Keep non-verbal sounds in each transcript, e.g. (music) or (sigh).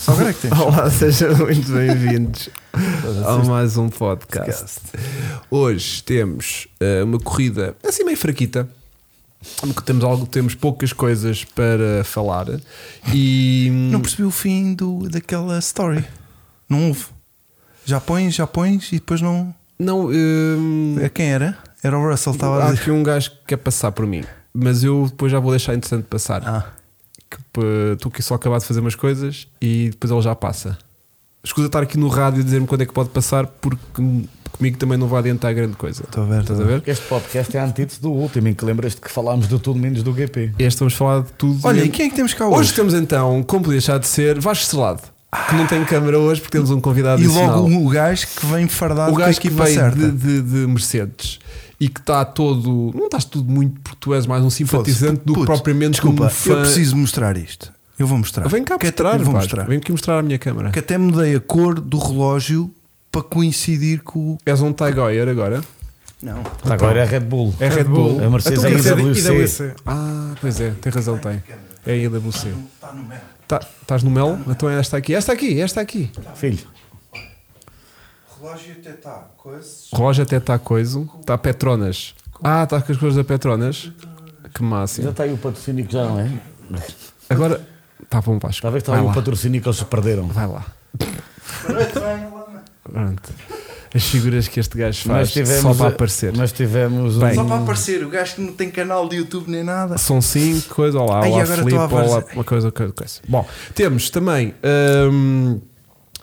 Só agora é que tens. Olá, sejam muito bem-vindos ao mais um podcast. Hoje temos eh, uma corrida assim meio fraquita. porque Temos, algo, temos poucas coisas para falar (laughs) e. Não percebi o fim do, daquela story. Não houve. Já pões, já pões e depois não. Não, hum, É quem era? Era o Russell, estava há a dizer. aqui um gajo que quer passar por mim, mas eu depois já vou deixar interessante passar. Ah, que pá, tu que só acabaste de fazer umas coisas e depois ele já passa. Escusa estar aqui no rádio e dizer-me quando é que pode passar, porque comigo também não vai adiantar grande coisa. estou a ver. Estás a ver? Este podcast é a antítese do último, em que lembras-te que falámos de tudo menos do GP. Este vamos falar de tudo. Olha, E- e quem é que temos cá hoje, hoje? Ah. temos então, como podia deixar de ser, Vasco Estrelado, que não tem câmara hoje porque temos um convidado E adicional. logo o gajo que vem fardado o com a gajo que equipa veio certa. de, de- de Mercedes e que está todo. Não estás tudo muito porque tu és mais um simpatizante do que Puto, propriamente Desculpa, como fã. eu preciso mostrar isto. Eu vou mostrar. Vem cá Que até- mostrar, eu vou Vasco. mostrar. Vem aqui mostrar a minha câmara. Que até mudei a cor do relógio para coincidir com o. És um Tigoyer agora. Não. Agora é Red Bull. Tá É Red Bull. A Mercedes Então, é quer dizer, IWC. Ah, pois é, tem razão, tem. É a IWC. Está no mesmo. Tá- Estás no Mel? Então é esta aqui, esta aqui, esta aqui. Filho, O relógio até está. Coisas. Roja até está coiso, está Petronas. Ah, está com as cores da Petronas. Que já máximo. está aí o patrocínio que já não é? Agora, está bom, Vasco. Talvez está Vai aí um o lá. patrocínio que eles se perderam. Vai lá. Pronto. As figuras que este gajo faz só para aparecer. Mas tivemos um- Bem. Só para aparecer, o gajo que não tem canal de YouTube nem nada. São cinco coisas, olá, Ai, olá, agora Filipe, estou a olá, fazer- uma coisa, coisa, coisa. Bom, temos também. hum,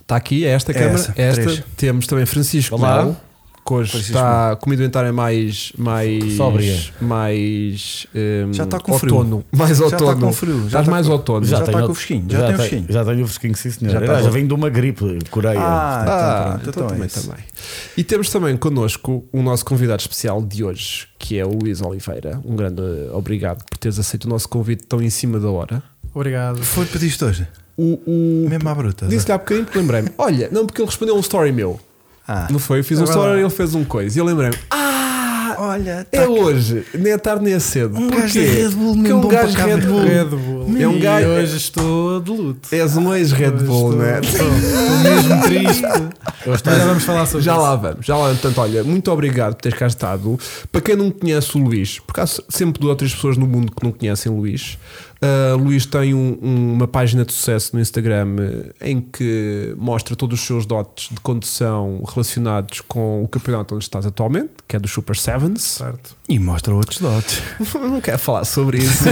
Está aqui, é esta É câmara, essa, é esta. três. Temos também Francisco Olá. Melo, que hoje Francisco está com uma indumentária mais. mais Sóbria. Mais. hum, Já está com frio. outono. (laughs) Mais Já está outono. com frio, já Estás está mais com- outono. Já está tenho com o outro- fresquinho, já tem o fresquinho. Já tenho o fresquinho, sim senhor. Já Já, está já bom. vem de uma gripe, eh, coreia. Ah, Ah, então pronto, então então é também, isso. também. E temos também connosco o nosso convidado especial de hoje, que é o Luís Oliveira. Um grande obrigado por teres aceito o nosso convite tão em cima da hora. Obrigado. Foi pedir isto hoje? O- o Mesmo à bruta. Disse-lhe há bocadinho porque lembrei-me. Olha, não, porque ele respondeu a um story meu. Ah, Não foi? Eu fiz um É verdade. story e ele fez um coisa. E eu lembrei-me. Ah! olha, tá É hoje, nem é tarde nem é cedo. Um Porquê? gajo da Red Bull, Porque mesmo é um bom gajo para cá Red ver. Bull. Red Bull. É um E gajo- hoje estou de luto. És um ex-Red Hoje Bull, estou- não é? Estou estou mesmo triste. Mas já vamos falar sobre Já isso. lá vamos, já lá vamos. Portanto, olha, muito obrigado por teres cá estado. Para quem não conhece o Luís, porque há sempre duas ou três pessoas no mundo que não conhecem o Luís, ah, Luís tem um- um- uma página de sucesso no Instagram eh, em que mostra todos os seus dotes de condução relacionados com o campeonato onde estás atualmente, que é do Super Sevens. Certo. E mostra outros dotes. não quero falar sobre isso.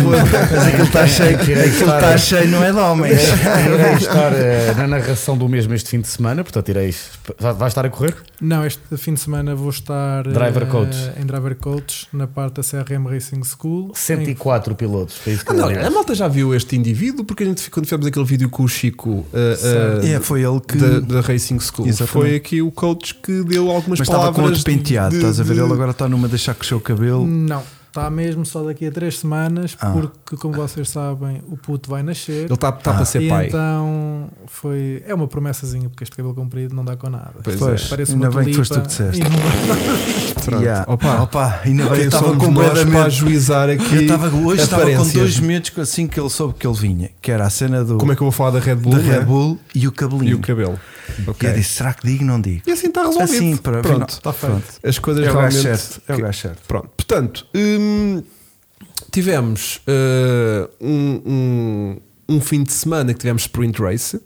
Mas aquilo está cheio, é Tirei aquilo história. está cheio, não é de homens. (laughs) Irei estar eh, na narração do mesmo este fim de semana, portanto irei. vai- Vai estar a correr? Não, este fim de semana vou estar eh, Driver Coach. em Driver Coach na parte da CRM Racing School. 104 pilotos. Foi isso que Ah, eu não, lembro. a malta já viu este indivíduo porque a gente quando fizemos aquele vídeo com o Chico ah, ah, Certo. É, foi ele que. da, da Racing School Exatamente. foi aqui o coach que deu algumas Mas estava palavras com outro penteado, de- estás a ver? de- Ele agora está numa deixar crescer o cabelo. Não, está mesmo só daqui a três semanas, Ah. porque como vocês sabem, o puto vai nascer. Ele está Ah, tá para ser e pai. então foi. É uma promessazinha, porque este cabelo comprido não dá com nada. Pois Pois, é. Parece ainda uma bem que foste tu tulipa que disseste. e não vai Pronto. Yeah. Opa, Opa, ainda bem quem eu um estava somos com nós bué de para medo. ajuizar aqui. Eu estava hoje estava com aparências? dois medos assim que ele soube que ele vinha, que era a cena do Como é que eu vou falar da Red Bull? da né? Red Bull e o E cabelinho. o cabelo. E Ok. eu disse, será que digo ou não digo? E assim está resolvido. Assim, para- Pronto. Está feito. As coisas É o gajo realmente. certo. É o gajo certo. Pronto. Portanto, hum, tivemos eh, um, um, um fim de semana que tivemos sprint race.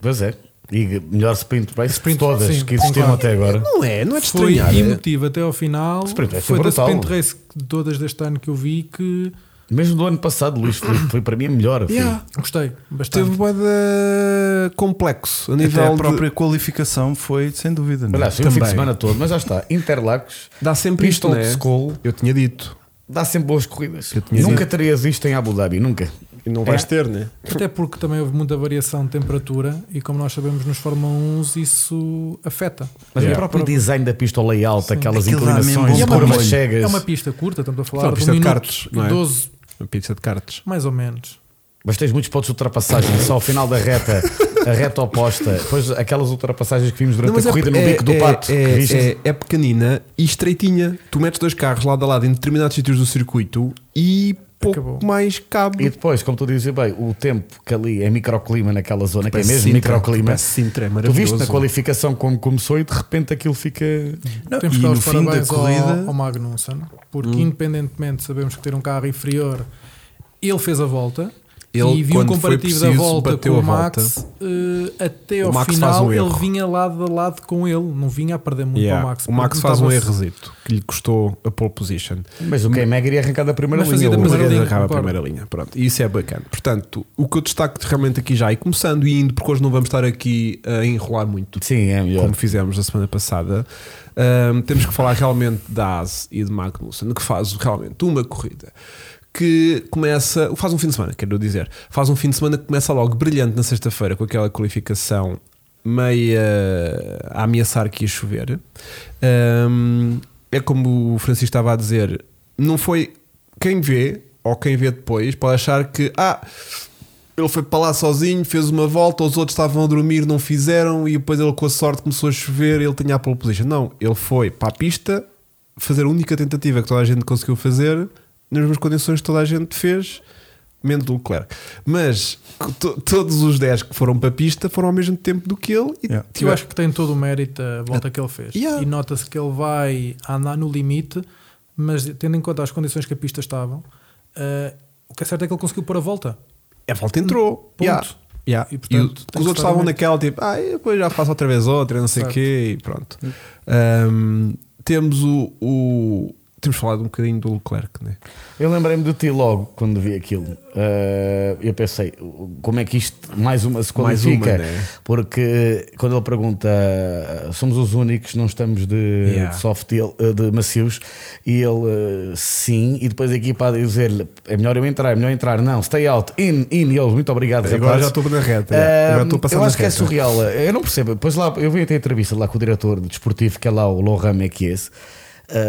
Pois é. E melhor sprint race Sprint, de todas sim, que existiram concordo. até agora. Não é, não é de Foi estranhar. é? emotivo até ao final. Sprint Race foi foi da brutal. Sprint Race de todas deste ano que eu vi que Mesmo do ano passado, Luís, foi, foi para mim a melhor. assim. foi. Yeah. gostei bastante. Teve bué de complexo a nível Até a de- própria qualificação foi, sem dúvida. Não? é? Aliás, foi o assim, fim de Também. semana todo, mas já está. Interlagos, Dá sempre isto, Pistol né? de Skull, Eu tinha dito. dá sempre boas corridas. Eu tinha Nunca dito. terias isto em Abu Dhabi, nunca. E não vais ter, né? Até porque também houve muita variação de temperatura e como nós sabemos nos Fórmula 1 isso afeta. Mas Yeah. o próprio design da pista layout, aquelas Aquilo dá mesmo inclinações, bom curvas molho. cegas. É uma pista curta, estamos a Só falar uma de pista um de minuto cartos, não é? 12, Uma pizza de cartas. mais ou menos. Mas tens muitos pontos de ultrapassagem, só ao final da reta, a reta oposta. Depois aquelas ultrapassagens que vimos durante a corrida no bico do pato. que É, viste? é- é pequenina e estreitinha. Tu metes dois carros lado a lado em determinados sítios do circuito e pouco Acabou. mais cabe. E depois, como tu dizes bem, o tempo que ali é microclima naquela zona, que é Parece mesmo Sintra, microclima. parece Sintra, é Tu viste maravilhoso. na qualificação como começou e de repente aquilo fica. Não, Temos e que dar no os fim da parabéns ao, corrida. ao Magnussen, porque Hum. independentemente sabemos que ter um carro inferior, ele fez a volta Ele, e viu o quando foi comparativo da preciso, volta bateu com a o Max eh, até O ao Max faz final um erro. ele vinha lado a lado com ele, não vinha a perder muito Yeah. ao Max. o Max porque faz um notava-se- errosito que lhe custou a pole position. Mas o K-Mag iria arrancar da primeira Mas linha. fazia da o- Mas ele primeira linha, acaba a concordo. primeira linha, pronto. E isso é bacana. Portanto, o que eu destaco realmente aqui já, e começando e indo, porque hoje não vamos estar aqui a enrolar muito, Sim, é melhor. como fizemos a semana passada, hum, temos que falar realmente da AS e de Magnussen, que faz realmente uma corrida que começa, faz um fim de semana, quero dizer, faz um fim de semana que começa logo brilhante na sexta-feira com aquela qualificação meia a ameaçar que ia chover. Hum, é como o Francisco estava a dizer, não foi quem vê ou quem vê depois pode achar que ah ele foi para lá sozinho, fez uma volta, os outros estavam a dormir, não fizeram, e depois ele com a sorte começou a chover e ele tinha a pole position. Não, ele foi para a pista fazer a única tentativa que toda a gente conseguiu fazer, nas mesmas condições que toda a gente fez, menos do Leclerc. Mas to- todos os 10 que foram para a pista foram ao mesmo tempo do que ele e Yeah. Eu acho que tem todo o mérito a volta que ele fez. Yeah. E nota-se que ele vai andar no limite, mas tendo em conta as condições que a pista estavam, eh, o que é certo é que ele conseguiu pôr a volta. a volta entrou. Ponto. Yeah. Yeah. E, E, o- portanto, tem os que outros estar estavam muito- naquela tipo, ah, eu depois já faço outra vez outra, não sei o Certo. quê, e pronto. Um, temos o, o- Temos falado um bocadinho do Leclerc, né? Eu lembrei-me de ti logo quando vi aquilo. Uh, eu pensei, como é que isto mais uma se Mais qualifica? uma, né? Porque quando ele pergunta, somos os únicos, não estamos de Yeah. de soft, ele, uh, de macios, e ele uh, sim, e depois a equipa a dizer-lhe, é melhor eu entrar, é melhor entrar, não, stay out, in, in, e eles, muito obrigado, Agora rapazes." já estou na reta, yeah. Agora estou a passar eu na acho que é reta. surreal. Eu não percebo. Pois lá, eu vi até a entrevista lá com o diretor de desportivo, que é lá o Laurent Mekies.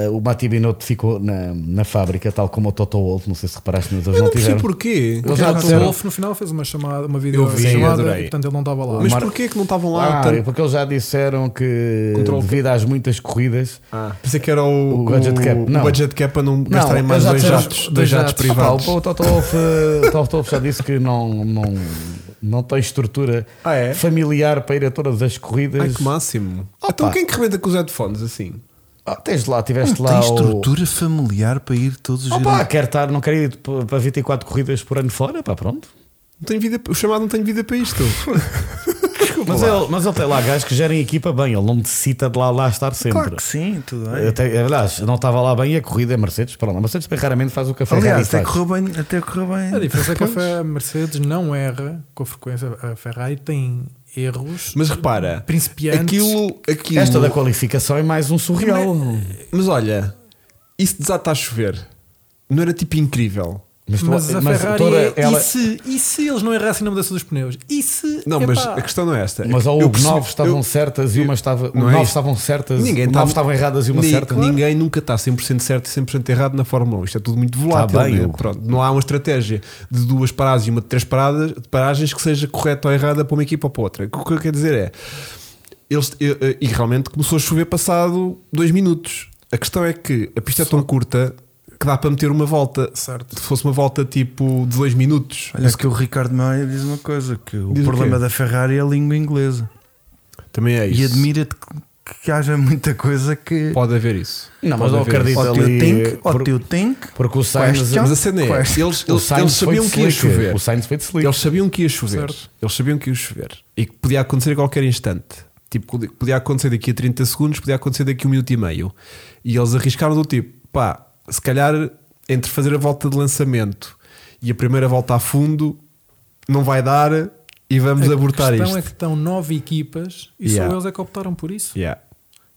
Uh, o Mati Binotto ficou na, na fábrica, tal como o Toto Wolff. Não sei se reparaste, mas eles Eu não não percebo tiveram. Ah, porquê. Eles já Já o disseram. Wolf no final fez uma chamada, uma vi, videochamada, adorei. e, portanto ele não estava lá. Mas Mar- porquê que não estavam lá? Ah, tanto- é porque eles já disseram que Control- devido às muitas corridas. Ah, pensei que era o, O budget cap, o não. budget cap para não, Não, gastarem mais eles já dois disseram- jatos, dois jatos Ah, pá, privados. o, o Toto Wolff, uh, o Toto Wolff já disse que não, não, não tem estrutura Ah, é? familiar para ir a todas as corridas. Ai, que máximo. Ah, então pá. quem que rebenta com os headphones assim? Ah, tens lá, tiveste Não lá. tem o- estrutura familiar para ir todos os Opa, dias. quer estar, não quer ir p- para 24 corridas por ano fora, pá, pronto. Não tenho vida, o chamado não tem vida para (laughs) isto. Mas ele, mas ele tem lá gajos que gerem a equipa bem, ele não necessita de lá, lá estar sempre. Claro que sim, tudo bem. Até, aliás, não estava lá bem e a corrida é Mercedes, pronto, a Mercedes bem raramente faz o café Ferrari Aliás, até faz. correu bem. Até correu bem. A diferença é que a Fe- a Mercedes não erra com a frequência. A Ferrari tem erros Mas repara, principiantes. aquilo, aquilo. Esta da qualificação é mais um surreal. Mas olha, isso desata a chover. Não era tipo incrível. Mas, tu- Mas a mas Ferrari toda é, ela- e, se, e se eles não errassem na mudança dos pneus? E se. Não, mas epá, a questão não é esta. mas Eu ao Hugo percebi- 9 estavam eu- certas e uma estava. Não O é 9 isso. estavam certas, Ninguém o 9 tá- estavam erradas e uma Ni- certa. é? Ninguém nunca tá está 100% certo e 100% errado na Fórmula 1. Isto é tudo muito volátil. Tá bem, né? Hugo. Pronto, não há uma estratégia de duas paradas e uma de três paradas, de paragens que seja correta ou errada para uma equipa ou para outra. O que eu quero dizer é. Eles, e, e realmente começou a chover passado dois minutos. A questão é que a pista é tão curta que dá para meter uma volta. Certo. Se fosse uma volta tipo de dois minutos, Olha que o Ricardo Maia diz uma coisa: que o Diz o problema quê? da Ferrari é a língua inglesa. também é isso. E admira-te que, que haja muita coisa que. Pode haver isso. Não, Pode mas não haver acredito. isso. Ou teu ali, think, ou por- teu think. Porque o Sainz. Question? Mas a cena é: eles, Quais? eles, O eles, Sainz foi sabiam de que ia slick. chover. O Sainz foi de slick. Eles sabiam que ia chover. Certo. Eles sabiam que ia chover. E que podia acontecer a qualquer instante. Tipo, que podia acontecer daqui a 30 segundos, podia acontecer daqui a um minuto e meio. E eles arriscaram do tipo, pá, se calhar entre fazer a volta de lançamento e a primeira volta a fundo, não vai dar e vamos a abortar questão isto. é que estão nove equipas e Yeah. só eles é que optaram por isso. Yeah.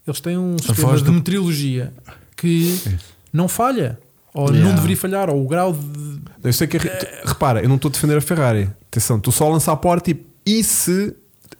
Eles têm um sistema voz de do- meteorologia que não falha. Ou Yeah. não deveria falhar, ou o grau de. Eu sei que a- repara, eu não estou a defender a Ferrari. Atenção, estou só a lançar a porta e, e se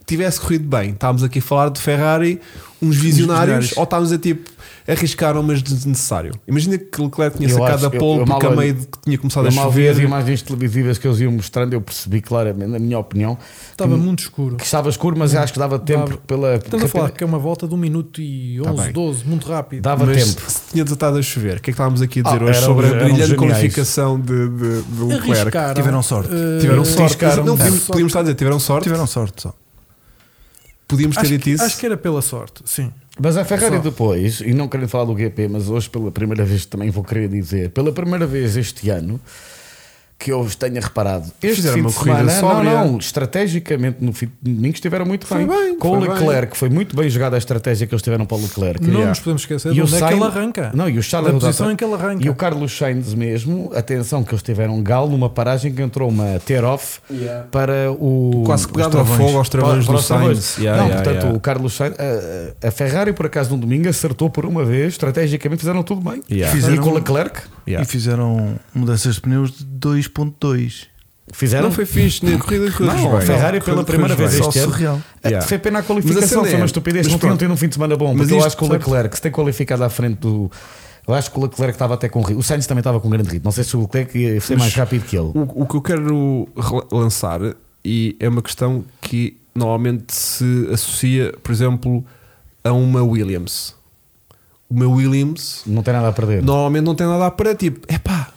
tivesse corrido bem? Estávamos aqui a falar de Ferrari, uns visionários, visionários. ou estávamos a tipo, arriscaram, mas desnecessário. Imagina que Leclerc tinha Eu sacado acho- a eu- pole eu porque a mal- meio de que tinha começado a Eu mal vi as chover. imagens televisivas que eles iam mostrando, eu percebi claramente, na minha opinião, Estava muito escuro. que estava escuro, mas acho que dava tempo Dava. pela. Estamos a falar rapidez. que é uma volta de 1 minuto e Tá 11, bem. 12, muito rápido. Dava Mas tempo. se tinha desatado a chover, o que é que estávamos aqui a dizer Ah, hoje eram- sobre a eram brilhante geniais. qualificação de, de, de Leclerc? Arriscaram. Tiveram sorte. Eh, Tiveram sorte. Arriscaram. Não, podíamos, Sorte. podíamos estar a dizer, tiveram sorte. Tiveram sorte só. Podíamos ter Acho dito que, isso. acho é que era pela sorte, sim. Mas a Ferrari Só. depois, e não querendo falar do GP, mas hoje pela primeira vez também vou querer dizer, pela primeira vez este ano que eu os tenha reparado, este Fizeram fim uma de corrida semana, sóbria. não, não, estrategicamente no fim de domingo estiveram muito Foi bem. bem, Com o foi bem. Leclerc, foi muito bem jogada a estratégia que eles tiveram para o Leclerc. Não Yeah. nos podemos esquecer de onde é que Sainz- ele arranca. Não, e o Charles da Leclerc- posição em que ele arranca. E o Carlos Sainz mesmo, atenção que eles tiveram um galo numa paragem que entrou uma tear-off para o Quase que os pegava travões. fogo aos travões Para- do para os travões. Sainz. Yeah, Não, yeah, portanto, yeah. o Carlos Sainz, a, a Ferrari por acaso no domingo acertou por uma vez, estrategicamente fizeram tudo bem. Yeah. E Fizeram- com o Leclerc Yeah. E fizeram mudanças de pneus de 2.2. fizeram. Não foi fixe, nem a corrida correu Não, a Ferrari pela primeira vez Só este ano. surreal. É, Yeah. Foi pena a Mas a qualificação, cena foi é- uma estupidez. mas Não tinham pronto. tido um fim de semana bom, Mas porque eu isto, acho que o sabes- Leclerc, se tem qualificado à frente do. Eu acho que o Leclerc estava até com ritmo. O Sainz também estava com grande ritmo. Não sei se o Leclerc ia ser mais rápido que ele. O, o que eu quero rela- lançar e é uma questão que normalmente se associa, por exemplo, a uma Williams. Uma Williams Não tem nada a perder. normalmente não tem nada a perder. Tipo, epá,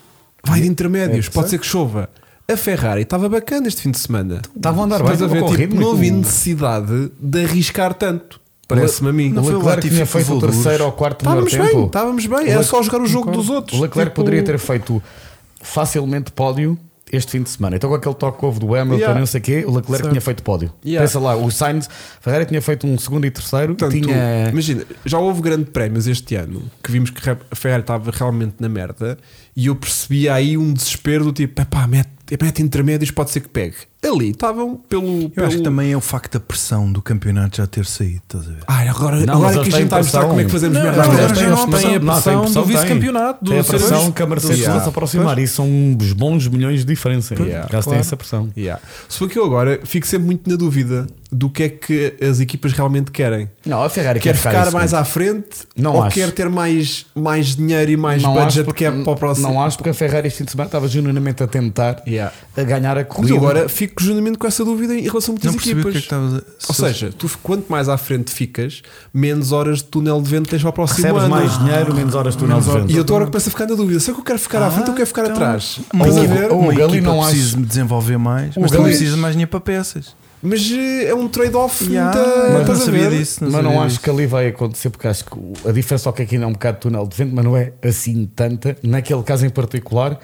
vai de intermédios, É, pode sim. ser que chova. A Ferrari estava bacana este fim de semana. Estava a andar bem, Estás a estava ver, com tipo, ritmo e não com- havia necessidade de arriscar tanto. Parece-me a mim. O foi o Leclerc Latifi tinha que feito o levou duros. terceiro ou quarto melhor Estávamos bem, tempo. estávamos bem. Era Le- É só jogar o jogo dos outros. O Leclerc Tipo, poderia ter feito facilmente pódio este fim de semana. Então, com aquele toque que houve do Hamilton, Yeah. não sei o quê, o Leclerc Certo. tinha feito pódio. Yeah. Pensa lá, o Sainz, Ferrari tinha feito um segundo e terceiro, Portanto, tinha. imagina, já houve grande prémios este ano que vimos que a Ferrari estava realmente na merda e eu percebia aí um desespero do tipo, pá, mete, mete intermédios, pode ser que pegue. Ali estavam pelo. Eu pelo- acho que também é o facto da pressão do campeonato já ter saído, estás a ver? Ai, Ah, agora, Não, mas agora eles que a têm um. gente está a mostrar pressão. como é que fazemos Não, merda. mas agora. um. eles têm- não, têm a não, pressão do tem. vice-campeonato, do Tem a ser- pressão que a Mercedes Yeah. se aproximar e são uns bons milhões de diferença. Yeah. Já se tem Claro. essa pressão. Yeah. Se for que eu agora fico sempre muito na dúvida do que é que as equipas realmente querem. Não, a Ferrari Quer quer ficar em mais segundo. à frente né? Não ou acho. quer ter mais, mais dinheiro e mais não acho budget porque, cap para o próximo? Não acho porque a Ferrari este fim de semana estava genuinamente a tentar Yeah. a ganhar a Mas corrida. eu agora fico genuinamente com essa dúvida em relação a muitas Não percebi o equipas. que é que estavas a Ou seja, tu quanto mais à frente ficas, menos horas de túnel de vento tens para o próximo recebes ano. mais dinheiro, menos horas tu não E eu vendes. estou agora começo a ficar na dúvida. Se é que eu quero ficar à frente ou quero ficar então, atrás? Uma, Estás a equipa, ver? o uma Gali equipa não acho- precisa de desenvolver mais, mas Gali- também precisa de mais dinheiro para peças. Mas eh, é um trade-off. Ya, muito- mas não estás a sabia ver? disso. Mas não sabia acho disso. que ali vai acontecer, porque acho que o- a diferença ao que aqui ainda é um bocado de túnel de vento, mas não é assim tanta. Naquele caso em particular,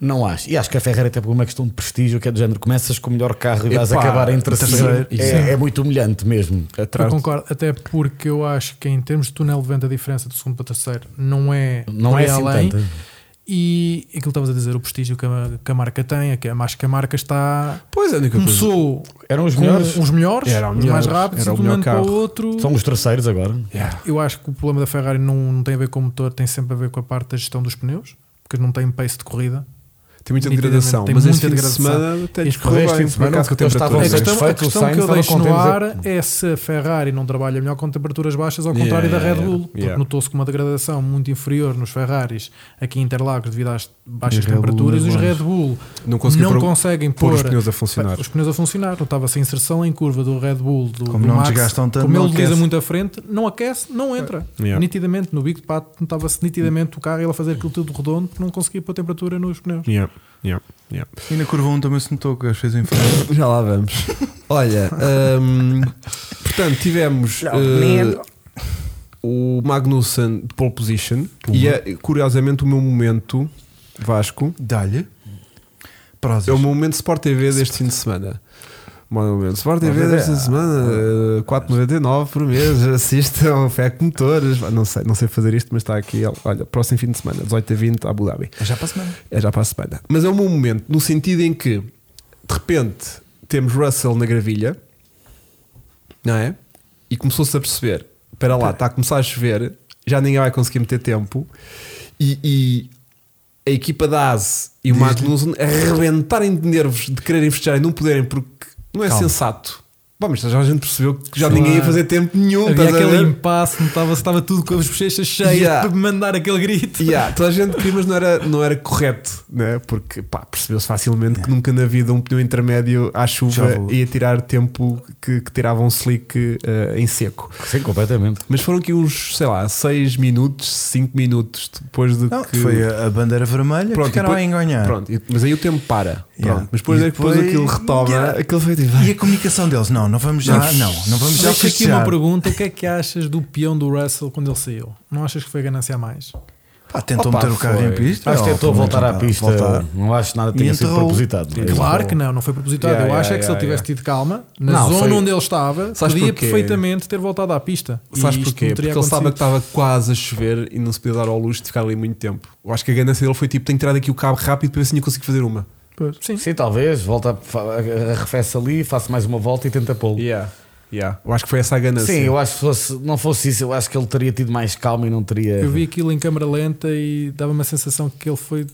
não acho. E acho que a Ferrari, até por uma questão de prestígio, que é do género, começas com o melhor carro e vais Epá, acabar em terceiro. terceiro. É, é muito humilhante mesmo. Eu concordo, até porque eu acho que em termos de túnel de vento a diferença do segundo para o terceiro não é Não por é aí assim além. tanta. E aquilo que estavas a dizer, o prestígio que a, que a marca tem, é que a- acho que a marca está. Pois é, a Um única coisa. Começou Eram os com melhores, os melhores, Eram os mais melhores, rápidos, era e o de um melhor ano para o carro. outro. são os terceiros agora. Ya. Eu acho que o problema da Ferrari não, não tem a ver com o motor, tem sempre a ver com a parte da gestão dos pneus, porque não tem pace de corrida. Tem muita Nitidamente, degradação. tem Mas este muita fim de degradação. semana até lhes Este correu resto bem, de por semana acaso, com a eles estavam temperatura. A Bom, questão, a satisfeito, o questão Sainz que eu estava deixo no contente a ar é se a Ferrari não trabalha melhor com temperaturas baixas, ao Yeah, contrário da Red yeah, Bull, porque yeah. notou-se que uma degradação muito inferior nos Ferraris aqui em Interlagos devido às baixas E Red Bull temperaturas e nas os Red lojas. Bull Não conseguiam não pôr- conseguem pôr pôr, os pneus a funcionar. Os pneus a funcionar. Notava-se a inserção em curva do Red Bull, do, Como do não Max, desgastam tanto, como não ele desliza aquece. É. muito à frente, não aquece, não entra. Yeah. Nitidamente, no Big Pato, notava-se nitidamente o carro ele a fazer aquilo tudo redondo porque não conseguia pôr temperatura nos pneus. Ya, ya, ya. E na curva 1 também se notou que as fez em frente. (laughs) Já lá vamos. Olha, hum, portanto, tivemos eh, o Magnussen de pole position e é curiosamente o meu momento Vasco. Dá-lhe. Prozes. É o meu momento Sport TV deste fim de semana. O meu momento Sport TV desta semana, eh, 4,99 por mês. Assista ao FEC Motores. Não sei, não sei fazer isto, mas está aqui. Olha, próximo fim de semana, 18 a 20, Abu Dhabi. É já para a semana. É já para a semana. Mas é um bom momento, no sentido em que de repente temos Russell na gravilha, não é? E começou-se a perceber: espera lá, está a começar a chover, já ninguém vai conseguir meter tempo, e, e a equipa da ASE e o Magnussen arrebentarem de nervos de quererem festejar e não poderem porque não é Calma. sensato. Pá, mas já a gente percebeu que já Claro. ninguém ia fazer tempo nenhum. Havia estás a aquele ver? impasse, notava-se, estava tudo com as bochechas cheias Yeah. para mandar aquele grito. Yeah, ah, toda a gente queria, mas não era, não era correto, né? porque pá, percebeu-se facilmente que nunca na vida um pneu intermédio à chuva Já vou. ia tirar tempo que, que tirava um slick eh, em seco. Sim, completamente. Mas foram aqui uns, sei lá, 6 minutos, 5 minutos depois de Não, que. foi ah, a, a bandeira vermelha Pronto, que ficaram depois- a enganar. Pronto, e- mas aí o tempo para. Yeah. Pronto, mas depois, E é que depois depois- aquilo retoma. Yeah. Aquilo foi tipo, E a comunicação deles? Não, não vamos já, não, não vamos já Deixa aqui uma festejar. pergunta: o que é que achas do peão do Russell quando ele saiu? Não achas que foi ganância a mais? Pá, tentou Opa, meter o carro foi. em pista. Acho que ó, tentou pelo menos voltar à tentar pista. voltar. Não acho nada que E tenha sido enterrou. propositado. Claro que não, não foi propositado. É Yeah, eu acho yeah, é que se ele yeah, tivesse tido calma, na Não, zona foi- onde ele estava, Sabes podia porquê? perfeitamente ter voltado à pista. E Sabes isto porquê? não Porque teria ele estava que acontecido. estava quase a chover e não se podia dar ao luxo de ficar ali muito tempo. Eu acho que a ganância dele foi tipo: tenho que tirar daqui o cabo rápido para ver se ainda consigo fazer uma. Sim. Sim, talvez. Volta, fa- arrefece ali, faça mais uma volta e tenta pô-lo. Yeah. Yeah. Eu acho que foi essa a ganância. Sim, eu acho que fosse, não fosse isso, eu acho que ele teria tido mais calma e não teria. Eu vi aquilo em câmara lenta e dava-me a sensação que ele foi.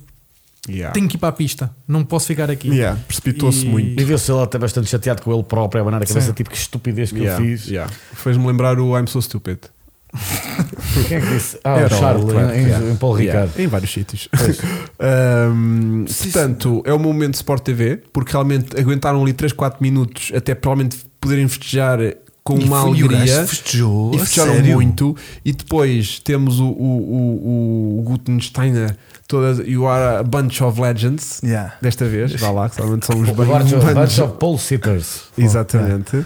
Yeah. Tenho que ir para a pista, não posso ficar aqui. Yeah, Precipitou-se E- muito. E viu-se ele até bastante chateado com ele próprio, a abanar a cabeça, Sim. tipo que estupidez que Yeah, eu fiz. yeah. Fez-me lembrar o I'm So Stupid. Quem é que disse? Ah, Era o Charles, Clark, em, yeah. em Paulo Yeah, Ricardo. Em vários sítios. (laughs) Pois. Um, portanto, é o momento Sport TV, porque realmente aguentaram ali 3, 4 minutos até provavelmente poderem festejar com E uma foi- e o gajo alegria. festejou, E a festejaram sério. muito. E depois temos o, o, o, o Gutensteiner, toda, You Are a Bunch of Legends. Yeah. Desta vez, vá lá, que realmente são (laughs) O uns bun- Bunch bunch of- (laughs) of- Bunch of Pole Sitters. Exatamente. é.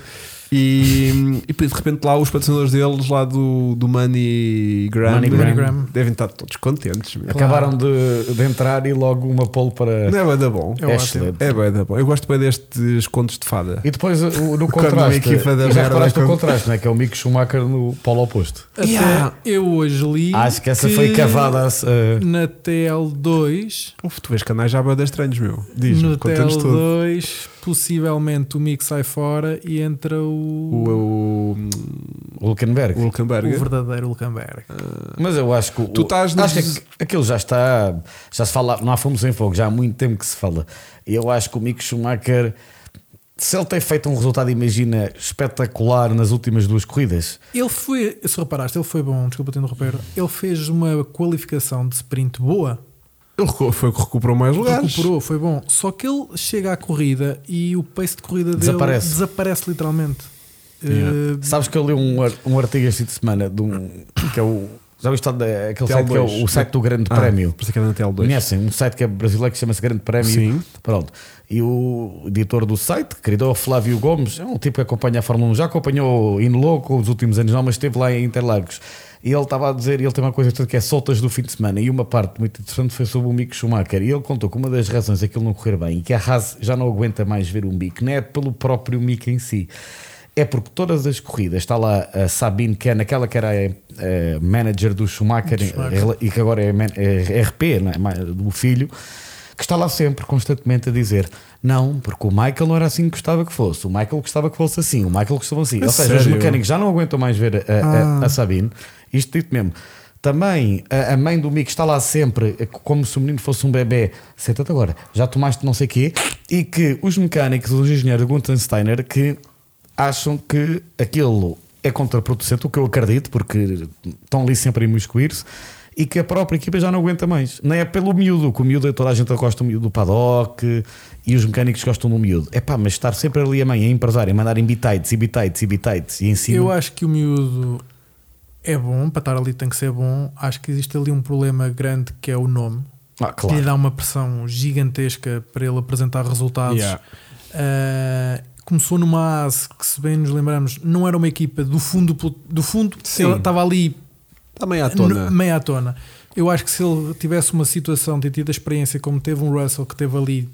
E, e de repente lá os patrocinadores deles, lá do, do MoneyGram, MoneyGram. devem estar todos contentes. meu. Acabaram de, de entrar e logo uma pole para. Não é bem da bom. É ótimo. excelente. É bem da bom. Eu gosto bem destes contos de fada. E depois o- no Quando uma contraste. equipa da e já merda reparaste o com- contraste, né? que é o Mick Schumacher no polo oposto. Até Yeah. eu hoje li. Acho que essa foi cavada. a se- a- Na TL2, Uf, tu vês canais já bem de estranhos, meu. Diz-me, no conta-nos tudo. TL2, possivelmente o Mick sai fora e entra O, o, o, o Hülkenberg. o o Hulkenberg. verdadeiro Luckenberg. Mas eu acho que. o- Tu estás acho nos- que aqu- aquilo já está. Já se fala. Não há fomos em fogo, já há muito tempo que se fala. E eu acho que o Mick Schumacher. Se ele tem feito um resultado, imagina, espetacular nas últimas duas corridas, Ele foi, se reparaste, ele foi bom, desculpa te interromper. Ele fez uma qualificação de sprint boa, Ele recu- foi o que recuperou É mais lugares. recuperou, foi bom. Só que ele chega à corrida e o pace de corrida dele Desaparece. é. desaparece literalmente. Yeah. Eh, Sabes que eu li um, ar- um artigo este fim de semana de um que é o. Já viste onde é aquele TL2, site que é o, o site do Grande Ah, Prémio? Pensei que era na TL2. Conhecem? Um site que é brasileiro que chama-se Grande Prémio. Sim. Pronto. E o editor do site, querido é o Flávio Gomes, é um tipo que acompanha a Fórmula 1, já acompanhou in loco os últimos anos, não, mas esteve lá em Interlagos. E ele estava a dizer, ele tem uma coisa interessante que é soltas do fim de semana, e uma parte muito interessante foi sobre o Mick Schumacher. E ele contou que uma das razões daquilo não correr bem e que a Haas já não aguenta mais ver o Mick, não é pelo próprio Mick em si. É porque todas as corridas, está lá a Sabine, que é naquela que era a, a manager do Schumacher, Schumacher. e que agora é, man- é RP, não é? Ma- do filho, que está lá sempre, constantemente, a dizer: Não, porque o Michael não era assim que gostava que fosse, o Michael gostava que fosse assim, o Michael gostava assim. Ou seja, os sério? mecânicos já não aguentam mais ver a, a- a Sabine, isto dito mesmo. Também a, a mãe do Mick está lá sempre, eh, como se o menino fosse um bebê. Senta-te agora, já tomaste não sei quê. E que os mecânicos, os engenheiros do Guntensteiner, que acham que aquilo é contraproducente, o que eu acredito, porque estão ali sempre a imiscuir-se, e que a própria equipa já não aguenta mais. Não é pelo miúdo, que o miúdo, toda a gente gosta do miúdo do paddock e os mecânicos gostam do miúdo. É pá, mas estar sempre ali a mãe, a empresária, a mandar em bitites e bitites e bitites e em cima. Eu acho que o miúdo é bom, para estar ali tem que ser bom. Acho que existe ali um problema grande que é o nome. Ah, Que lhe claro. dá uma pressão gigantesca para ele apresentar resultados. Yeah. Uh, começou numa ASE que, se bem nos lembramos, não era uma equipa do fundo, do pl- do fundo Sim. ela estava ali Também à tona. n- meia à tona. Eu acho que se ele tivesse uma situação de tido a experiência como teve um Russell que teve ali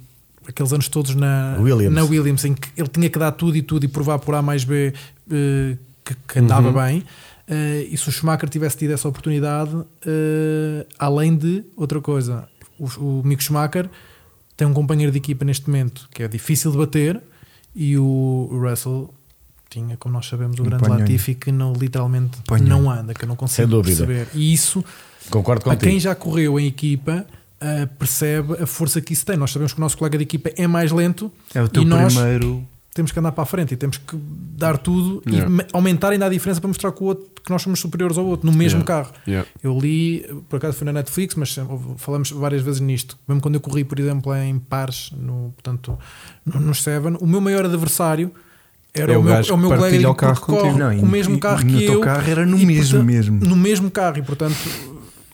aqueles anos todos na Williams. na Williams em que ele tinha que dar tudo e tudo e provar por A mais B eh, que, que andava bem. eh, e se o Schumacher tivesse tido essa oportunidade, eh, além de outra coisa, o, o Mick Schumacher tem um companheiro de equipa neste momento que é difícil de bater e o Russell tinha, como nós sabemos, o Um grande panhão. Latifi que não, literalmente Panhão. não anda, que eu não consigo Sem dúvida. perceber. E isso, Concordo a quem contigo. já correu em equipa, ah, percebe a força que isso tem. Nós sabemos que o nosso colega de equipa é mais lento É o teu e nós primeiro temos que andar para a frente e temos que dar tudo Yeah. e me- aumentar ainda a diferença para mostrar que, o outro, que nós somos superiores ao outro no mesmo Yeah. carro. Yeah. Eu li, por acaso foi na Netflix, mas houve- falamos várias vezes nisto. Mesmo quando eu corri, por exemplo, em pares, no, portanto, no, no Seven, o meu maior adversário era É o o meu, gajo é o meu que colega partilha de- o carro que contigo. corre Não, e- com o mesmo e- carro no que teu eu. carro era no e, mesmo portan- mesmo. No mesmo carro e, portanto,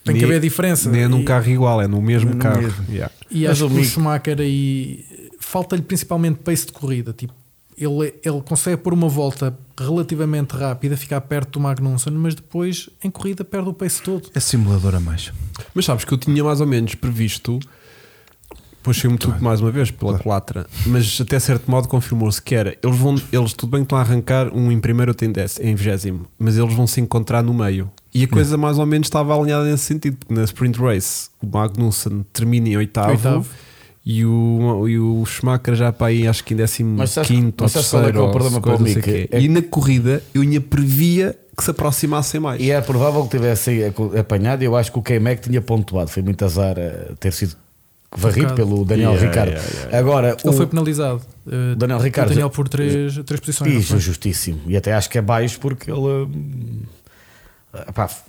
tem que Nem- haver a diferença. Nem é num E- carro igual, é no mesmo No carro. mesmo. Yeah. e Mas acho o que o Mick- Schumacher aí falta-lhe principalmente pace de corrida. Tipo, ele, ele consegue pôr uma volta relativamente rápida, ficar perto do Magnussen, mas depois em corrida perde o pace todo. É simulador a mais. Mas sabes que eu tinha mais ou menos previsto. Puxei-me tudo mais uma vez pela colatra, mas até certo modo confirmou-se que era. Eles vão, eles tudo bem que estão a arrancar um em primeiro outro em décimo, em vigésimo, mas eles vão se encontrar no meio. E a Hum. coisa mais ou menos estava alinhada nesse sentido, porque na sprint race o Magnussen termina em oitavo, Oitavo. E, o, e o Schumacher já para aí acho que em décimo Mas sabes- quinto ou mas sabes qual é que é terceiro. ou o problema coisa, com o não sei Mick? quê. É E na corrida eu ainha previa que se aproximassem mais. E é provável que tivesse apanhado. Eu acho que o K-Mac tinha pontuado. Foi muito azar eh, ter sido varrido Tocado. pelo Daniel Yeah, Ricardo. yeah, Agora, Ele o foi penalizado. eh, Daniel o Ricciardo- Daniel por três, três posições. não Isso, foi? justíssimo. E até acho que é baixo porque ele. hum, Pá, f-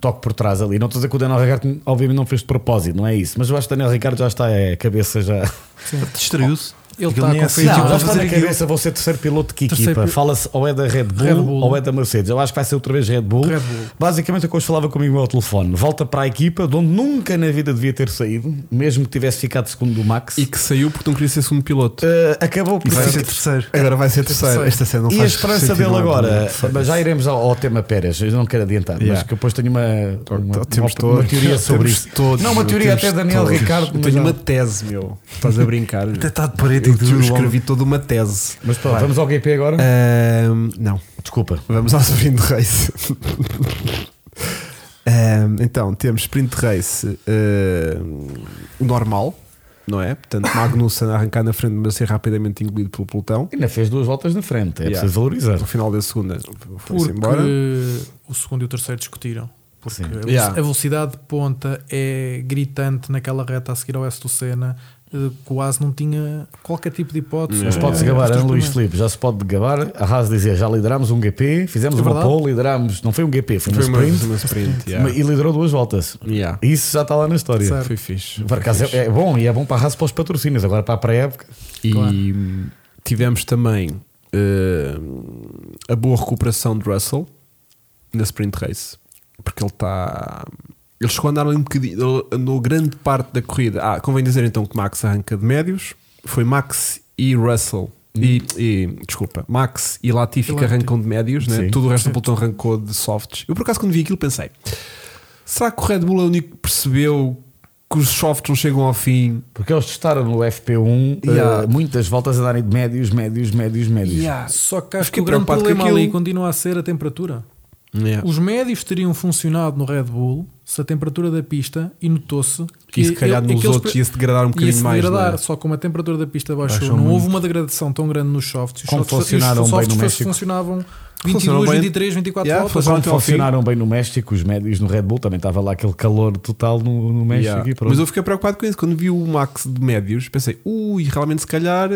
toque por trás ali. Não estou a dizer que o Daniel Ricardo, obviamente, não fez de propósito, não é isso. Mas eu acho que o Daniel Ricardo já está é, a cabeça já. Distraiu-se. Ele Aquilo está nem com é feitiço. assim. tipo, Ele já Não, vai está fazer na aquilo. cabeça. Vou ser terceiro piloto de que Terceiro equipa? piloto. Fala-se ou é da Red Bull, Red Bull. ou é da Mercedes. Eu acho que vai ser outra vez Red Bull. Red Bull. Basicamente, é o que eu falava comigo ao telefone. Volta para a equipa de onde nunca na vida devia ter saído, mesmo que tivesse ficado segundo do Max. E que saiu porque não queria ser segundo piloto. Eh, acabou por E vai ser- ser terceiro. Agora vai ser terceiro. Esta cena não e a faz esperança sentido dele algum. agora, mas já é iremos ao, ao tema Pérez, eu não quero adiantar, mas Yeah. que depois tenho uma, uma, Tó- Então, Temos uma- uma todos. (laughs) teoria sobre Temos isto. todos, não, uma teoria temos até Daniel todos. Ricardo, Eu mas, tenho não. uma tese, meu. (laughs) Estás a brincar. Até está de parede eu e tudo. te- escrevi toda uma tese. Mas pronto, vamos ao GP agora? Ahm, não. Desculpa. Vamos ao sprint (laughs) race. Ahm, então, temos sprint race ahm, normal, não é? (coughs) Portanto, Magnussen a arrancar na frente, mas a ser rapidamente engolido pelo pelotão. Ainda fez duas voltas na frente, é Yeah. preciso valorizar. No final da segunda, foi-se Porque embora. o segundo e o terceiro discutiram. Porque Sim. a veloc- Yeah. a velocidade de ponta é gritante naquela reta a seguir ao S do Senna. eh, Quase não tinha qualquer tipo de hipótese. Mas Eh, pode-se os gabar, três hein, Luís primeiros. Filipe, já se pode gabar. A Haas dizia, já liderámos um GP, fizemos É uma verdade. pole, liderámos, não foi um GP, foi, Foi uma uma, sprint, uma sprint. yeah. e liderou duas voltas. Yeah. Isso já está lá na história. Certo. Foi fixe. Por acaso é, é bom, e é bom para a Haas e para os patrocínios, agora para a pré-época. E Claro. hum, tivemos também hum, a boa recuperação de Russell na sprint race, porque ele está. Ele chegou a andar ali um bocadinho, ele andou grande parte da corrida. Ah, convém dizer então que Max arranca de médios, foi Max e Russell. E, e, desculpa, Max e Latifi Hum. E que Latifi. arrancam de médios, né? Sim. todo o resto do pelotão arrancou de softs. Eu por acaso quando vi aquilo pensei: será que o Red Bull é o único que percebeu que os softs não chegam ao fim Porque eles testaram no FP1 eh, Yeah. muitas voltas a darem de médios, médios, médios, médios. Só que acho que Fiquei o grande preocupado com problema aquilo. ali continua a ser a temperatura. Yeah. Os médios teriam funcionado no Red Bull se a temperatura da pista e notou-se E se calhar ele- nos aqueles outros pre- ia-se degradar um bocadinho ia-se mais, degradar, não é? só como a temperatura da pista baixou, Baixou não muito. houve uma degradação tão grande nos softs. Os Como softs, funcionaram os bem no softs México. funcionavam 22, Funcionaram bem. 23, 24 Yeah, voltas. funcionaram Quando Até ao funcionaram bem no México, os médios no Red Bull também estava lá aquele calor total no, no México Yeah. e pronto. Mas eu fiquei preocupado com isso. Quando vi o Max de médios, pensei, ui, realmente se calhar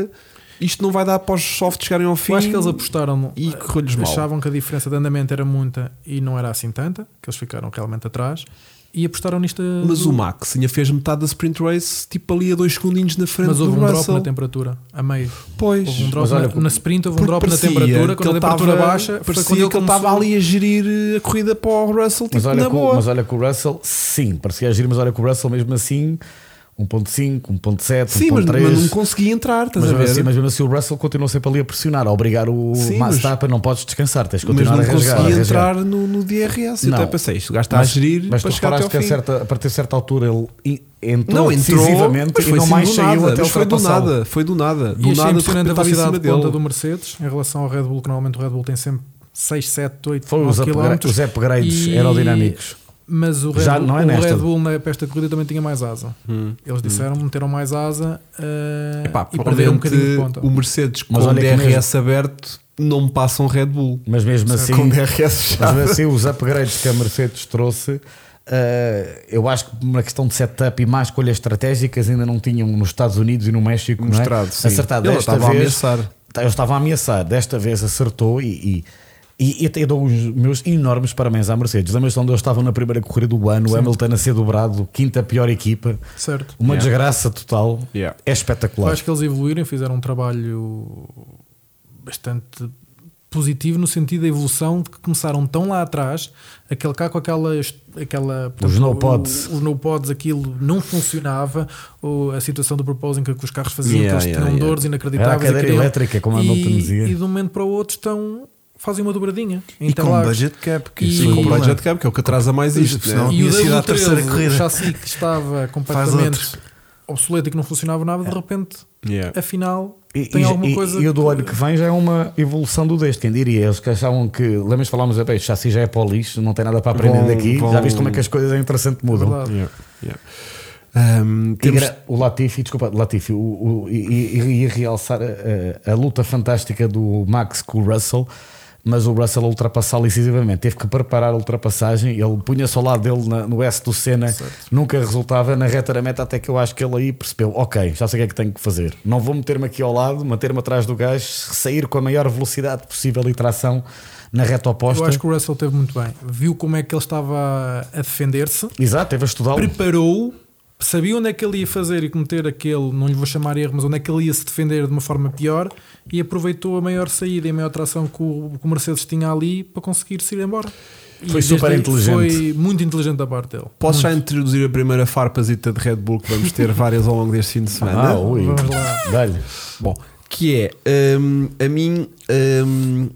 isto não vai dar para os softs chegarem ao fim. Eu acho que eles apostaram E correu-lhes mal. eh, achavam que a diferença de andamento era muita e não era assim tanta, que eles ficaram realmente atrás e apostaram nisto. Mas o Max tinha fez metade da sprint race, tipo ali a dois segundinhos na frente Mas houve do um drop Russell. na temperatura, a meio. Pois. Houve um drop Mas olha, na, na sprint, houve um Porque drop na parecia temperatura. Quando a que ele temperatura estava- baixa, foi parecia quando ele que ele estava começou- ali a gerir a corrida para o Russell, tipo, Mas olha, na que, o- boa. mas olha que o Russell, sim, parecia agir, mas olha que o Russell mesmo assim, 1.5, 1.7, Sim, mas, 1.3. mas não conseguia entrar, estás Mas a ver? mesmo, assim, mas mesmo assim o Russell continuou sempre ali a pressionar, a obrigar o Sim, mas- Mazda não podes descansar, tens de Mas continuar não a rasgar. conseguia a rasgar. entrar no, no DRS. Eu Não. até pensei, isto o gajo está a Mas- gerir mas para tu chegar até reparaste ao que a, fim. certa, a partir de certa altura ele i- entrou, não, entrou decisivamente mas e foi não assim mais do saiu nada, até mas foi do ultrapassá-lo. nada, foi do nada, E do achei nada de impressionante repente estava a em velocidade cima de ponta do dele. Mercedes em relação ao Red Bull, que normalmente o Red Bull tem sempre 6, 7, 8, Foi 9 os, upgra- quilómetros. os upgrades E- aerodinâmicos. Mas o Red, Já Bull, não é o nesta. Red Bull na pesta de corrida também tinha mais asa. Eles disseram meteram mais asa eh, Epá, e perderam um bocadinho de provavelmente ponta. o Mercedes com Mas o olha que DRS aberto não passa um Red Bull. Mas mesmo assim, é Com o DRS mas fechado. mesmo assim, os upgrades que a Mercedes trouxe, eh, eu acho que uma questão de setup e más escolhas estratégicas ainda não tinham nos Estados Unidos e no México não é? Mostrado, sim. acertado. Ele Desta estava a vez, ameaçar. Eu estava a ameaçar, desta vez acertou e. e e, e eu dou os meus enormes parabéns à Mercedes. Lembras-te onde eles estavam na primeira corrida do ano? O Hamilton a ser dobrado, quinta pior equipa, Certo. uma Yeah. desgraça total. Yeah. É Eu espetacular. acho que eles evoluíram, fizeram um trabalho bastante positivo no sentido da evolução de que começaram tão lá atrás, aquele cá com aquela. est- aquela portanto, no pods. o- Os no pods, aquilo não funcionava, ou a situação do proposing que os carros faziam, Yeah, que eles yeah, tinham yeah. dores Era a inacreditáveis. e cadeira queriam- elétrica, como a Hamilton dizia. e, e de um momento para o outro estão. Fazem uma dobradinha. E Então, com lá- budget cap, que E- isso é Sim, um com o problema. budget cap, que é o que atrasa mais isto. Isto, não. né? E o Tinha sido à terceira W13, o corrida. chassi que (laughs) estava completamente obsoleto e que não funcionava nada, É. de repente, Yeah. afinal, E, tem e- alguma e- coisa. e o do que- olho que vem já é uma evolução do deste, quem diria? Eles que achavam que, lembras falámos, bem, este chassi já é para o lixo, não tem nada para aprender Vão- daqui. vão- Já viste como é que as coisas é interessante mudam. Verdade. Yeah. Yeah. Um, E temos- gra- o Latifi, desculpa, Latifi, o, o- e- e- e- ia realçar eh, a, a- a luta fantástica do Max com o Russell, mas o Russell a ultrapassá-lo incisivamente. Teve que preparar a ultrapassagem, ele punha-se ao lado dele na- no S do Senna, nunca resultava na reta da meta, até que eu acho que ele aí percebeu: ok, já sei o que é que tenho que fazer. Não vou meter-me aqui ao lado, manter-me atrás do gajo, sair com a maior velocidade possível e tração na reta oposta. Eu acho que o Russell teve muito bem. Viu como é que ele estava a defender-se, Exato, teve a estudá-lo. preparou, sabia onde é que ele ia fazer e cometer aquele, não lhe vou chamar erro, mas onde é que ele ia se defender de uma forma pior e aproveitou a maior saída e a maior tração que o, que o Mercedes tinha ali para conseguir se ir embora. E Foi desde super aí inteligente. Foi muito inteligente da parte dele. Posso Hum. já introduzir a primeira farpazita de Red Bull que vamos ter várias ao longo deste fim de semana? Ah, ui, né? Vamos lá. dá-lhe. Bom, que é hum, a mim hum,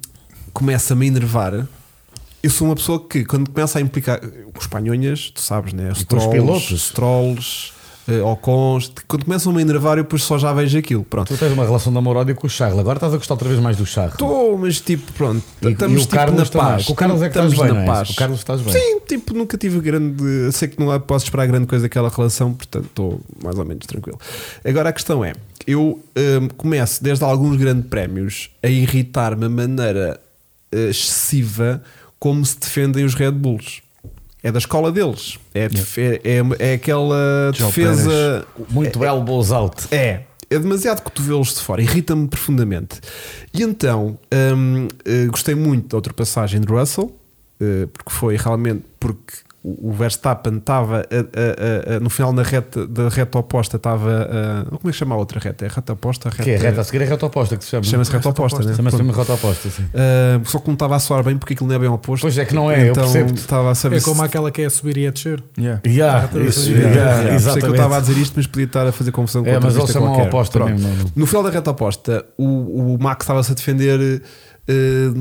começa-me a enervar. Eu sou uma pessoa que, quando começa a implicar os panhonhas, tu sabes, né? Os pilotos. trolls, eh, ocons, quando começam-me a enervar, eu depois só já vejo aquilo. Pronto, Tu tens uma relação de amor-ódio com o Charles, agora estás a gostar outra vez mais do Charles. estou, mas tipo, pronto, E, estamos e o tipo Carlos na também. paz. Com O Carlos é que estás estamos bem, na não é? paz. O Carlos estás bem. Sim, tipo, nunca tive grande. Sei que não há- posso esperar grande coisa daquela relação, portanto estou mais ou menos tranquilo. Agora a questão é: eu hum, começo desde alguns grandes prémios a irritar-me a maneira eh, excessiva como se defendem os Red Bulls. É da escola deles. É, def- é, é, é aquela João defesa. Muito belo, boas alto. É. É demasiado cotovelos de fora, irrita-me profundamente. E então, hum, eh, gostei muito da ultrapassagem de Russell, eh, porque foi realmente porque o o Verstappen estava a- a- a- a- no final da reta, da reta oposta, estava. a- como é que chama a outra reta? É reta oposta? Reta, Que é reta a seguir é reta oposta que se chama. Chama-se reta oposta, né? Chama-se Pronto. mesmo reta oposta, sim. Ah, só que não estava a soar bem porque aquilo não é bem oposto. Pois é que não é, eu então percebo-te. estava a saber É se- como aquela que é a subir e a descer. Yeah. Yeah, Reta isso, oposta. yeah, Yeah, yeah. Por isso é que eu (laughs) exatamente. estava a dizer isto, mas podia estar a fazer confusão com É, outra mas eles vista chamam a qualquer. oposta Pronto. mesmo, não- é? No final da reta oposta, o, o Max estava-se a defender eh,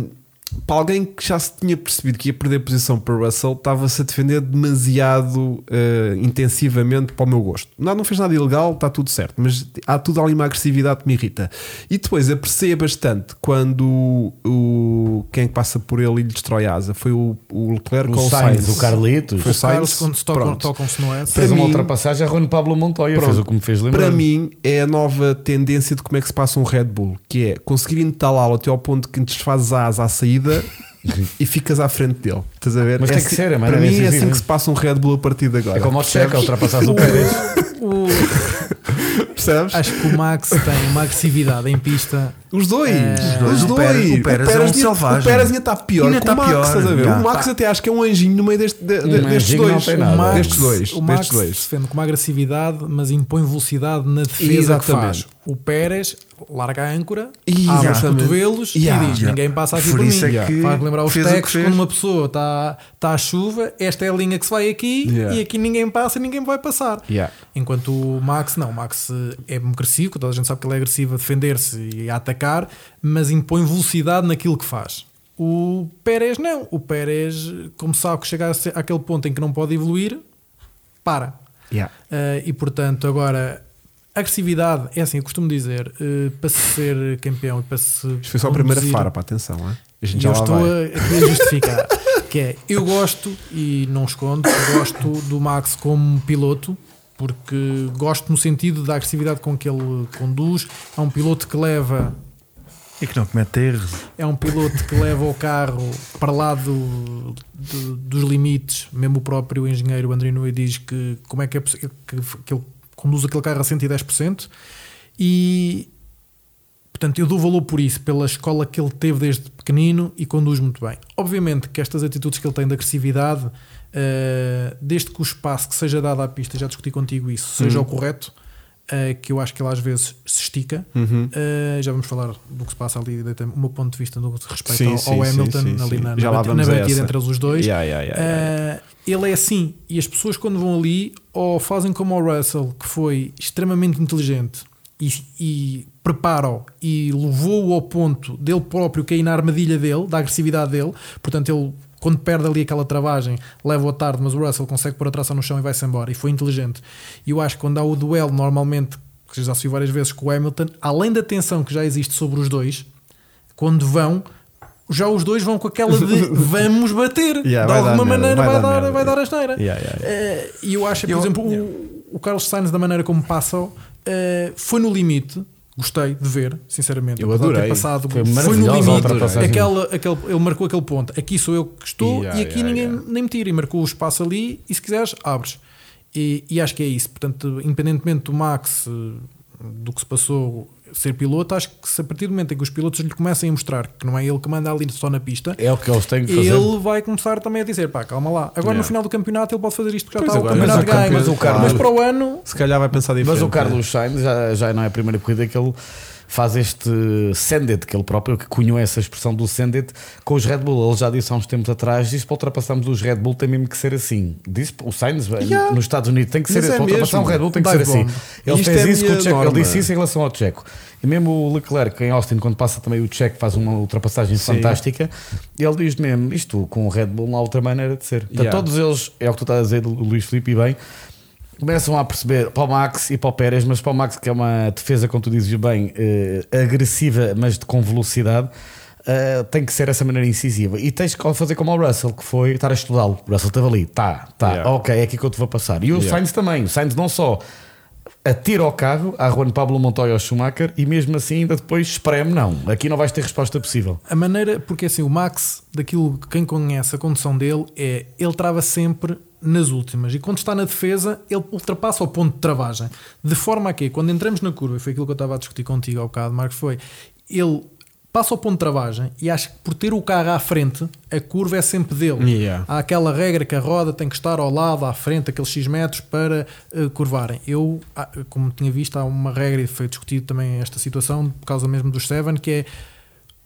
para alguém que já se tinha percebido que ia perder posição para o Russell, estava-se a defender demasiado eh, intensivamente para o meu gosto. Não, não fez nada ilegal, está tudo certo, mas há tudo ali uma agressividade que me irrita. E depois apreciei bastante quando o, o- quem é passa por ele e lhe destrói a asa foi o, o Leclerc O ou o Sainz, Sainz. o Carlitos. Foi o Os Carlos, Sainz, quando se tocam, pronto. tocam-se é? no S. (laughs) Fez para uma mim- ultrapassagem a Rony Pablo Montoya. Pronto. Fez o que me fez lembrar. Para mim é a nova tendência de como é que se passa um Red Bull, que é conseguir entalá-lo até ao ponto que desfazes a asa à saída e ficas à frente dele. Estás a ver? Mas É tem que assim- ser, é Para maneira mim é decisiva. assim que se passa um Red Bull a partir de agora. É como o Checa, ultrapassaste o Pérez. O- Percebes? acho que o Max tem uma agressividade em pista. Os dois, É. Os dois. os dois. O Pérez- o Pérez é um ainda- selvagem. O Pérez ainda está pior Ainda que o está Max, pior, estás a ver? já. O Max até acho que é um anjinho no meio deste, de- de- Um destes anjinho não dois. tem O nada. Max- Nada. Destes dois. o Max destes dois. se defende com uma agressividade, mas impõe velocidade na defesa Exatamente. que faz. O Pérez larga a âncora, abre os Exatamente. cotovelos Yeah. e diz: Yeah. ninguém passa aqui Por por, isso mim. é que Faz lembrar os fez o que tecos fez. quando uma pessoa está tá à chuva, esta é a linha que se vai aqui Yeah. e aqui ninguém passa, ninguém vai passar. Yeah. Enquanto o Max, não, o Max eh, é agressivo, toda a gente sabe que ele é agressivo a defender-se e a atacar, mas impõe velocidade naquilo que faz. O Pérez não, o Pérez, como sabe que chega a ser- àquele ponto em que não pode evoluir, para. Yeah. Eh, e portanto, agora, agressividade, é assim, eu costumo dizer, eh, para se ser campeão e para se. Isto foi só a primeira conduzir- fara, para atenção. hein? A gente e já eu lá estou vai. a, aqui a justificar. que é, eu gosto, e não escondo, eu gosto do Max como piloto, porque gosto no sentido da agressividade com que ele conduz. É um piloto que leva, E que não comete erros. é um piloto que leva o carro para lá do, do- dos limites. Mesmo o próprio engenheiro André Nui diz que como é que é possível que, que ele conduz aquele carro a 110%. E Portanto, eu dou valor por isso, pela escola que ele teve desde pequenino e conduz muito bem. Obviamente que estas atitudes que ele tem de agressividade, eh, desde que o espaço que seja dado à pista, já discuti contigo isso, Uhum. seja o correto, eh, que eu acho que ele às vezes se estica. Uhum. Eh, já vamos falar do que se passa ali, de- o meu ponto de vista no que respeita Sim, ao, sim, ao sim, Hamilton, sim, ali sim. na, Já na, lá bat- na vamos a batida essa. entre eles os dois. Yeah, yeah, yeah, yeah, Eh, ele é assim e as pessoas quando vão ali ou fazem como o Russell que foi extremamente inteligente e, e prepara-o e levou-o ao ponto dele próprio cair na armadilha dele, da agressividade dele portanto ele quando perde ali aquela travagem leva-o tarde mas o Russell consegue pôr a tração no chão e vai-se embora e foi inteligente e eu acho que quando há o duelo normalmente que já se viu várias vezes com o Hamilton além da tensão que já existe sobre os dois quando vão já os dois vão com aquela de vamos bater Yeah, de vai dar alguma merda, maneira vai vai, dar dar, merda, vai dar yeah. a asneira. Yeah, yeah, Eh, E eu acho, por Eu- exemplo, o, o Carlos Sainz, da maneira como passa, eh, foi no limite. Gostei de ver, sinceramente. Eu apesar de ter adorei. Passado, Foi foi, maravilhosa no a limite. ultrapassagem. Aquela, aquele, ele marcou aquele ponto. Aqui sou eu que estou Yeah, e aqui yeah, ninguém yeah. nem me tira. E marcou o espaço ali e se quiseres, abres. E, e acho que é isso. Portanto, independentemente do Max, eh, do que se passou ser piloto, acho que se a partir do momento em que os pilotos lhe comecem a mostrar que não é ele que manda ali só na pista, É o que eles têm que fazer. ele vai começar também a dizer: pá, calma lá. Agora Yeah. no final do campeonato ele pode fazer isto porque já Pois está o agora, campeonato mas o ganho. campeonato- Mas, mas o Carlos- para o ano. Se calhar vai pensar diferente. né? Mas o Carlos Sainz já, já não é a primeira corrida que ele faz este send-it, que ele próprio que cunhou essa expressão do send-it com os Red Bull. Ele já disse há uns tempos atrás: disse para ultrapassarmos os Red Bull tem mesmo que ser assim. Disse o Sainz Yeah. nos Estados Unidos tem que ser Mas é assim. para ultrapassar o mesmo. Red Bull tem que ser Dive assim. bomb. Ele Isto fez é a isso com o minha Checo. Ele norma. disse isso em relação ao Checo. E mesmo o Leclerc em Austin, quando passa também o Checo, faz uma ultrapassagem fantástica. Ele diz mesmo: isto com o Red Bull não há outra maneira de ser. Portanto, Yeah. Todos eles, é o que tu estás a dizer, Luís Filipe, e bem começam a perceber para o Max e para o Pérez, mas para o Max, que é uma defesa, como tu dizes bem, eh, agressiva, mas de, com velocidade, eh, tem que ser essa maneira incisiva. E tens que fazer como ao Russell, que foi estar a estudá-lo. O Russell estava ali, tá, tá, Yeah. ok, é aqui que eu te vou passar. E o Yeah. Sainz também, o Sainz não só. Atira ao carro a Juan Pablo Montoya ao Schumacher e mesmo assim ainda depois espreme, não. Aqui não vais ter resposta possível. A maneira, porque assim, o Max, daquilo que quem conhece a condução dele, é ele trava sempre nas últimas. E quando está na defesa, ele ultrapassa o ponto de travagem. De forma a que, quando entramos na curva, e foi aquilo que eu estava a discutir contigo há bocado, Marcos, foi ele passa o ponto de travagem e acho que por ter o carro à frente, a curva é sempre dele. Yeah. Há aquela regra que a roda tem que estar ao lado, à frente, aqueles X metros para eh, curvarem. Eu, ah, como tinha visto, há uma regra e foi discutido também esta situação, por causa mesmo dos Seven, que é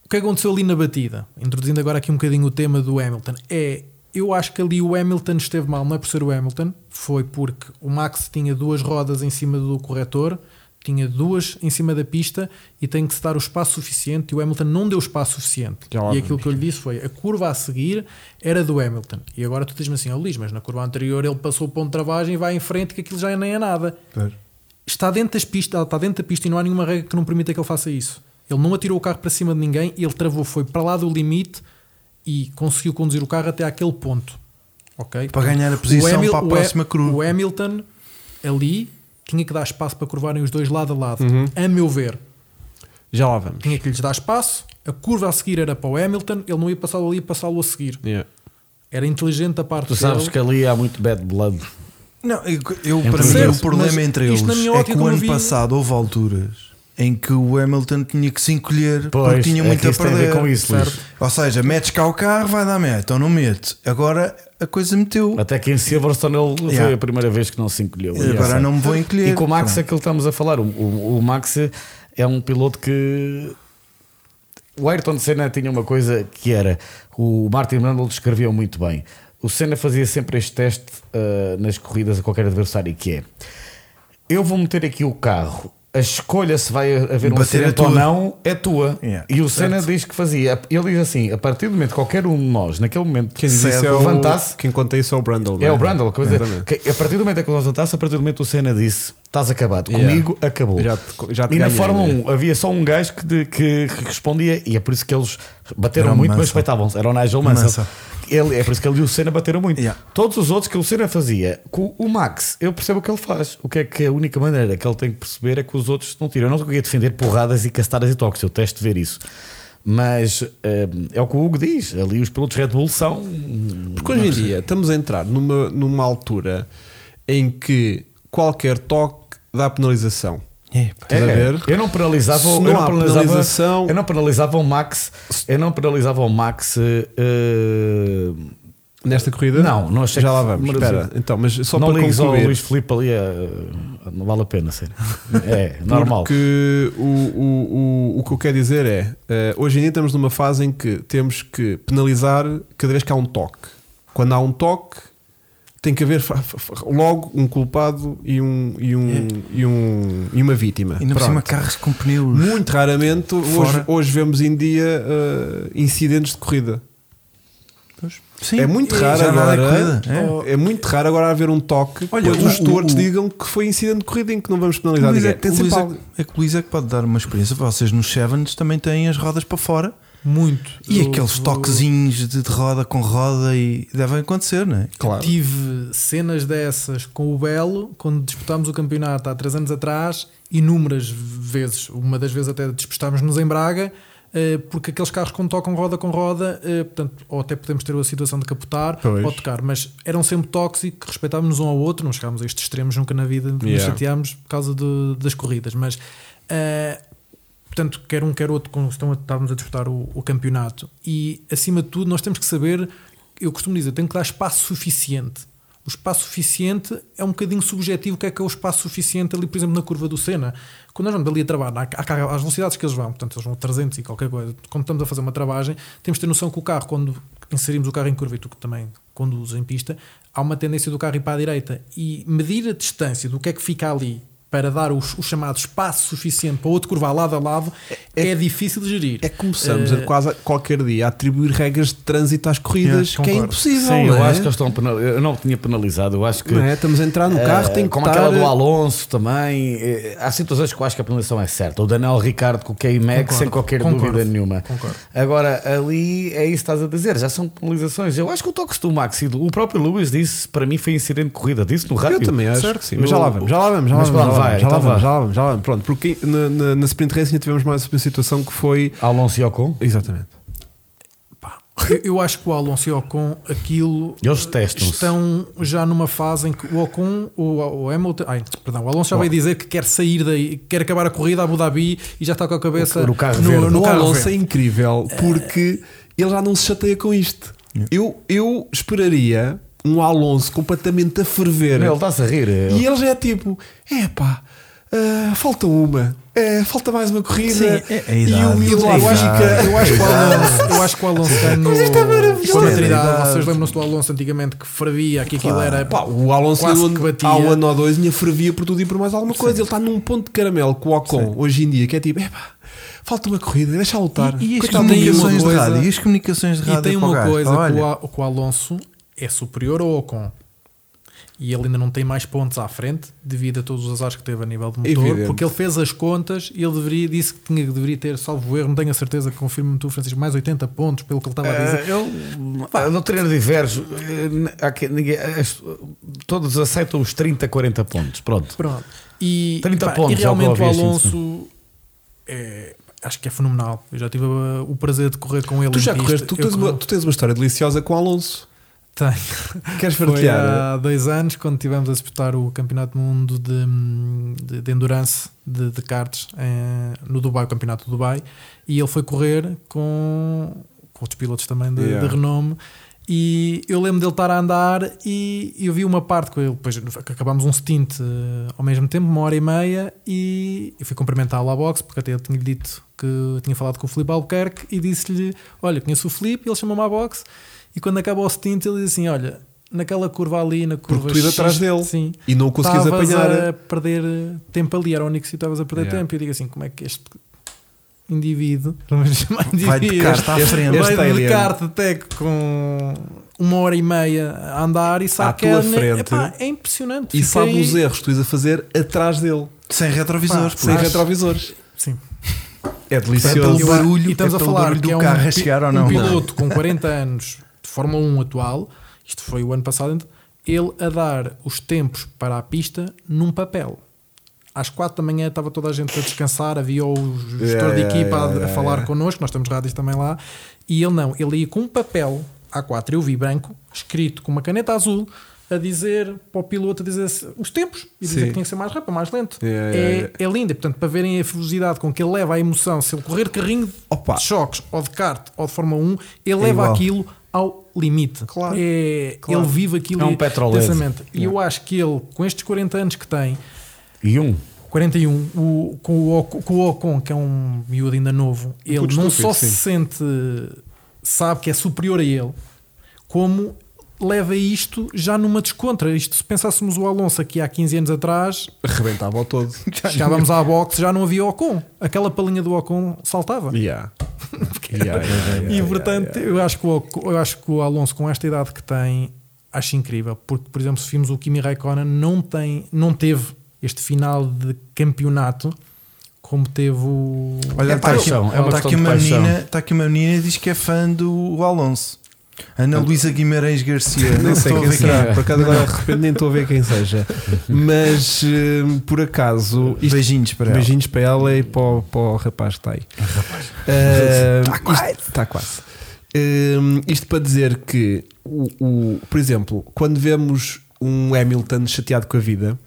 o que aconteceu ali na batida, introduzindo agora aqui um bocadinho o tema do Hamilton, é eu acho que ali o Hamilton esteve mal, não é por ser o Hamilton, foi porque o Max tinha duas rodas em cima do corretor, tinha duas em cima da pista e tem que se dar o espaço suficiente e o Hamilton não deu espaço suficiente. Já lá E aquilo que eu lhe disse foi a curva a seguir era do Hamilton. E agora tu dizes-me assim, oh, Luís, mas na curva anterior ele passou o ponto de travagem e vai em frente que aquilo já nem é nada está dentro, das pistas, está dentro da pista e não há nenhuma regra que não permita que ele faça isso. Ele não atirou o carro para cima de ninguém, ele travou, foi para lá do limite e conseguiu conduzir o carro até àquele ponto. Ok? Para ganhar a posição para a o Ha- próxima curva. O Hamilton ali tinha que dar espaço para curvarem os dois lado a lado. A meu ver, Uhum. Já lá vamos. tinha que lhes dar espaço. A curva a seguir era para o Hamilton, ele não ia passá-lo ali e passá-lo a seguir. Yeah. Era inteligente da parte Tu sabes dele. que ali há muito bad blood. Não, eu, eu- para eles. mim Mas o problema entre eles isto na minha é ótica, que o como eu ano vi- passado houve alturas em que o Hamilton tinha que se encolher porque Pois, tinha é muito que a isso tem a perder. ver com isso, Luís. Certo. Ou seja, metes cá o carro, vai dar meta, então não metes. Agora a coisa meteu. Até que em Silverstone ele foi Yeah. a primeira vez que não se encolheu. Agora Yeah. não me vou encolher. E com o Max é Pronto. aquilo que estamos a falar. O, o- o Max é um piloto que. O Ayrton Senna tinha uma coisa que era. O Martin Brundle descreveu muito bem. O Senna fazia sempre este teste ah, nas corridas a qualquer adversário, que é. Eu vou meter aqui o carro. A escolha se vai haver um Bater é acidente ou tua. não é tua. Yeah. E o Senna diz que fazia. Ele diz assim: a partir do momento que qualquer um de nós, naquele momento, Quem, diz se isso é levantasse, o, quem conta isso é o Brundle. não é o Brandel, quer dizer, Exatamente. que a partir do momento em que eu levantasse, a partir do momento que o Senna disse estás acabado, Yeah. comigo acabou. Já te- já te e na ganhei, Fórmula né? 1 havia só um gajo que, de- que respondia, e é por isso que eles bateram Era o muito, mas Mansell. respeitavam-se. Era o Nigel Mansell. Mansell. Ele, é por isso que ele e o Senna bateram muito. Yeah. Todos os outros que o Senna fazia, com o Max, eu percebo o que ele faz. O que é que a única maneira que ele tem que perceber é que os outros não tiram. Eu não queria defender porradas e castadas e toques, eu testo de ver isso. Mas eh, é o que o Hugo diz, ali os pilotos Red Bull são. Porque hoje em dia estamos a entrar numa, numa altura em que qualquer toque dá penalização. É, Estás a ver? Eu não penalizava, É. Se não eu não há penalizava- penalização- eu não penalizava o Max, eu não penalizava o Max. eh, eh, Nesta corrida? Não, não achei Já que lá se- é vamos. mas- Espera, então, mas só não para ligues ao concluir. Luís Filipe ali, eh, não vale a pena sério. É, normal. Porque o, o, o, o que eu quero dizer é: eh, hoje em dia estamos numa fase em que temos que penalizar cada vez que há um toque. Quando há um toque, tem que haver fa- fa- fa- logo um culpado e, um, e, um, e, um, e uma vítima. Ainda por Pronto. cima, carros com pneus. Muito raramente, hoje, Fora. hoje vemos em dia eh, incidentes de corrida. Pois. Sim, é muito e raro já nada é agora. corrida, é. oh, É. muito raro agora haver um toque. Olha, Olha, o- os gestores o- o- digam que foi incidente de corrida em que não vamos penalizar Luís ninguém. é, que- Tem sempre Luís é algo. que- é que o Luís é que pode dar uma experiência. Vocês nos Sevens também têm as rodas para fora Muito. e Eu- aqueles eu toquezinhos de, de roda com roda e devem acontecer, não é? Claro. Tive cenas dessas com o Belo quando disputámos o campeonato há três anos atrás, inúmeras vezes. Uma das vezes até disputámos-nos em Braga, eh, porque aqueles carros quando tocam roda com roda, eh, portanto, ou até podemos ter a situação de capotar Pois. ou tocar, mas eram sempre tóxicos, respeitávamos um ao outro, não chegámos a estes extremos nunca na vida, nos Yeah. chateámos por causa do- das corridas, mas eh, Portanto, quer um, quer outro, quando estão a- estávamos a disputar o, o campeonato. E, acima de tudo, nós temos que saber, eu costumo dizer, tenho que dar espaço suficiente. O espaço suficiente é um bocadinho subjetivo, o que é que é o espaço suficiente ali, por exemplo, na curva do Senna. Quando nós vamos ali a travar, na- à carga- às velocidades que eles vão, portanto, eles vão a 300 e qualquer coisa, quando estamos a fazer uma travagem, temos que ter noção que o carro, quando inserimos o carro em curva, e tu que também conduzes em pista, há uma tendência do carro ir para a direita. E medir a distância do que é que fica ali para dar o, o chamado espaço suficiente para o outro curvar lado a lado é, difícil de gerir. É que começamos Eh, a quase qualquer dia a atribuir regras de trânsito às corridas, Yeah, que é concordo. impossível. Sim, não eu é? acho que eles estão penal- eu não tinha penalizado, eu acho que Não é? Estamos a entrar no carro, Eh, tem que como estar- é. aquela do Alonso também. eh, Há situações que eu acho que a penalização é certa. O Daniel Ricardo com o K-Mac, Concordo, sem qualquer concordo, dúvida nenhuma. concordo. Agora, ali é isso que estás a dizer. Já são penalizações. Eu acho que o toque do Max e do- o próprio Luís disse para mim foi incidente de corrida. Disse no rádio. Eu também acho Certo? que sim, mas já lá Eu- vamos, já lá vamos, já lá Mas vamos, já pronto, lá vai, vamos, já lá então vamos, vá. já lá vamos, já lá vamos. Pronto, porque na, na, na Sprint Racing tivemos mais uma situação que foi. Alonso e Ocon. Exatamente. eu, eu acho que o Alonso e o Ocon, aquilo Eles testam-se. estão já numa fase em que o Ocon, o, o Hamilton, ai, perdão, o Alonso já veio dizer que quer sair daí, quer acabar a corrida a Abu Dhabi e já está com a cabeça No carro no, verde. no o carro Alonso é verde. incrível porque ele já não se chateia com isto. Eu, eu esperaria um Alonso completamente a ferver. Ele tá- está-se a rir. E ele já é tipo: é pá, ah, falta uma, eh, falta mais uma corrida. Sim, é- é a e o idade, miúdo é lá a fica. idade. Eu acho que o Alonso, eu acho que o Ah, Alonso está no, Mas isto é maravilhoso. com a maturidade. Maturidade. Vocês lembram-se do Alonso antigamente que fervia, que aquilo era é Pá, o Alonso quase no que ano- batia. há um ano ou dois ainda fervia por tudo e por mais alguma coisa. Ele está num ponto de caramelo com o Ocon hoje em dia, que é tipo: epá, falta uma corrida, deixa lutar. E, e as Coitado do tem uma comunicações de miúdo. coisa- rádio? E as comunicações de rádio? E tem para o uma gajo? coisa Olha, que o, Al- que o Alonso é superior ao Ocon. E ele ainda não tem mais pontos à frente devido a todos os azares que teve a nível de motor, Evidente. porque ele fez as contas e ele deveria, disse que tinha, deveria ter, salvo erro, não tenho a certeza, confirme-me tu, Francisco, mais 80 pontos pelo que ele estava a É. (laughs) dizer. Eh, eu, pá, no treino diverso, eh, n- há que- ninguém- eh, as- todos aceitam os 30, 40 pontos. Pronto. Pronto. E, 30 pá, pontos, e é o que eu realmente ouvi, o assim, Alonso é, acho que é fenomenal. Eu já tive uh, o prazer de correr com ele. Tu em já pista. correste, tu Eu tens, uma, que- tu tens uma história deliciosa com o Alonso. Tenho. Queres Foi partilhar? há dois anos, quando estivemos a disputar o Campeonato do Mundo de, de, de Endurance de, de karts eh, no Dubai, o Campeonato do Dubai, e ele foi correr com, com outros pilotos também de, Yeah. de renome. E eu lembro dele estar a andar e eu vi uma parte com ele. Depois acabámos um stint eh, ao mesmo tempo, uma hora e meia, e eu fui cumprimentá-lo à boxe, porque até eu tinha dito que eu tinha falado com o Filipe Albuquerque e disse-lhe: Olha, conheço o Filipe, ele chama-me à boxe. E quando acaba o stint, ele diz assim: Olha, naquela curva ali, na curva. Porque tu ias X, atrás dele. Sim. E não o conseguias Estavas apanhar. a perder tempo ali, era o único sítio que estavas a perder Yeah. tempo. E eu digo assim: Como é que este (laughs) indivíduo, vamos chamar de Vai de indivíduo, carta à frente. este vai de alien. kart até que com uma hora e meia a andar e À sabe que tua é, frente. epá, é impressionante. E Fiquei- sabe os erros que tu ias a fazer atrás dele, Sem retrovisores, Pá, pô. sem Acho- retrovisores. Sim. É pelo Eu- delicioso. barulho- e estamos é a pelo falar barulho que do é um, carro a pi- chegar ou um não. piloto com 40 anos de Fórmula 1 atual, isto foi o ano passado, ele a dar os tempos para a pista num papel. Às 4 da manhã estava toda a gente a descansar, havia o gestor Yeah, de yeah, equipa a, yeah, a yeah, falar yeah. connosco, nós temos rádios também lá, e ele não, ele ia com um papel A4, eu vi branco, escrito com uma caneta azul, a dizer para o piloto a dizer os tempos e dizer Sim. que tinha que ser mais rápido, mais lento. Yeah, é, yeah, yeah. é lindo, E, portanto, para verem a velocidade com que ele leva a emoção, se ele correr carrinho Opa. É de choques ou de kart ou de Fórmula 1, ele leva igual. aquilo ao limite. Claro. É, Claro. Ele vive aquilo É um É. e- petrolhead. intensamente. E eu acho que ele, com estes 40 anos que tem, E um. 41, o, com, o, Oc- com o Ocon, que é um miúdo ainda novo, É ele puto não estúpido, só se sente, sabe que é superior a ele, como leva isto já numa descontra. Isto, se pensássemos o Alonso aqui há 15 anos atrás, Arrebentava ao (laughs) todo. chegávamos à boxe, já não havia Ocon. Aquela palinha do Ocon saltava. Yeah. (laughs) Yeah, yeah, yeah, yeah, e yeah, portanto, yeah. Eu, acho que o, Ocon- eu acho que o Alonso, com esta idade que tem, acho incrível. Porque, por exemplo, se vimos o Kimi Raikkonen, não, tem, não teve este final de campeonato como teve o. Olha, É está aqui, paixão, é uma tá aqui questão de uma paixão. menina, está aqui uma menina e diz que é fã do Alonso. Ana Luísa Guimarães (laughs) Garcia. Nem sei estou a quem ver quem será, é. por acaso agora de repente nem estou a ver quem (laughs) seja. Mas eh, por acaso, isto Beijinhos para ela. Beijinhos para ela e para o, para o rapaz que está aí. Eh, isto- Está quase. Eh, isto para dizer que, o, o- por exemplo, quando vemos um Hamilton chateado com a vida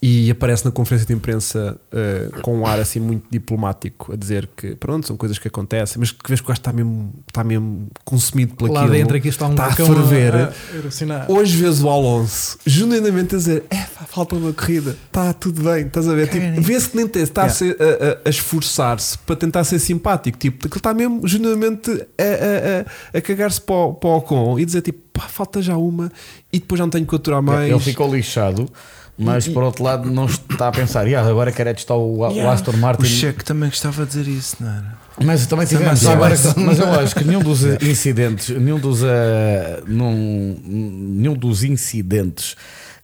e aparece na conferência de imprensa eh, com um ar assim muito diplomático a dizer que pronto, são coisas que acontecem, mas que vês que o gajo está mesmo, está mesmo consumido por Lá aquilo. dentro aqui está um está a vulcão ferver. a erupcionar. Hoje vês o Alonso genuinamente a dizer: é, pá, falta uma corrida, está tudo bem, estás a ver? Cara, Tipo, vê-se que nem tem, está a, ser- a- a- a esforçar-se para tentar ser simpático, tipo, que ele está mesmo genuinamente a, a- a- a cagar-se para, o- para o Ocon e dizer: tipo, pá, falta já uma e depois já não tenho que aturar mais. Ele ficou lixado, mas por outro lado não está a pensar, "Ya, agora quero é testar o, o Aston O Martin. Checo também gostava de dizer isso, não era? Mas também tivemos. Também agora, tivemos. mas eu acho que nenhum dos incidentes, nenhum dos, ah, num- nenhum dos incidentes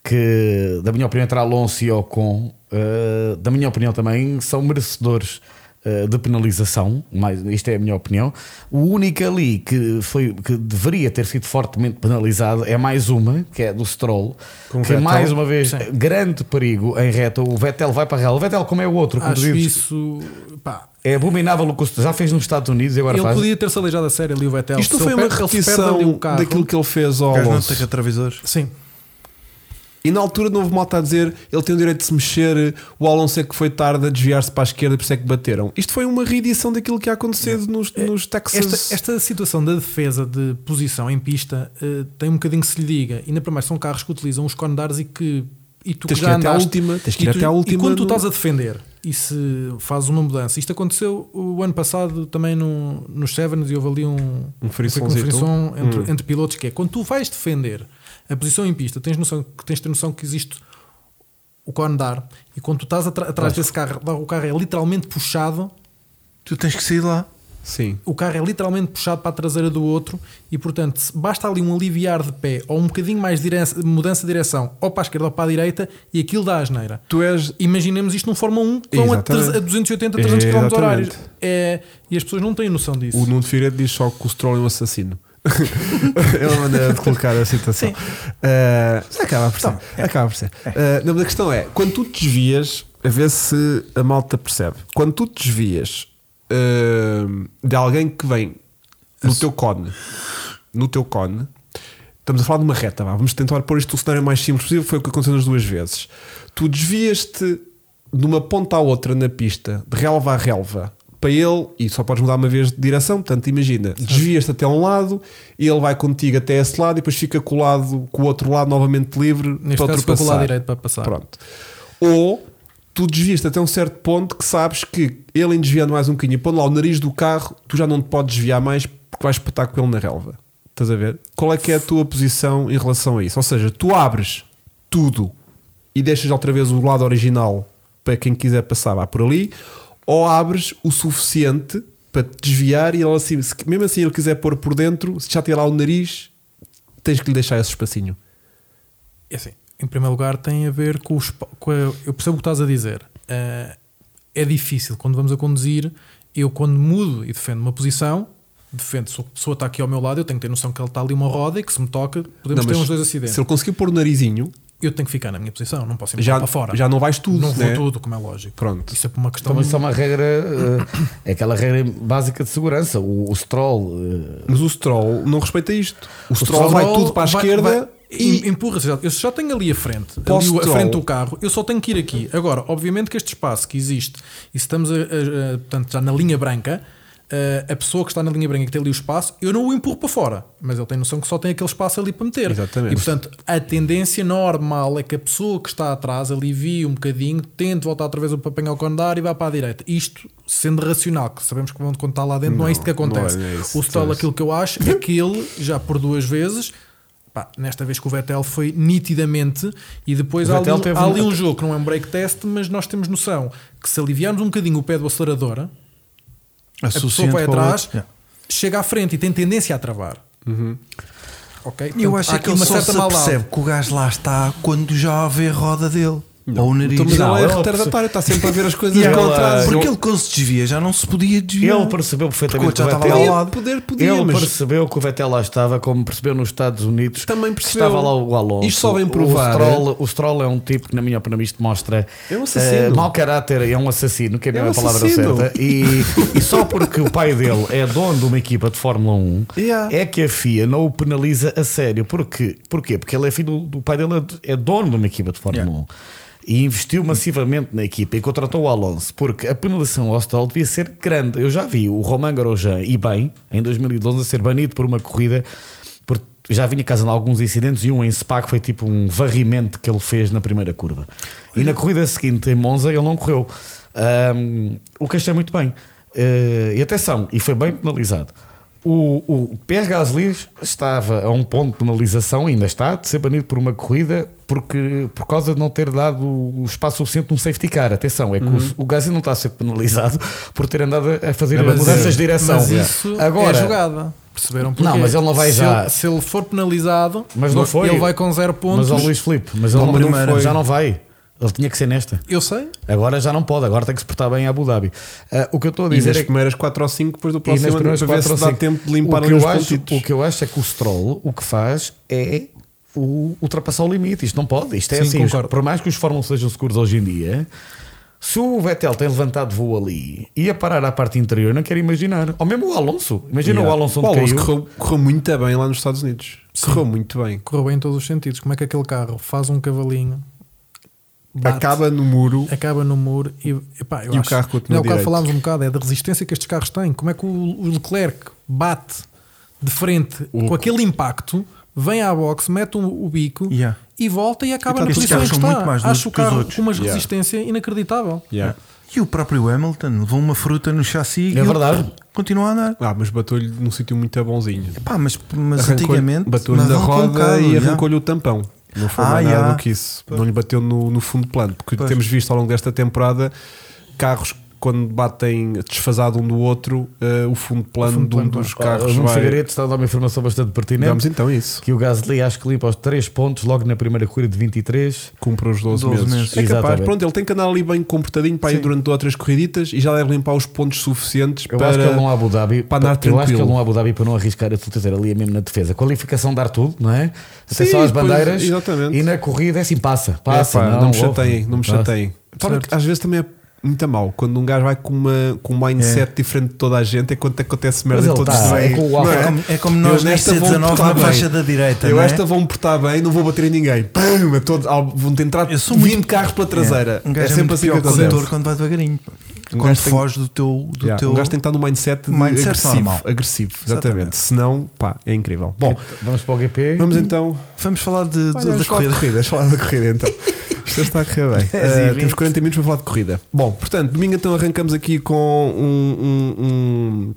que, da minha opinião, entre Alonso e Ocon, ah, da minha opinião também, são merecedores ah, de penalização, mas isto é a minha opinião. O único ali que, foi, que deveria ter sido fortemente penalizado é mais uma, que é do Stroll, Com o que Vettel. mais uma vez, Sim. grande perigo em reta. O Vettel vai para a reta. O Vettel, como é o outro, como tu Acho dizes, isso. Pá, é abominável o custo. Já fez nos Estados Unidos e agora ele faz. podia ter-se aleijado a sério ali o Vettel. Isto Se foi ele uma per- ele se perde ali repetição o carro- daquilo que ele fez O ao gajo não Alonso. tem retrovisores. Sim. E na altura não houve malta a dizer ele tem o direito de se mexer, o Alonso é que foi tarde a desviar-se para a esquerda, por isso é que bateram. Isto foi uma reedição daquilo que há acontecido nos, nos Texas. Esta, esta situação da defesa de posição em pista eh, tem um bocadinho que se lhe diga. Ainda para mais, são carros que utilizam os conedares e que. E tu Tens que que já ir até à andaste- última, tens que e ir tu- até à E última quando tu no- estás a defender e se faz uma mudança, isto aconteceu o ano passado também no, nos Sevens e houve ali um, Um friçãozito. uma frição Hum. entre, entre pilotos que é quando tu vais defender a posição em pista, tens, noção, que- tens de ter noção que existe o condar e quando tu estás atra- atrás desse carro, o carro é literalmente puxado Tu tens que sair lá. Sim. o carro é literalmente puxado para a traseira do outro e, portanto, se basta ali um aliviar de pé ou um bocadinho mais de dire- mudança de direção ou para a esquerda ou para a direita e aquilo dá asneira. Tu és. Imaginemos isto num Fórmula 1 que vão a, Exatamente. tre- a 280, 300 km Exatamente. horários. É, e as pessoas não têm noção disso. O Nuno Figueiredo diz só que o Stroll é um assassino. (laughs) é uma maneira de colocar a situação. Ah, mas acaba por ser. Acaba por ser. Ah, não, mas a questão é: quando tu te desvias, a ver se a malta percebe. Quando tu te desvias ah, de alguém que vem no teu cone, no teu cone, estamos a falar de uma reta, vá, vamos tentar pôr isto o cenário mais simples possível, foi o que aconteceu nas duas vezes. Tu desvias-te de uma ponta à outra na pista, de relva a relva, para ele, e só podes mudar uma vez de direção, portanto, imagina, desvias-te até um lado, ele vai contigo até esse lado e depois fica colado com o outro lado novamente livre Neste para caso, ficou ultrapassar. com o lado direito para passar. Pronto. Ou tu desvias-te até um certo ponto que sabes que ele em desviando mais um bocadinho, e pondo lá o nariz do carro, tu já não te podes desviar mais porque vais espetar com ele na relva. Estás a ver? Qual é que é a tua posição em relação a isso? Ou seja, tu abres tudo e deixas outra vez o lado original para quem quiser passar vá por ali, ou abres o suficiente para te desviar e ele assim, se- mesmo assim ele quiser pôr por dentro, se já tiver lá o nariz, tens que lhe deixar esse espacinho. É assim, em primeiro lugar, tem a ver com, o espa- com a- Eu percebo o que estás a dizer. Ah, é difícil quando vamos a conduzir. Eu, quando mudo e defendo uma posição, defendo. Se a pessoa está aqui ao meu lado, eu tenho que ter noção que ele está ali uma roda e que se me toca, Não, podemos ter mas uns dois acidentes. Se ele conseguir pôr o narizinho, Eu tenho que ficar na minha posição, não posso ir já, para fora. já não vais tudo, não vou né? tudo, como é lógico. Pronto. Isso é por uma questão. Então isso é uma regra, eh, é aquela regra básica de segurança. O, o stroll, eh, Mas o Stroll não respeita isto. O, Stroll, Stroll vai tudo para a vai- esquerda vai- Em- Empurra-se, já- eu já tenho ali a frente, ali Posso o- a tol. frente do carro, eu só tenho que ir aqui. Agora, obviamente que este espaço que existe, e se estamos a- a- a- portanto, já na linha branca, eh, a, a pessoa que está na linha branca que tem ali o espaço, eu não o empurro para fora, mas ele tem noção que só tem aquele espaço ali para meter. Exatamente. E portanto, a tendência normal é que a pessoa que está atrás alivie um bocadinho, tente voltar outra vez para apanhar o condar e vá para a direita. Isto sendo racional, que sabemos que quando está lá dentro não, é isto que não é, acontece. não é isso. o Stoll, Sim. aquilo que eu acho é que ele já por duas vezes. pá, nesta vez com o Vettel foi nitidamente, e depois O há ali, Vettel teve há um- ali um jogo que não é um break test, mas nós temos noção que se aliviarmos um bocadinho o pé do acelerador, É a pessoa suficiente vai para o atrás, outro. chega à frente e tem tendência a travar. Uhum. Ok? Eu Portanto, há acho é que aqui ele uma só certa se maldade. percebe que o gajo lá está quando já vê a roda dele. Ou o nariz. Então, mas Não, ele é ele- retardatário, está sempre a ver as (laughs) coisas E ao ao contrário, contrário. porque ele quando se desvia já não se podia desviar. Ele percebeu perfeitamente Porque o que o outro já Vettel estava ao Podia- lado. Poder, podia, Ele mas percebeu que o Vettel lá estava, como percebeu nos Estados Unidos, Também que percebeu. estava lá o Alonso. Isto só vem provar, O Stroll, o Stroll é um tipo que, na minha opinião, isto mostra É um assassino. eh, mau caráter, é um assassino, que é a É um mesma palavra assassino. certa. E, e só porque o pai dele é dono de uma equipa de Fórmula 1, (laughs) Yeah. é que a FIA não o penaliza a sério. Porquê? Porquê? Porque ele é filho do pai dele, é dono de uma equipa de Fórmula 1. E investiu massivamente na equipa e contratou o Alonso, porque a penalização ao Stroll devia ser grande. Eu já vi o Romain Grosjean, e bem, em 2012, a ser banido por uma corrida, porque já vinha casando alguns incidentes e um em Spa que foi tipo um varrimento que ele fez na primeira curva. E na corrida seguinte, em Monza, ele não correu. Ahm, o que achei muito bem. Eh, e atenção, e foi bem penalizado. O, o Pierre Gasly estava a um ponto de penalização, ainda está, de ser banido por uma corrida porque, por causa de não ter dado o espaço suficiente num safety car. Atenção, é que Uhum. o, o Gasly não está a ser penalizado (laughs) por ter andado a fazer mas mudanças isso- de direção. Mas isso é jogada. Perceberam porquê? Não, mas ele não vai se já. Ele, se ele for penalizado, Mas não foi. ele vai com zero mas pontos. ao Luís Filipe, mas ele Bom, não, primeiro. não- já não vai. Ele tinha que ser nesta. Eu sei. Agora já não pode, agora tem que se portar bem a Abu Dhabi. Ah, o que eu estou a e dizer nas é que. primeiras 4 ou 5, depois do E nas próximo ano, primeiras para ver quatro se ou dá cinco. tempo de limpar o que, ali os eu acho, pontitos. o que eu acho é que o Stroll o que faz é o- ultrapassar o limite. Isto não pode. Isto é Sim, assim. os- concordo. Por mais que os Fórmulas sejam seguros hoje em dia, se o Vettel tem levantado voo ali ia parar à parte interior, não quero imaginar. Ou mesmo o Alonso. Imagina Yeah. o Alonso O onde Alonso caiu. correu, correu muito bem lá nos Estados Unidos. Correu muito bem. Correu bem em todos os sentidos. Como é que aquele carro faz um cavalinho, bate, acaba, Acaba no muro. no muro e, epá, eu E o acho- carro continua Não, o carro direito. falámos um bocado, é da resistência que estes carros têm. Como é que o, o Leclerc bate de frente com aquele impacto, vem à boxe, mete o, o bico Yeah. e volta e E acaba tá- na estes posição em carros que são está. muito mais duros acho o que os carro outros. com uma Yeah. resistência inacreditável. Yeah. E o próprio Hamilton levou uma fruta no chassi É e ele verdade. continua a andar. Ah, mas bateu-lhe num sítio muito bonzinho. Pá, mas, mas Arrancou-lhe- antigamente bateu-lhe mas da arrancou um roda bocado, e já. arrancou-lhe o tampão. Não foi Ah, mais nada já. do que isso. Não lhe bateu no, no fundo plano. Porque Pois. temos visto ao longo desta temporada carros quando batem desfasado um do outro, eh, o fundo plano fundo de um plano, dos Ah, carros o Nuno vai. Figueiredo está a dar uma informação bastante né? pertinente. Vamos então a isso. Que o Gasly acho que limpa os 3 pontos logo na primeira corrida de 23. Cumpre os 12, 12 meses. meses. É capaz. Exatamente. Pronto, ele tem que andar ali bem comportadinho para ir durante duas ou três corriditas e já deve limpar os pontos suficientes Eu para. acho que ele não há Abu Dhabi para andar Eu acho que tranquilo. ele não há Abu Dhabi para não arriscar. Eu estou a dizer ali é mesmo na defesa. Qualificação dar tudo, não é? Sim, Atenção às depois, bandeiras. exatamente. E na corrida é assim, passa. É, Passa. pá, não, me ouve. chateiem, não me Passa. chateiem. Fala que às vezes também é muito mal quando um gajo vai com, uma, com um mindset diferente de toda a gente, é quando acontece merda Mas e ele todos tá, é bem. com o Não Alfa. É como, é como nós Eu nesta nesta vou 19 votar na bem. faixa da direita. Eu né? não é? esta vou-me portar bem, não vou bater em ninguém. Pum, a todos, ah, vão-te entrar Eu sou 20 muito- carros pela traseira. Um É, gajo é, sempre muito assim que pior acontece. condutor quando vai devagarinho. Um quando gajo tem- foge do teu. Do Yeah, teu... Um gajo tem que estar no mindset, de Mindset agressivo. normal. Agressivo, exatamente. Exatamente. Senão, pá, é incrível. Bom, Vamos para o GP. vamos então. Vamos falar de, de- Olha, da vamos falar de corrida. corrida, vamos falar da corrida então. Isto está a correr bem. É, Ah, sim, temos sim. 40 minutos para falar de corrida. Bom, portanto, domingo então arrancamos aqui com um. um, um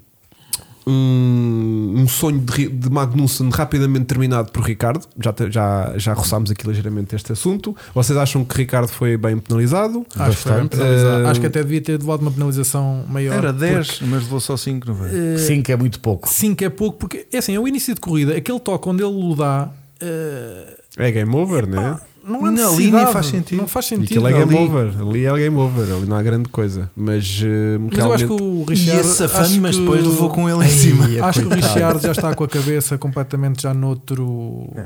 um, um sonho de, Ri- de Magnussen rapidamente terminado por Ricardo. Já, te- já, já roçámos aqui ligeiramente este assunto. Vocês acham que Ricardo foi bem penalizado? Acho que, foi bem Bastante. penalizado. Eh, Acho que até devia ter levado uma penalização maior. Era porque, 10, mas levou só 5, não foi? eh, 5 é muito pouco. cinco é pouco, porque é assim, é o início de corrida, aquele toque onde ele o dá. eh, É game over, né? não Na há necessidade. linha faz sentido. Não faz E aquilo sentido. é game Ali- over. Ali é game over. Ali não há grande coisa. Mas, eh, Mas eu acho realmente- que o E Richard. esse safano, acho mas que- depois levou com ele em cima. é Acho que o Richard já está com a cabeça completamente já noutro. É.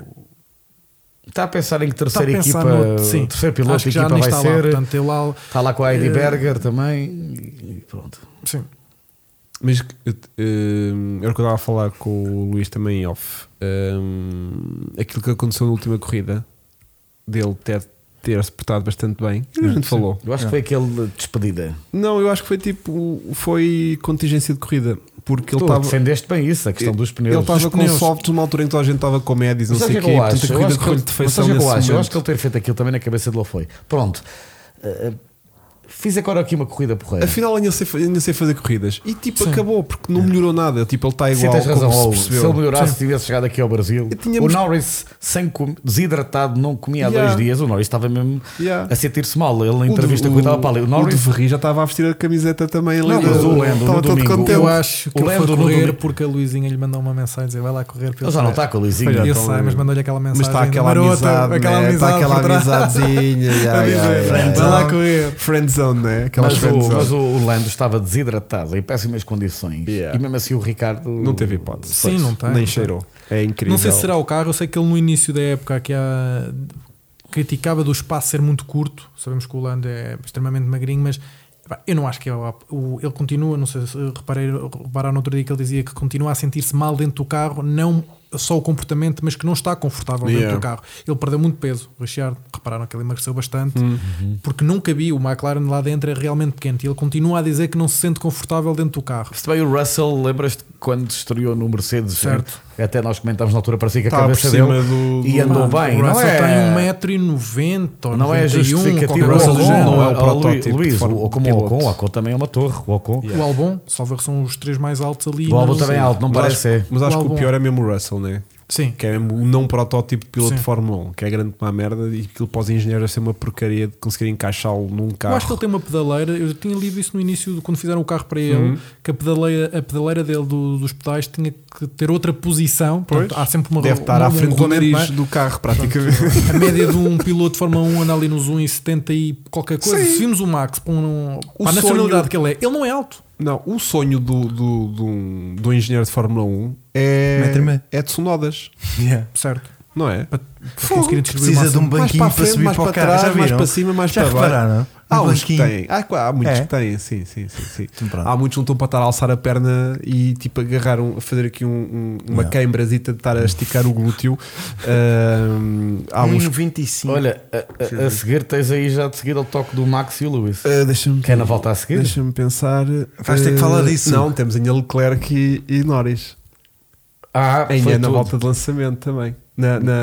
Está a pensar em que terceira está a equipa, pensar noutro- sim. terceiro piloto Acho que já equipa nem vai está lá. ser. Eh, Portanto, ele lá. está lá com a Heidi Eh, Berger também. E pronto. Sim. Mas eh, eh, era o que eu estava a falar com o Luís também em off. Hum, aquilo que aconteceu na última corrida dele ter, ter-se portado bastante bem. A gente falou. Eu acho que foi aquele de despedida. Não, eu acho que foi tipo. Foi contingência de corrida. Porque ele Tu estava. defendeste bem isso, a questão dos Ele pneus. estava Os com pneus. soft numa altura em que toda a gente estava com médias, não Mas sei sabes o quê. o que é que eu Portanto, a acho? Eu corrida acho que correu-lhe ele- de mas feição sabes o que é que eu nesse acho? Eu acho que momento. ele ter feito aquilo também na cabeça dele foi. Pronto. Eh, eh, Fiz agora aqui uma corrida porreira. Afinal, ainda sei, ainda sei fazer corridas. E tipo, acabou, porque não melhorou nada. Tipo, ele está Sim, igual. tens razão. como Raul. se Se, percebeu. ele melhorasse, tivesse chegado aqui ao Brasil, E tínhamos- o Norris, sem com- desidratado, não comia há Yeah. dois dias. O Norris estava mesmo Yeah. a sentir-se mal. Ele, na O de- entrevista, o- coitava para ali. O O de Norris. Verri já estava a vestir a camiseta também. Não, mas o Lando, estava no todo domingo, contente. Eu o- acho que um o ele foi Lando no correr domingo- porque a Luizinha lhe mandou uma mensagem dizer vai lá correr para Ele já não está com a Olha, Lizinha. Eu Então, sei, mas mandou-lhe aquela Mas tá mensagem. está aquela marota, amizade, né? aquela amizade. está aquela por trás. amizadezinha. yeah, (laughs) é, (laughs) A yeah, dizer, yeah, yeah. Vai lá correr. Friendzone, né? Aquelas Mas, o, friendzone. mas o- o Lando estava desidratado, em péssimas condições. Yeah. E mesmo assim o Ricardo. Não teve hipótese. Sim, não tem. Nem cheirou. É incrível. Não sei se será o carro, eu sei que ele no início da época que há- criticava do espaço ser muito curto. Sabemos que o Lando é extremamente magrinho, mas pá, eu não acho que é o- o- ele continua. Não sei se reparei, repararam no outro dia que ele dizia que continua a sentir-se mal dentro do carro, não só o comportamento, mas que não está confortável Yeah. dentro do carro. Ele perdeu muito peso. O Richard, repararam que ele emagreceu bastante Uhum. porque não cabia. O McLaren lá dentro é realmente pequeno e ele continua a dizer que não se sente confortável dentro do carro. Se bem o Russell, lembras-te quando estreou no Mercedes? Certo. Até nós comentámos na altura, parecia que a Estava Tá por cabeça cima dele do- e do- andou Pá, bem. O Não Russell tá é, um um tem 1,90m ou não é 91, justificativo. qualquer coisa do Russell género. não é o Ó, Lu- protótipo de Luís, forma- o- ou como o piloto. Ocon, o Ocon também é uma torre. O Ocon. O Albon, salvo são os três mais altos ali. O Albon no- também é alto, não Mas parece. acho- é. Mas acho que o Albon. pior é mesmo o Russell, né? Sim. Que é mesmo o não protótipo de piloto Sim. de Fórmula 1, que é grande como a merda e aquilo para os engenheiros deve ser uma porcaria de conseguir encaixá-lo num Eu acho que carro. ele tem uma pedaleira. Eu tinha lido isso no início, de quando fizeram o carro para ele, que a pedaleira, a pedaleira dele do- dos pedais tinha que ter outra posição. Portanto, há sempre uma Deve estar uma- à um frente do regulamento, nariz não do carro, praticamente. é? A média de um piloto de Fórmula 1 anda ali nos 1,70 e qualquer coisa. Sim. Se vimos o Max para, um, O para a sonho- nacionalidade que ele é, ele não é alto. Não, o sonho do, do, do, do engenheiro de Fórmula 1 Metro e é, meio. é de sonodas, Yeah. Certo. não é? Para, para conseguirem distribuir Precisa o de um máximo. Mais banquinho para a para, frente, subir mais para o para carro. trás, já mais viram? para cima, mais já para baixo. repararam? Um Há uns que banquinho. têm. Há, há muitos É. Então que têm, sim, sim, sim, sim, sim. pronto. Há muitos que não estão para estar a alçar a perna e tipo agarrar um, a fazer aqui um- um- uma Não. queimbrazita de estar a esticar o glúteo. Ahm, há Hum, uns. 1,95. Olha, a- a, a seguir tens aí já de seguida o toque do Max e o Lewis. Ah, deixa-me Quer na volta a seguir? Deixa-me pensar. eh, Vais ter que Ah, falar disso. Não, temos ainda Leclerc e, e Norris. Ah, foi Ainda é na tudo. volta de lançamento também. Na, na-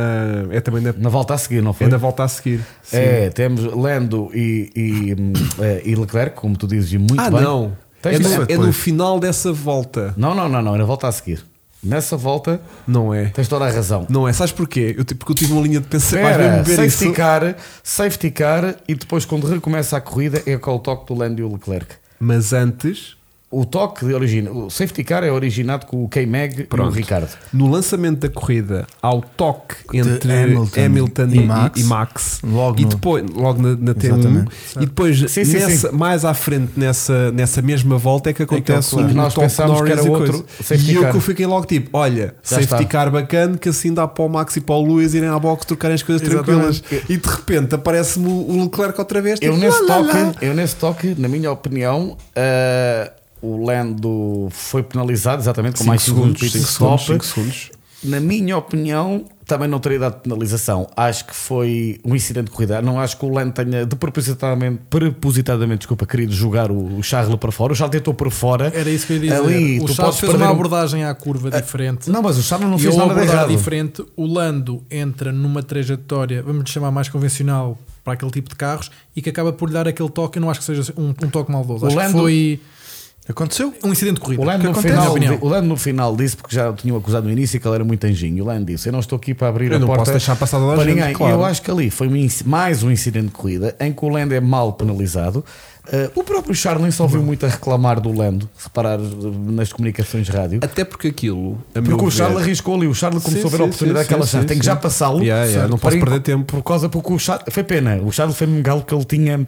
é também na, Na volta a seguir, não foi? é na volta a seguir. Sim. É, temos Lando e, e, hum, eh, e Leclerc, como tu dizes, e muito ah, bem. não. Tens É no- de- é no final dessa volta. Não, não, não, não, é na volta a seguir. Nessa volta Não é. tens toda a razão. Não é, sabes porquê? Eu, ti- porque eu tive uma linha de pensamento. Vais Espera, mesmo ver safety isso. car, safety car e depois quando recomeça a corrida é com o toque do Lando e o Leclerc. Mas antes, O toque de origina, o safety car é originado com o K-Mag e o Pronto. Ricardo. no lançamento da corrida, há o toque entre Hamilton, Hamilton e e, e- e Max. Max. Logo e no- depois, logo na, na T1. Exatamente. E depois, Sim, sim, nessa- mais à frente, nessa, nessa mesma volta, é que acontece claro. o Nós toque pensámos que Norris era e outro coisa. safety E eu car. que eu fiquei logo tipo: olha, Já safety está. car bacana, que assim dá para o Max e para o Lewis irem à boxe trocarem as coisas Exatamente. tranquilas. E de repente aparece-me o- o Leclerc outra vez. Eu tipo, nesse, lá, lá, lá. toque, eu nesse toque, na minha opinião, eh, o Lando foi penalizado exatamente com Cinco mais segundos, segundos, pit cinco stop. segundos, cinco segundos. Na minha opinião, também não teria dado penalização. Acho que foi um incidente de corrida. Não acho que o Lando tenha de propositadamente, propositadamente desculpa, querido, jogar o, o Charles para fora. O Charles tentou para fora. Era isso que eu ia dizer. Ali, o tu Charles podes fez perder uma um- abordagem à curva diferente. Não, mas o Charles não e fez ao nada de abordar errado. diferente, o Lando entra numa trajetória, vamos chamar mais convencional para aquele tipo de carros, e que acaba por lhe dar aquele toque. Eu não acho que seja um, um toque maldoso. O Acho Lando- que foi Aconteceu? um incidente de corrida. O Lando, que no acontece, na final, opinião. o Lando no final disse, porque já o tinham acusado no início, que ele era muito anjinho. O Lando disse: Eu não estou aqui para abrir Eu a não porta. posso deixar passar toda a para gente, ninguém. claro. Eu acho que ali foi um inci- mais um incidente de corrida em que o Lando é mal penalizado. Eh, o próprio Charles nem só ouviu muito a reclamar do Lando, se reparar eh, nas comunicações de rádio. Até porque aquilo. a meu Porque o ver, Charles arriscou ali, o Charles Sim, começou a ver sim, a oportunidade sim, que ela sim, já tem sim. que já passá-lo. Yeah, yeah, não posso Para- perder tempo. Por causa porque o Charles foi pena. O Charles foi um galo que ele tinha.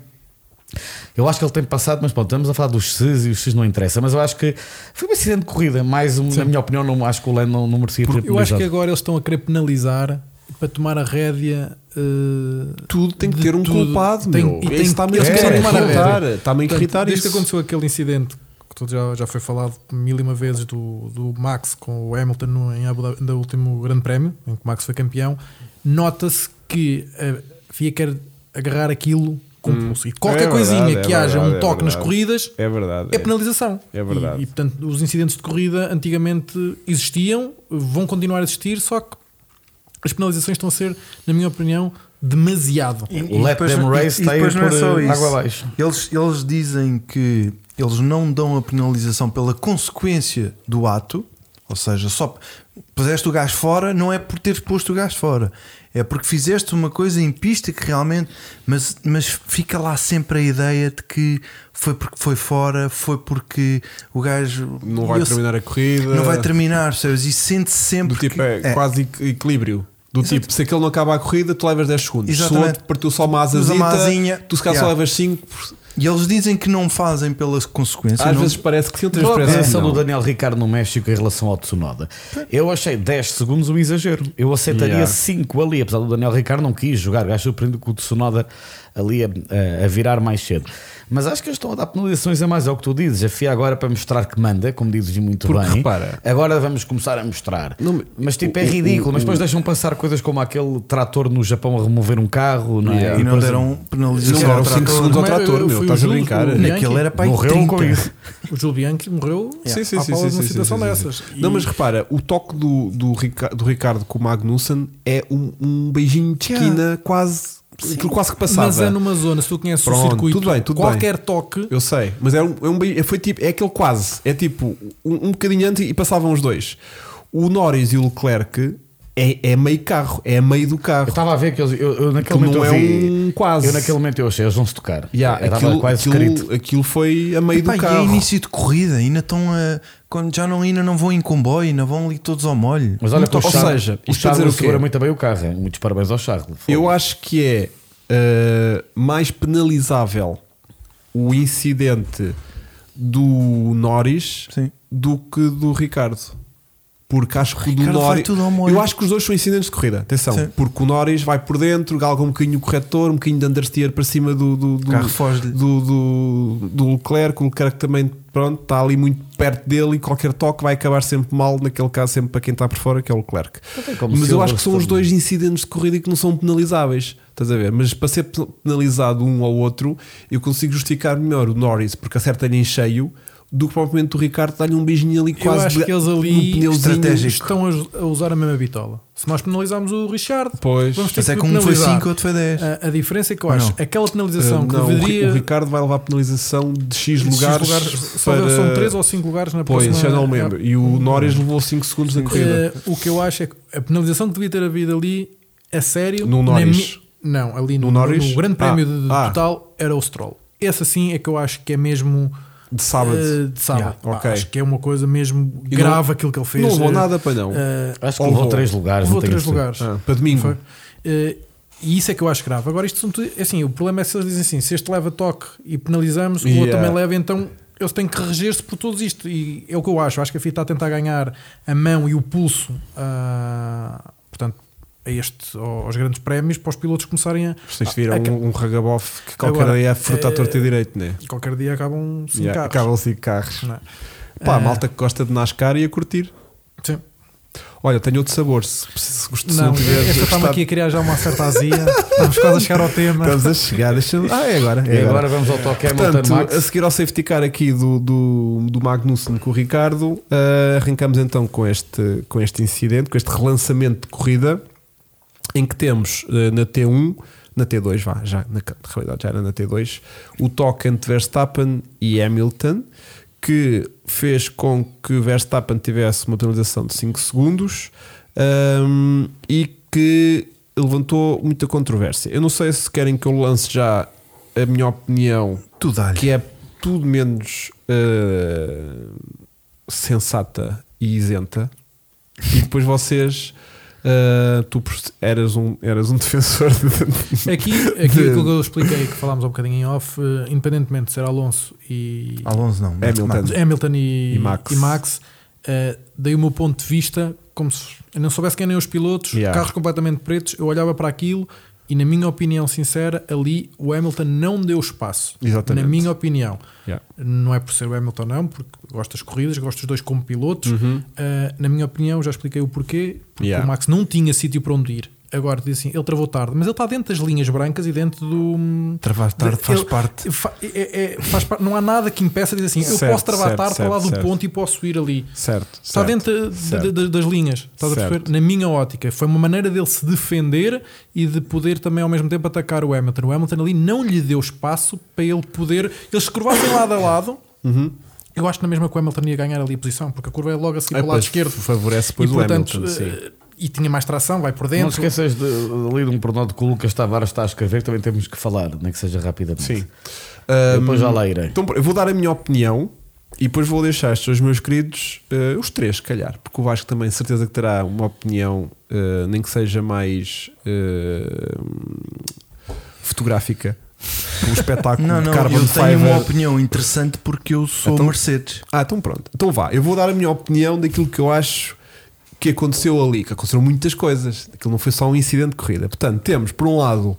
Eu acho que ele tem passado, mas pronto, estamos a falar dos X's e os X's não interessa. Mas eu acho que foi um acidente de corrida, mais um, na minha opinião, não acho que o Lando não, não merecia ter Eu é acho que penalizado. agora eles estão a querer penalizar para tomar a rédea. eh, Tudo tem que de ter um tudo. culpado, Tem- meu. É e tem- Isso está-me a eles querem irritar. tomar a Está-me a irritar Desde que isso. aconteceu aquele incidente Portanto, já, já foi falado mil e uma vezes do, do Max com o Hamilton no, em Abu Dhabi, no último Grande Prémio, em que o Max foi campeão. Nota-se que a FIA quer agarrar aquilo com pulso. E qualquer É coisinha verdade, é que haja verdade, um é toque nas verdade. corridas É verdade. é penalização. É verdade. E, e, portanto, os incidentes de corrida antigamente existiam, vão continuar a existir, só que as penalizações estão a ser, na minha opinião, demasiado. E- O e Let depois- Them e- Race e está aí depois não é por, só eh, isso. água abaixo. Eles, eles dizem que eles não dão a penalização pela consequência do ato, ou seja, só puseste o gás fora, não é por teres posto o gás fora, é porque fizeste uma coisa em pista que realmente, mas, mas fica lá sempre a ideia de que foi porque foi fora, foi porque o gajo Não vai eu- terminar a corrida. não vai terminar, percebes? E sente -se sempre Eh, Do tipo, que- é, é, quase equ- equilíbrio. Do tipo, se aquele não acaba a corrida, tu levas 10 segundos. Se o Exatamente. outro partiu só uma Usa asazita, uma asinha. tu se calhar só Yeah. levas 5. E eles dizem que não fazem pela consequência, Às não- vezes parece que sim, outras Qual a parece que posição não. do Daniel Ricardo no México em relação ao Tsunoda? Eu achei 10 segundos um exagero. Eu aceitaria Yeah. 5 ali, apesar do Daniel Ricardo não quis jogar. O gajo surpreendeu com o Tsunoda ali a, a- a virar mais cedo. Mas acho que eles estão a dar penalizações a mais, é o que tu dizes. A FIA agora para mostrar que manda, como dizes muito Porque bem. repara- agora vamos começar a mostrar. mas tipo, é ridículo. mas depois deixam passar coisas como aquele trator no Japão a remover um carro, não é? e não depois- deram penalização. Não deram ao 5 trator. segundos ao Mas, trator, é? eu- meu. foi Estás o a Júlio- brincar. o Bianchi. Naquele era pai Morreu 30. com isso. O Gil Bianchi morreu Sim, sim, à sim, pala sim, de uma sim, situação sim, sim, sim. dessas. Não, E- mas repara, o toque do, do, Rica- do Ricardo com o Magnussen é um, um beijinho de Yeah. esquina quase. Aquilo quase que passava. Mas é numa zona, se tu conheces o Pronto, circuito, tudo bem, tudo qualquer toque. Eu sei, mas é um, é um beijinho- foi tipo, é aquele quase, é tipo um, um bocadinho antes e passavam os dois. O Norris e o Leclerc é, é meio carro, é meio do Eu carro. estava a ver que eles, eu, eu naquele Aquilo momento não eu é vi- um quase. Eu naquele momento eu achei, eles vão se tocar. Yeah, eu estava aquilo, quase escrito. aquilo, aquilo foi a meio Epá, do E é carro. início de corrida, ainda estão a. Quando já não, ainda não vão em comboio, ainda vão ali todos ao molho. Mas olha, que o Ou Charles, seja, o isto quer Charles dizer o quê? segura muito bem o carro. hein? Muitos parabéns ao Charles. Foi. Eu acho que é uh, mais penalizável o incidente do Norris Sim. do que do Ricardo. Porque acho que o do Ricardo vai Norris. tudo ao molho. Eu acho que os dois são incidentes de corrida, atenção. Sim. Porque o Norris vai por dentro, galga um bocadinho o corretor, um bocadinho de understeer para cima do. do, do Carro foge-lhe. do, do, do Leclerc, o Leclerc também pronto, está ali muito perto dele e qualquer toque vai acabar sempre mal, naquele caso sempre para quem está por fora, que é o Leclerc. Até como Mas eu Silverstone. acho que são os dois incidentes de corrida que não são penalizáveis, estás a ver? Mas para ser pe- penalizado um ao outro, eu consigo justificar melhor o Norris, porque acerta-lhe em cheio, do que propriamente o Ricardo dar-lhe um beijinho ali eu quase acho de- que eles num ali pneuzinho. estratégico. estão a, a usar a mesma bitola. Se nós penalizarmos o Richard, Pois. vamos ter Mas que é que um foi tipo penalizar. 5, outro foi 10. A, a diferença é que eu acho, Não. aquela Ah, penalização que não, o Ri- deveria. O Ricardo vai levar penalização de X esses lugares. lugares- só para... São 3 ou 5 lugares na Pois, próxima. já não me lembro. E o Norris levou 5 segundos na corrida. Eh, o que eu acho é. é que a penalização que devia ter havido ali, a sério. No na Norris? mi- não, ali No no, Norris? no Grande Ah, Prémio de, de ah. Total era o Stroll. Esse assim é que eu acho que é mesmo. De sábado. eh, de sábado. Yeah, Pá, ok. Acho que é uma coisa mesmo E grave não- aquilo que ele fez. Não levou Eh, nada para não. eh, acho que Ou levou Oh, vou. três lugares. levou não tenho três certeza. lugares. Ah, para domingo. Foi. Eh, e isso é que eu acho grave. Agora, isto são tudo- é assim, o problema é se eles dizem assim: se este leva toque e penalizamos, o outro Yeah. também leva, então eles têm que reger-se por tudo isto. E é o que eu acho. Acho que a FIA está a tentar ganhar a mão e o pulso ah, portanto, a este, aos grandes prémios para os pilotos começarem a. Vocês viram Ah, aca- um, um ragabof que qualquer Agora, dia é fruta à torta e direito, né? Qualquer dia acabam cinco Yeah, carros. Acabam 5 carros. não é? Pá, a Ah, malta que gosta de NASCAR e a curtir. Sim. Olha, tenho outro sabor. Se, se, se, gost- se Não, não tiver. esta está-me gostado- aqui a criar já uma certa azia. Estamos quase a chegar ao tema. Estamos a chegar. (laughs) Deixa ah, é agora. E É agora agora. vamos ao toque Hamilton Portanto, a Max. seguir ao safety car aqui do, do, do Magnussen com o Ricardo, ah, arrancamos então com este, com este incidente, com este relançamento de corrida, em que temos ah, na T1, na T2, vá, já, na, na realidade já era na T2, o toque entre Verstappen e Hamilton, que fez com que Verstappen tivesse uma penalização de 5 segundos ahm, e que levantou muita controvérsia. Eu não sei se querem que eu lance já a minha opinião, Tu dá-lhe. que é tudo menos ah, sensata e isenta, e depois vocês. ah, tu pers- eras um, eras um (laughs) defensor de, Aqui, aqui aquilo que eu expliquei, que falámos um bocadinho em off, eh, independentemente de ser Alonso e Alonso não. mas- Hamilton. mas- Hamilton e, E Max. eh, dei o meu ponto de vista, como se eu não soubesse quem eram os pilotos, Yeah. carros completamente pretos, eu olhava para aquilo E na minha opinião sincera, ali o Hamilton não deu espaço. Exatamente. Na minha opinião. Yeah. Não é por ser o Hamilton, não, porque gosto das corridas, gosto dos dois como pilotos. Uh, na minha opinião, já expliquei o porquê, porque Uhum. Yeah. o Max não tinha sítio para onde ir. Agora, diz assim, ele travou tarde, mas ele está dentro das linhas brancas e dentro do. Travar tarde faz Ele- parte. fa- é- é- faz parte. Não há nada que impeça de dizer assim, eu Certo, posso travar certo, tarde para lá certo, do certo. ponto e posso ir ali. Certo. Está certo. dentro de- certo. de- de- das linhas, estás a perceber? Certo. Na minha ótica, foi uma maneira dele se defender e de poder também ao mesmo tempo atacar o Hamilton. O Hamilton ali não lhe deu espaço para ele poder. Eles se curvassem lado a lado. Uhum. Eu acho que na mesma que o Hamilton ia ganhar ali a posição, porque a curva é logo a seguir É, para o lado pois, esquerdo. Favorece depois e, o portanto, Hamilton. Sim. eh, e tinha mais tração, vai por Não dentro. te esqueças de, ali de um pronome que o Lucas Tavares está a escrever, que também temos que falar, nem que seja rapidamente. Sim. eh, Eu Ahm, Depois já lá irei. Então, eu vou dar a minha opinião e depois vou deixar estes aos meus queridos, eh, os três, se calhar, porque o Vasco também, certeza que terá uma opinião, eh, nem que seja mais eh, fotográfica, um espetáculo Não, de não, Carbon eu tenho uma Fiber. opinião interessante porque eu sou Então- Mercedes. Ah, então pronto. Então vá, eu vou dar a minha opinião daquilo que eu acho que aconteceu ali, que aconteceram muitas coisas. Aquilo não foi só um incidente de corrida. Portanto, temos, por um lado,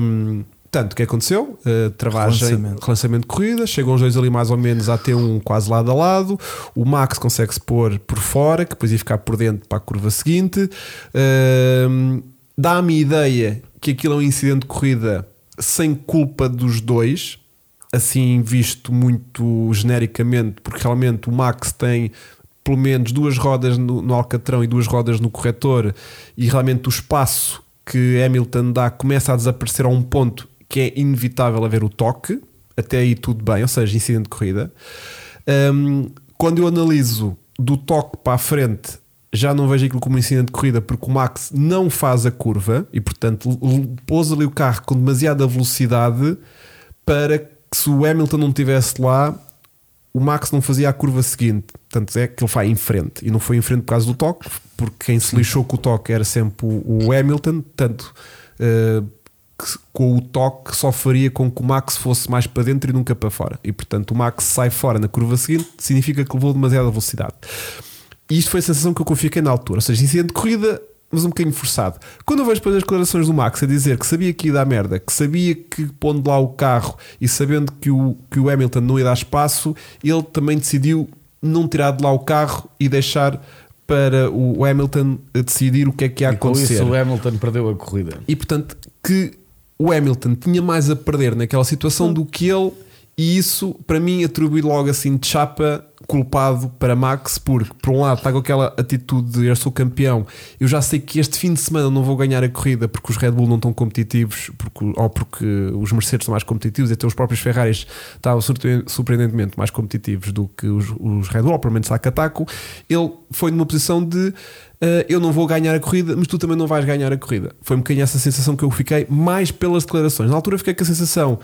hum, tanto o que aconteceu, uh, travagem, Relançamento. relançamento. de corrida, chegam os dois ali mais ou menos a ter um quase lado a lado, o Max consegue-se pôr por fora, que depois ia ficar por dentro para a curva seguinte. Hum, Dá-me a ideia que aquilo é um incidente de corrida sem culpa dos dois, assim visto muito genericamente, porque realmente o Max tem pelo menos duas rodas no, no Alcatrão e duas rodas no corretor, e realmente o espaço que Hamilton dá começa a desaparecer a um ponto que é inevitável haver o toque, até aí tudo bem, ou seja, incidente de corrida. Hum, quando eu analiso do toque para a frente, já não vejo aquilo como um incidente de corrida porque o Max não faz a curva e, portanto, l- l- pôs ali o carro com demasiada velocidade para que se o Hamilton não estivesse lá, o Max não fazia a curva seguinte. Portanto, é que ele vai em frente e não foi em frente por causa do toque, porque quem se lixou com o toque era sempre o, o Hamilton. Portanto, eh, que se- com o toque só faria com que o Max fosse mais para dentro e nunca para fora. E portanto, o Max sai fora na curva seguinte, significa que levou demasiada velocidade. E isto foi a sensação que eu fiquei na altura. Ou seja, incidente de corrida, mas um bocadinho forçado. Quando eu vejo depois as declarações do Max a dizer que sabia que ia dar merda, que sabia que pondo lá o carro e sabendo que o, que o Hamilton não ia dar espaço, ele também decidiu não tirar de lá o carro e deixar para o Hamilton eh, decidir o que é que ia E com acontecer. isso o Hamilton perdeu a corrida. E portanto, que o Hamilton tinha mais a perder naquela situação do que ele, e isso para mim atribui logo assim de chapa culpado para Max, porque por um lado está com aquela atitude de eu sou campeão, eu já sei que este fim de semana não vou ganhar a corrida porque os Red Bull não estão competitivos, porque, ou porque os Mercedes estão mais competitivos, e até os próprios Ferraris estavam surpre- surpreendentemente mais competitivos do que os, os Red Bull, ou pelo menos saco a taco. Ele foi numa posição de Uh, eu não vou ganhar a corrida, mas tu também não vais ganhar a corrida. Foi um bocadinho essa sensação que eu fiquei, mais pelas declarações. Na altura fiquei com a sensação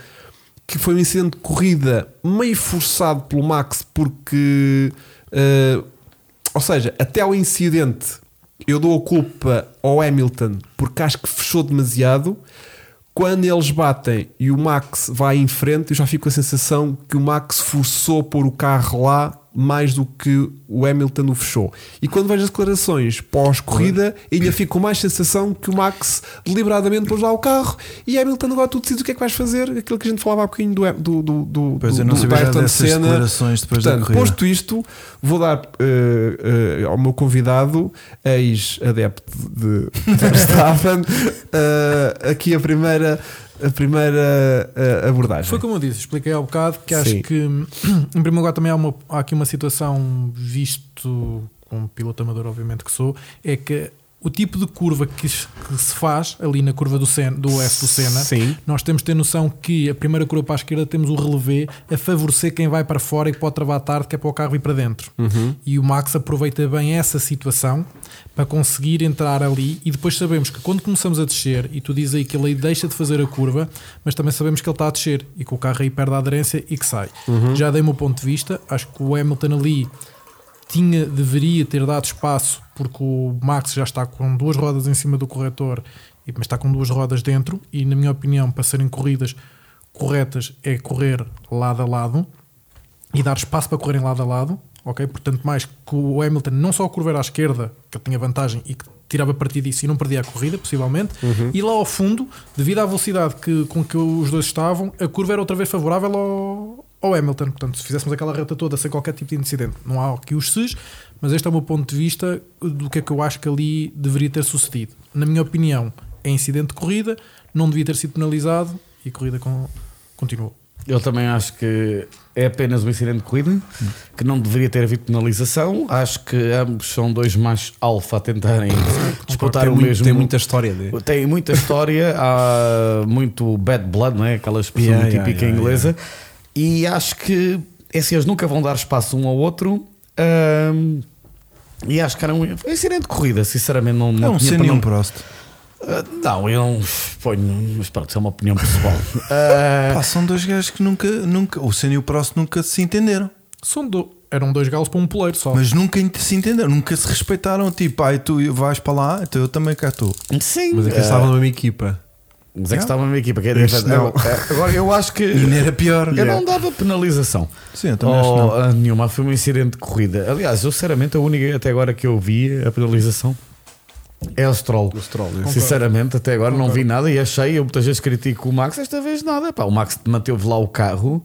que foi um incidente de corrida meio forçado pelo Max, porque. uh, ou seja, até ao incidente eu dou a culpa ao Hamilton porque acho que fechou demasiado. Quando eles batem e o Max vai em frente, eu já fico com a sensação que o Max forçou pôr o carro lá mais do que o Hamilton o fechou. E quando vejo as declarações pós-corrida, ainda fico com mais sensação que o Max deliberadamente pôs lá o carro e Hamilton agora tu decides o que é que vais fazer, aquilo que a gente falava há bocadinho do, do, do, do, Pois eu do, não do sabia já Ayrton dessas Senna. declarações depois da Portanto, corrida. posto isto, vou dar eh, eh, ao meu convidado, ex-adepto de (laughs) de Verstappen, eh, aqui a primeira, a primeira eh, abordagem. Foi como eu disse, expliquei há bocado que acho Sim. que, em primeiro lugar, também há, uma- há aqui uma situação, visto como piloto amador, obviamente que sou, é que o tipo de curva que, se- que se faz ali na curva do, Sen, do F do Senna, Sim. nós temos de ter noção que a primeira curva para a esquerda temos o relevé a favorecer quem vai para fora e pode travar tarde, que é para o carro ir para dentro. E o Max aproveita bem essa situação para conseguir entrar ali. E depois sabemos que quando começamos a descer, e tu dizes aí que ele aí deixa de fazer a curva, mas também sabemos que ele está a descer e que o carro aí perde a aderência e que sai. Já dei o meu ponto de vista, acho que o Hamilton ali tinha, deveria ter dado espaço porque o Max já está com duas rodas em cima do corretor, e- mas está com duas rodas dentro e na minha opinião para serem corridas corretas é correr lado a lado e dar espaço para correrem lado a lado, ok? Portanto mais que o Hamilton não só curver à esquerda que ele tinha vantagem e que tirava partido disso e não perdia a corrida, possivelmente. E lá ao fundo, devido à velocidade que, com que os dois estavam, a curva era outra vez favorável ao, ao Hamilton. Portanto, se fizéssemos aquela reta toda sem qualquer tipo de incidente, não há aqui os SES, mas este é o meu ponto de vista do que é que eu acho que ali deveria ter sucedido. Na minha opinião, é incidente de corrida, não devia ter sido penalizado e a corrida con- continuou. Eu também acho que é apenas um incidente de corrida, que não deveria ter havido penalização. Acho que ambos são dois machos alfa a tentarem disputar tem, o muito- mesmo. tem muita história né? de- Tem muita história, há muito bad blood, não é? aquela expressão Yeah, yeah, típica yeah, inglesa. E acho que é assim, eles nunca vão dar espaço um ao outro. Ahm, e acho que era um é um incidente de corrida, sinceramente. Não, É não um tinha Senna para e não- um Prost. Ah, não, eu não ponho, mas pronto, isso é uma (laughs) opinião pessoal. Ah, Pá, são dois gajos que nunca, nunca. O Senna e o Prost nunca se entenderam. São do- eram dois galos para um poleiro só. Mas nunca ent- se entenderam, nunca se respeitaram. Tipo, ai, tu vais para lá, então eu também cá estou. sim, Mas é aqui ah, estava na mesma equipa. Mas é que Não. estava uma equipa que era Este não. Agora eu acho que. E não era é pior. Eu não dava penalização. Sim, eu também acho que Ou, não. ah, nenhuma. Foi um incidente de corrida. Aliás, eu sinceramente, a única até agora que eu vi a penalização é o Stroll. O Stroll, né? Sinceramente, até agora não Concordo. vi nada e achei. Eu muitas vezes critico o Max, esta vez nada. Pá, o Max manteve lá o carro.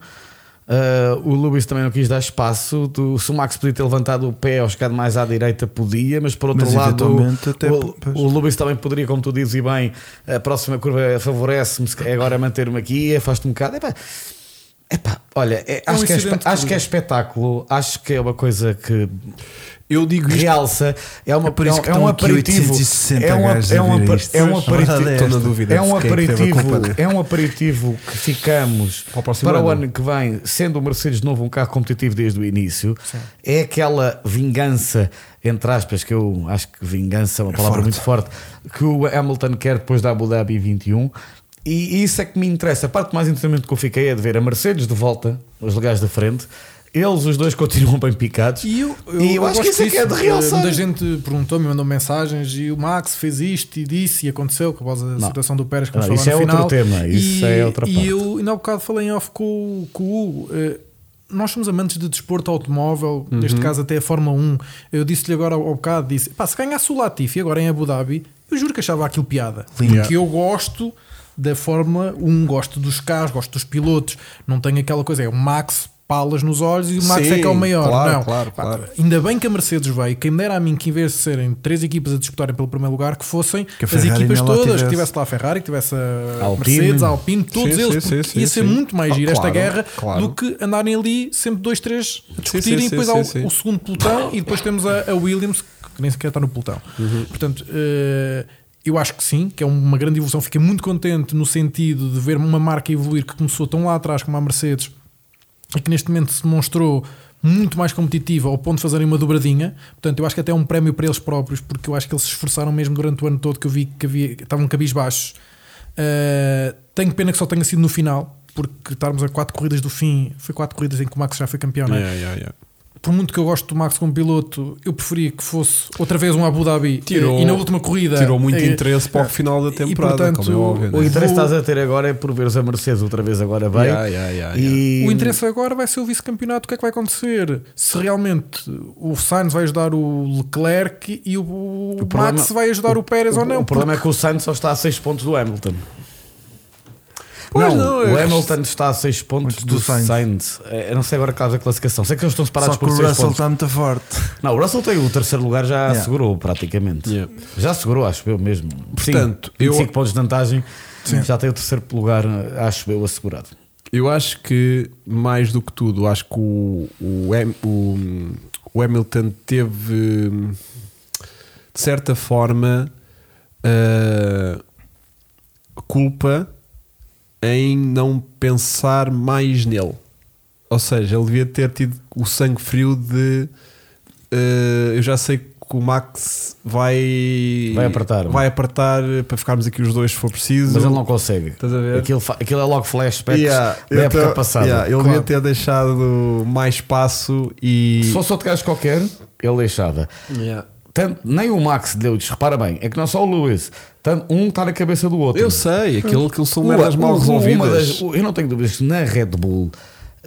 Ah, o Lewis também não quis dar espaço. Tu- se o Max podia ter levantado o pé ou chegado mais à direita, podia, mas por outro Mas lado, eventualmente até o, pois. o Lewis também poderia, como tu dizes, e bem, a próxima curva favorece-me. se- é Agora manter-me aqui, afaste-me um bocado. Epá, epá, olha, é- É um acho, que é, espe- incidente de acho que é corrida. espetáculo. Acho que é uma coisa que Eu digo isto. realça. É, uma, É por isso que é estão um aqui aperitivo. 860 é um, gajos a é um, ver apa- isto. é um Pois, a aperitivo. verdade é Estou na esta. dúvida. É um, de quem que teve a aperitivo, culpa de- é um aperitivo que ficamos Para o próximo para o ano. ano que vem, sendo o Mercedes de novo um carro competitivo desde o início. É aquela vingança, entre aspas, que eu acho que vingança é uma palavra forte. muito forte, que o Hamilton quer depois da Abu Dhabi 21. E isso é que me interessa. A parte mais interessante que eu fiquei é de ver a Mercedes de volta, os legais da frente. Eles, os dois, continuam bem picados. E eu, eu, E eu acho gosto que isso é que é de disso. realçar. Eh, Muita gente perguntou-me, mandou mensagens e o Max fez isto e disse e aconteceu por causa da Não. situação do Pérez que Não, não, isso é no outro final. tema, isso e, é outra e parte. eu ainda há bocado falei em off com, o- com o Hugo. eh, nós somos amantes de desporto automóvel, neste caso até a Fórmula 1. Eu disse-lhe agora ao, ao bocado: disse, pá, se ganhasse o Latifi agora em Abu Dhabi, eu juro que achava aquilo piada. Que eu gosto da Fórmula 1, gosto dos carros, gosto dos pilotos. Não tenho aquela coisa, é o Max palas nos olhos e o Max Sim, é que é o maior. claro, não, claro, Pá, claro. Ainda bem que a Mercedes veio, quem me dera a mim que em vez de serem três equipas a disputarem pelo primeiro lugar, que fossem Que a as Ferrari equipas ainda lá todas, tivesse. que tivesse lá a Ferrari, que tivesse a Alpine. Mercedes, a Alpine, todos Sim, eles, sim, porque sim, ia sim, ser sim. muito mais Ah, giro esta claro, guerra claro. do que andarem ali sempre dois, três a discutirem sim, e depois sim, há o, sim. o segundo pelotão e depois temos a, a Williams, que nem sequer está no pelotão. Uhum. Portanto, eh, eu acho que sim, que é uma grande evolução. Fiquei muito contente no sentido de ver uma marca evoluir que começou tão lá atrás como a Mercedes e que neste momento se demonstrou muito mais competitiva ao ponto de fazerem uma dobradinha. Portanto, eu acho que até é um prémio para eles próprios, porque eu acho que eles se esforçaram mesmo durante o ano todo que eu vi que havia, que estavam cabisbaixos. Uh, tenho pena que só tenha sido no final, porque estarmos a quatro corridas do fim, foi quatro corridas em que o Max já foi campeão, não é? Yeah, yeah, yeah. Por muito que eu gosto do Max como piloto, eu preferia que fosse outra vez um Abu Dhabi Tirou- eh, e na última corrida Tirou muito eh, interesse para o final da e, temporada, portanto, como é óbvio. O Né? interesse que Vou- estás a ter agora é por veres a Mercedes outra vez agora bem. Yeah, yeah, yeah, yeah. E O interesse agora vai ser o vice-campeonato. O que é que vai acontecer? Se realmente o Sainz vai ajudar o Leclerc e o, O problema- Max vai ajudar o, Pérez o, ou não? o problema é que o Sainz só está a 6 pontos do Hamilton. Pois não, não, o é- Hamilton está a 6 pontos Pontos do, do Sainz. Sainz. É, Eu não sei agora qual é a classificação. Sei que eles estão separados Só que o por 6 Russell pontos. está muito forte. Não, o Russell tem o terceiro lugar, já Yeah. assegurou praticamente. Yeah. Já assegurou, acho eu mesmo. Portanto, Sim, eu- 25 pontos de vantagem. Já tem o terceiro lugar, acho eu, assegurado. Eu acho que, mais do que tudo, acho que o, o, Ham- o- o Hamilton teve, hum, de certa forma, ah, culpa em não pensar mais nele. Ou seja, ele devia ter tido o sangue frio de. ah, eu já sei que o Max vai. Vai apertar. é? Vai apertar para ficarmos aqui os dois se for preciso. Mas ele não consegue. Estás a ver? Aquilo, fa- aquilo é logo flashbacks Yeah, da época então, passada. yeah, ele Claro. devia ter deixado mais espaço e. Se fosse outro gajo qualquer, ele deixava. Yeah. Tanto, nem o Max deu diz, repara bem, é que não é só o Lewis, tanto, um está na cabeça do outro. Eu sei, aquilo, aquilo são Uma- merdas mal uma- uma resolvidas. das- eu não tenho dúvidas que na Red Bull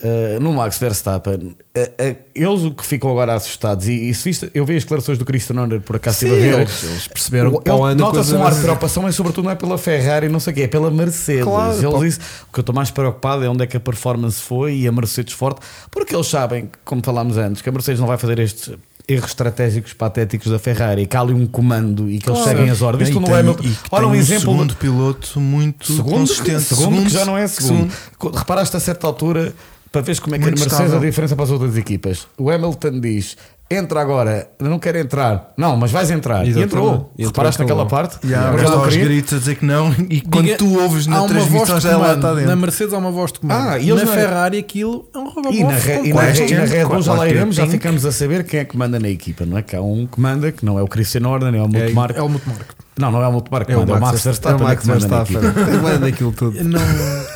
eh, no Max Verstappen, eh, eh, eles o que ficam agora assustados, e, e se viste, eu vi as declarações do Christian Horner por acaso estive a ver. eles- eles perceberam O- que para o ele- ano é a Nota-se coisa um vai ar de ser- preocupação, mas sobretudo não é pela Ferrari, não sei o quê, é pela Mercedes. Claro, eles pá. dizem o que eu estou mais preocupado é onde é que a performance foi e a Mercedes forte, porque eles sabem, como falámos antes, que a Mercedes não vai fazer estes erros estratégicos patéticos da Ferrari, que há ali um comando e que eles seguem as ordens. Isto E não tem- é meu. e Olha, tem um exemplo segundo piloto muito segundo, consistente. segundo, que já não é segundo. Co- Reparaste a certa altura para veres como é que Muito a Mercedes estável. a diferença para as outras equipas. O Hamilton diz: entra agora, Eu não quero entrar, não, mas vais entrar. E Exatamente. entrou. E entrou, Reparaste entrou. naquela parte? Yeah, Porque mas ele não aos queria. gritos a dizer que não, e quando Diga- tu ouves há na uma voz transmissão de já ela comando. está dentro. Na Mercedes há uma voz de comando. Ah, e eles na não- Ferrari aquilo é um robô. E na, re, e, na, Quatro re- e na tinks, Red Bull já lá quatro iremos, já tinks. ficamos a saber quem é que manda na equipa, não é? Que há um que manda, que não é o Christian Horner, nem é o É, Multimarco. É o Mutmark. Não, não é o Multimarco, que manda, é o Max Verstappen. É o é Max que manda na equipa. Verstappen. Ele (laughs) manda aquilo tudo. Não,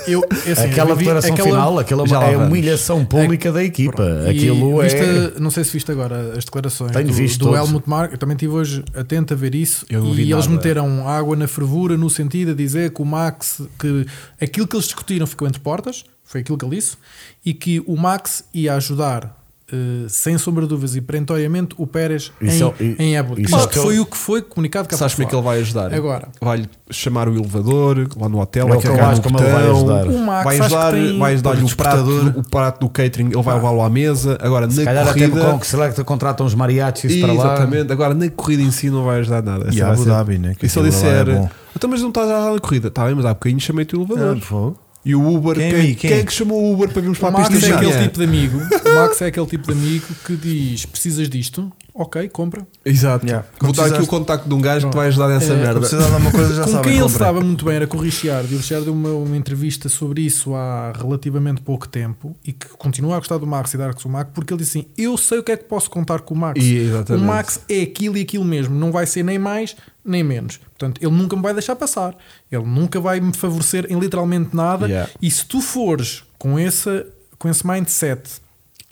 eu, é assim, Aquela eu vi- declaração aquela- final, aquela Já lá é a vamos. humilhação pública da equipa. E Aquilo viste é. a- Não sei se viste agora as declarações Tenho do, visto do todos. Helmut Mark. Eu também estive hoje atento a ver isso. Eu não e vi eles nada. meteram água na fervura no sentido a dizer que o Max, que aquilo que eles discutiram ficou entre portas, foi aquilo que ele disse, e que o Max ia ajudar. eh, sem sombra de dúvidas e perentoriamente o Pérez Isso é- em, e- em Abu Dhabi. isso é Claro, o que eu- foi o que foi comunicado cá Sabes para como é que ele vai ajudar? Agora. Vai-lhe chamar o elevador lá no hotel, É vai o que eu carregar acho no como ele botão, vai ajudar. O Max, vai acho que ajudar, tem- vai ajudar-lhe o, prato despertador. do- o prato do catering, ele vai levá-lo à mesa. Agora Ah. Se na calhar até corrida. com que sei lá que contratam os mariachis para lá. Exatamente, agora na corrida em si não vai ajudar nada. E Essa vai Abu ser- Dhabi, né? Que E se ele aquilo lá é disser, bom. Ah, então, mas não estás a ajudar na corrida, está bem, mas há bocadinho chamei-te o É, elevador. E o Uber, Quem é quem, mim? quem Quem? é que chamou o Uber para virmos para O a Max pista de é aquele chá? tipo de amigo. O Max é aquele tipo de amigo que diz: precisas disto? Ok, compra. Exato. Yeah. Vou dar aqui o Precisaste- contacto de um gajo que vai ajudar nessa É, merda. Precisa de alguma coisa, já Com sabem, quem ele é. compra. estava muito bem era com o Richard. E o Richard deu uma, uma entrevista sobre isso há relativamente pouco tempo e que continua a gostar do Max e dar com o Max porque ele disse assim: Eu sei o que é que posso contar com o Max. E, exatamente. O Max é aquilo e aquilo mesmo, não vai ser nem mais nem menos. Portanto, ele nunca me vai deixar passar. Ele nunca vai me favorecer em literalmente nada. Yeah. E se tu fores com esse, com esse mindset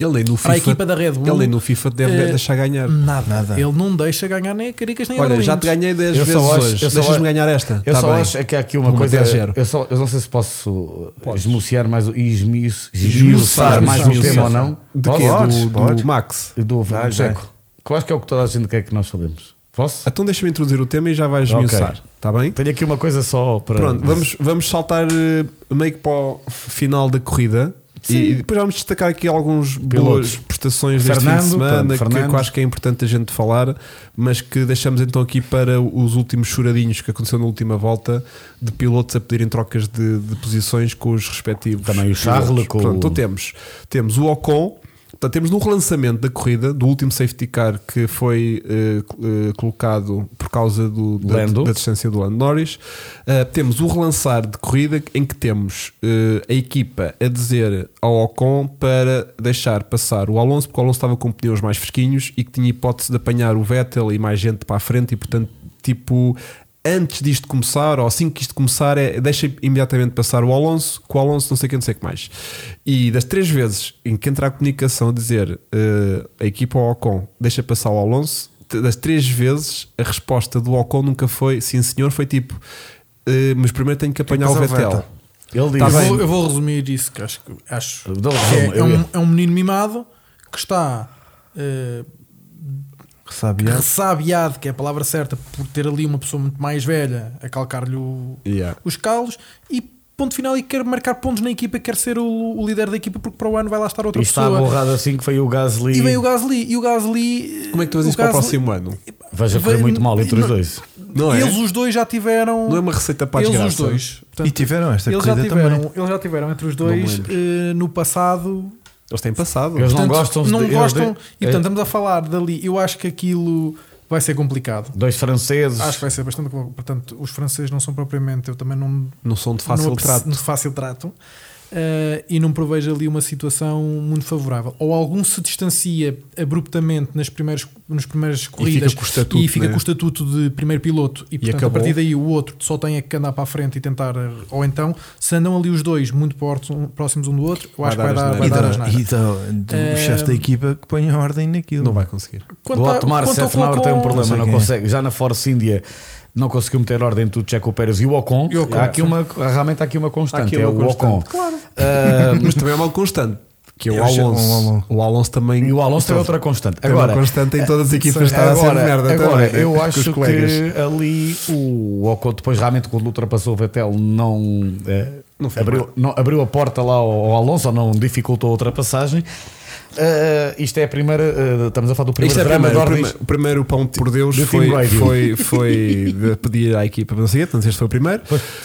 Ele nem no FIFA, Para a equipa da Red Bull, Ele nem no FIFA deve eh, deixar ganhar. Nada. Nada. Ele não deixa ganhar nem a caricas nem a Olha, Berlindes. já te ganhei 10 Eu só vezes acho- hoje. eu só Deixas-me acho- ganhar esta. Eu Tá só bem. acho é que há aqui uma Vou coisa. meter zero. Eu, só, eu não sei se posso uh, esmiuçar mais, o- esmiu- Esmiuçar, esmiuçar mais o esmiuçar. tema ou não. De Posso? quê? Podes, Do- podes. Do Max. Do Vai, Checo. Que eu acho que é o que toda a gente quer que nós sabemos. Posso? Então deixa-me introduzir o tema e já vais Ok. esmiuçar. Está bem? Tenho aqui uma coisa só para. Pronto, vamos, vamos saltar eh, meio que para o final da corrida. E depois vamos destacar aqui algumas boas Pilotos. prestações deste fim Fernando, de portanto, semana que, que eu Fernando. acho que é importante a gente falar, mas que deixamos então aqui para os últimos choradinhos que aconteceu na última volta de pilotos a pedirem trocas de, de posições com os respectivos. Também o Charles pilotos. com o- Portanto, então temos, temos o Ocon, portanto, temos no relançamento da corrida, do último safety car que foi eh, cl- eh, colocado por causa do, da- Lando. da distância do Lando Norris. Uh, temos o relançar de corrida em que temos uh, a equipa a dizer ao Ocon para deixar passar o Alonso, porque o Alonso estava com pneus mais fresquinhos e que tinha hipótese de apanhar o Vettel e mais gente para a frente, e portanto, tipo. Antes disto começar, ou assim que isto começar, é, deixa imediatamente passar o Alonso, com o Alonso não sei quem, não sei o que mais. E das três vezes em que entra a comunicação a dizer uh, a equipa ao Ocon deixa passar o Alonso, das três vezes a resposta do Ocon nunca foi sim senhor, foi tipo "Eh, mas primeiro tenho que apanhar o passar o Vettel. Vettel. Ele diz. Tá Eu bem. vou, eu vou resumir isso, que acho que acho Dá o que resumo, é, é eu um, ia. é um menino mimado que está eh, Sabe, é? ressabiado, que é a palavra certa, por ter ali uma pessoa muito mais velha a calcar-lhe o- Yeah. os calos e ponto final e quer marcar pontos na equipa, quer ser o, o líder da equipa porque para o ano vai lá estar outra E está pessoa. borrado assim que foi o Gasly. E vem o Gasly e o Gasly eh, Como é que tu fazes o isso para o Gasly- próximo ano? Veja, foi Vem- muito mal entre os Não- dois. Não é? Eles os dois já tiveram Não é uma receita para a eles os desgraça. dois. Portanto, E tiveram esta eles já corrida também. um tiveram, eles já tiveram entre os dois lembro. eh, no passado. Eles têm passado. Eles não Portanto, gostam. não eles- gostam, e é, portanto estamos a falar dali. Eu acho que aquilo vai ser complicado. dois franceses. Acho que vai ser bastante complicado. Portanto, os franceses não são propriamente. Eu também não. Não são de fácil não aprecio- trato. De fácil trato. eh, e não prevejo ali uma situação muito favorável. Ou algum se distancia abruptamente nas primeiras, nas primeiras corridas com o estatuto, e fica né? com o estatuto de primeiro piloto e, portanto, a acabou. partir daí o outro só tem é que andar para a frente e tentar. Ou então, se andam ali os dois muito portos, um- próximos um do outro, eu Vai acho que dar vai as dar, neiras. vai E dar as da- neiras. e da- do Eh, chefe da equipa que põe a ordem naquilo. Não vai conseguir. Quanto do a- Otmar quanto ao Sefnauer tem um Ocon- problema, sei não quem é. consegue. Já na Force India não conseguiu meter ordem em tudo, Checo Pérez e o Ocon. E o Ocon, há aqui sim. uma, realmente há aqui uma constante, Há aqui é uma o constante. Ocon. Claro. Ah, Mas também é mal constante. que é o Eu achei- o Alonso. Alonso. O Alonso também. um E o Alonso é também outra constante. também Agora, Então, eh, constante em todas as equipas está a ser agora, merda agora também, né? eu Com acho os que colegas. ali o Ocon depois realmente quando ultrapassou o Vettel não, eh, abriu, não- abriu a porta lá ao, ao Alonso ou não dificultou a ultrapassagem. Eh, isto é a primeira, eh, estamos a falar do primeiro Isto é drama primeiro, o, de primeiro, ordens. o primeiro pão por Deus Do Team foi, Radio. foi, foi de pedir à equipa para não sei o quê, portanto, este foi o primeiro.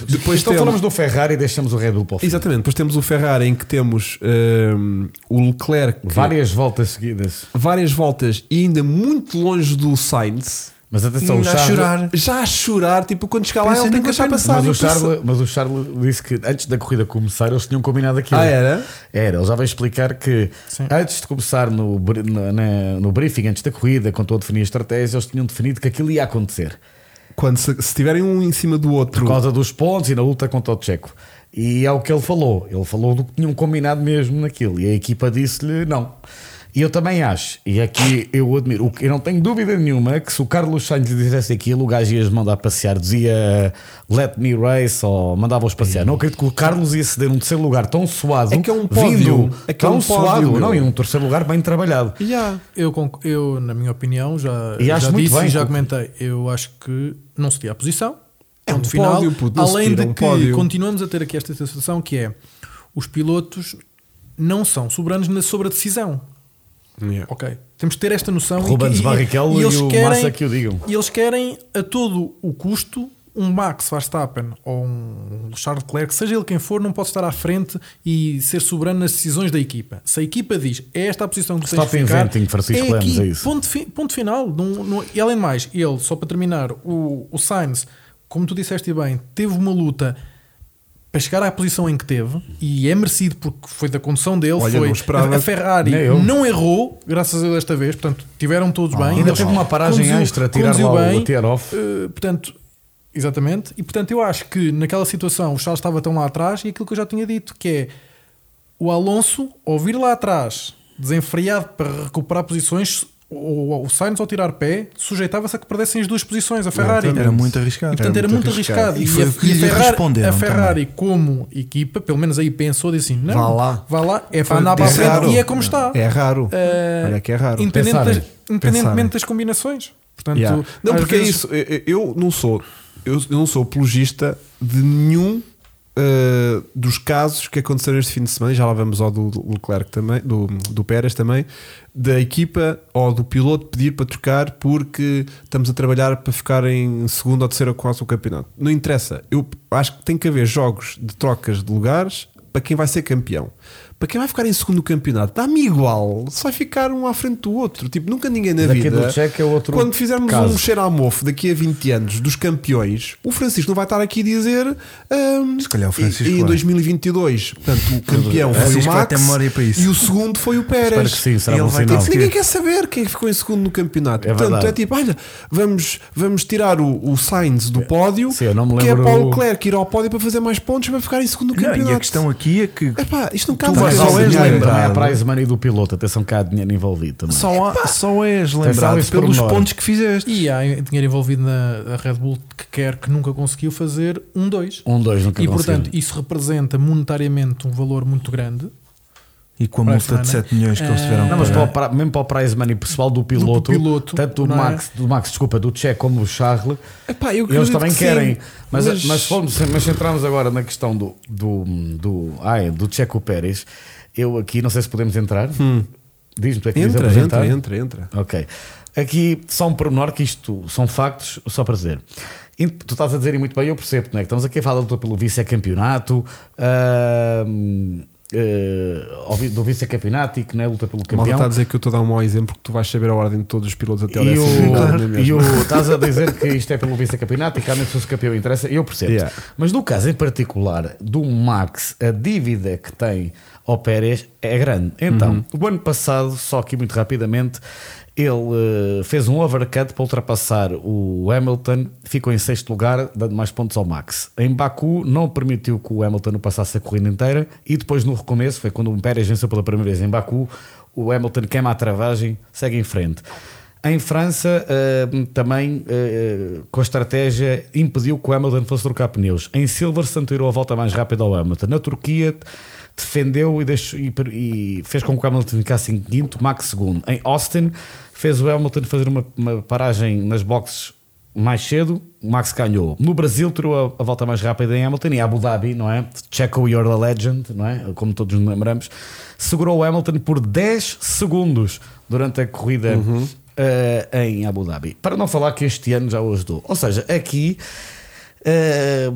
Depois então temos- falamos do Ferrari e deixamos o Red Bull para o fim. Exatamente, depois temos o Ferrari em que temos hum, o Leclerc Várias voltas seguidas. várias voltas e ainda muito longe do Sainz, Mas atenção, o Ainda a Charles, chorar. já a chorar, tipo quando chegar lá Pensa, ele tem que nunca deixar aprende. passar. mas, e o passa- Charles, mas o Charles disse que antes da corrida começar eles tinham combinado aquilo. Ah, era? Era, ele já veio explicar que antes de começar no, br- na- na- no briefing, antes da corrida, quando estou a definir a estratégia, eles tinham definido que aquilo ia acontecer Quando se, se tiverem um em cima do outro, por causa dos pontos e na luta contra o Checo. E é o que ele falou. Ele falou do que tinham combinado mesmo naquilo. E a equipa disse-lhe não. E eu também acho, e aqui eu admiro, o que- eu não tenho dúvida nenhuma que se o Carlos Sainz lhe dissesse aquilo, o gajo ia-os mandar passear, dizia let me race ou mandava-os passear. Não acredito que o Carlos ia ceder um terceiro lugar tão suado, É que é um pódio. vindo, É que é tão um pódio, suado, meu. não, e um terceiro lugar bem trabalhado. Yeah. Eu, conc- eu, na minha opinião, já, E acho já muito disse bem, e já Cuco. comentei. Eu acho que não se tira a posição. É ponto um pódio, puto, não se Além tira, de é um que pódio. continuamos a ter aqui esta sensação que é os pilotos não são soberanos na sobre a decisão. Yeah. Ok. Temos que ter esta noção. Rubens Barrichello e o Massa que o digam. E eles querem, a todo o custo, um Max Verstappen ou um Charles Leclerc, seja ele quem for, não pode estar à frente e ser soberano nas decisões da equipa. Se a equipa diz é esta a posição que tu tens Stop de ficar, inventing, Francisco é aqui, Lemos, é isso. Ponto, fi- ponto final. Não- não- e além de mais, ele, só para terminar, o, o Sainz, como tu disseste bem, teve uma luta para chegar à posição em que teve e é merecido porque foi da condução dele, Olha, foi não esperava. a Ferrari Nem eu. não errou, graças a Deus desta vez, portanto, tiveram todos bem. Ainda Eles- teve uma paragem conduziu- extra a tirar conduziu lá o- bem, a tirar off. eh, portanto, exatamente. E portanto, eu acho que naquela situação o Charles estava tão lá atrás e aquilo que eu já tinha dito, que é o Alonso ao vir lá atrás, desenfreado para recuperar posições, o, o Sainz ao tirar pé, sujeitava-se a que perdessem as duas posições, a Ferrari. Era muito arriscado. E portanto era, muito arriscado. E foi o que a, lhe a Ferrari, responderam a Ferrari como equipa, pelo menos aí pensou, disse assim: não, Vá lá. vá lá, é Foi- para andar para a frente pensaram. e é como está. É raro. Eh, Olha que é raro. Independente Pensaram. das- Pensaram. independentemente das combinações. Portanto, Yeah. Não, às porque é vezes- isso. Eu, eu- eu não sou, eu, eu não sou apologista de nenhum uh, dos casos que aconteceram este fim de semana, e já lá vamos ao do, do Leclerc também, do, do Pérez também, da equipa ou do piloto pedir para trocar porque estamos a trabalhar para ficar em segundo ou terceiro ou quase o campeonato. Não interessa. Eu acho que tem que haver jogos de trocas de lugares para quem vai ser campeão. Para quem vai ficar em segundo no campeonato, dá-me igual. Só vai ficar um à frente do outro. Tipo, nunca ninguém na Daqui vida. do Checo é outro quando fizermos caso. um cheiro a mofo daqui a 20 anos dos campeões, o Francisco não vai estar aqui a dizer. hum, Se calhar o Francisco E, e em vai. 2022, portanto, (laughs) o campeão foi o Francisco vai ter Max memória para isso. e o segundo foi o Pérez. Espero que sim, será Ele bom vai ter sinal. que Ninguém quer saber quem é ficou em segundo no campeonato. É Portanto, verdade. é tipo, olha, vamos, vamos tirar o, o Sainz do pódio, Sim, eu não me que é lembro- para o Leclerc ir ao pódio para fazer mais pontos para ficar em segundo no Não, campeonato. e a questão aqui é que Epá, isto não Tu cabe vais só ao é és dinheiro. lembrado. também a prize money do piloto. Atenção que há dinheiro envolvido também. só, há- só és lembrado esse pelos pormenor. pontos que fizeste. E há dinheiro envolvido na na Red Bull que quer que nunca conseguiu fazer um 2. Um, dois, nunca E conseguiram. portanto, isso representa monetariamente um valor muito grande. E com a Parece multa de não, né? 7 milhões que eles tiveram Ah, que Não, é. mas para o pagar. pra- mesmo para o prize money pessoal do piloto, piloto, tanto do não é? Max, do Max, desculpa, do Che como do Charles, Epá, eu eles acredito também que sim, querem. mas, mas... mas- fomos, mas centramos agora na questão do, do, do, ai, do Checo Pérez. Eu aqui, não sei se podemos entrar. Diz-me, tu é que queres Hum. Entra, apresentar? entra, entra, entra. Ok. Aqui só um pormenor que isto são factos, só para dizer. E Tu estás a dizer e muito bem, eu percebo, não é? Que Estamos aqui a falar da luta pelo vice-campeonato, ahm, eh, ao vi- do vice-campeonato e que não é luta pelo Malta está a campeão. dizer que eu estou a dar um mau exemplo porque tu vais saber a ordem de todos os pilotos até ao E décimo o, lugar, não é mesmo? e o- estás a dizer que isto é pelo vice-campeonato e que realmente se o campeão interessa, eu percebo. Yeah. Mas no caso em particular do Max, a dívida que tem ao Pérez é grande. Então, Uhum. o ano passado, só aqui muito rapidamente, ele eh, fez um overcut para ultrapassar o Hamilton, ficou em sexto lugar, dando mais pontos ao Max. Em Baku, não permitiu que o Hamilton o passasse a corrida inteira e depois no recomeço, foi quando o Pérez venceu pela primeira vez em Baku, o Hamilton queima a travagem, segue em frente. Em França, eh, também eh, com a estratégia, impediu que o Hamilton fosse trocar pneus. Em Silverstone, tirou a volta mais rápida ao Hamilton. Na Turquia, defendeu e, deixou, e, e fez com que o Hamilton ficasse em quinto, Max segundo. Em Austin, fez o Hamilton fazer uma, uma paragem nas boxes mais cedo, o Max ganhou. No Brasil, tirou a, a volta mais rápida em Hamilton e Abu Dhabi, não é? Checo, you're the legend, não é? Como todos nos lembramos. Segurou o Hamilton por 10 segundos durante a corrida eh, em Abu Dhabi. Para não falar que este ano já o ajudou. Ou seja, aqui eh,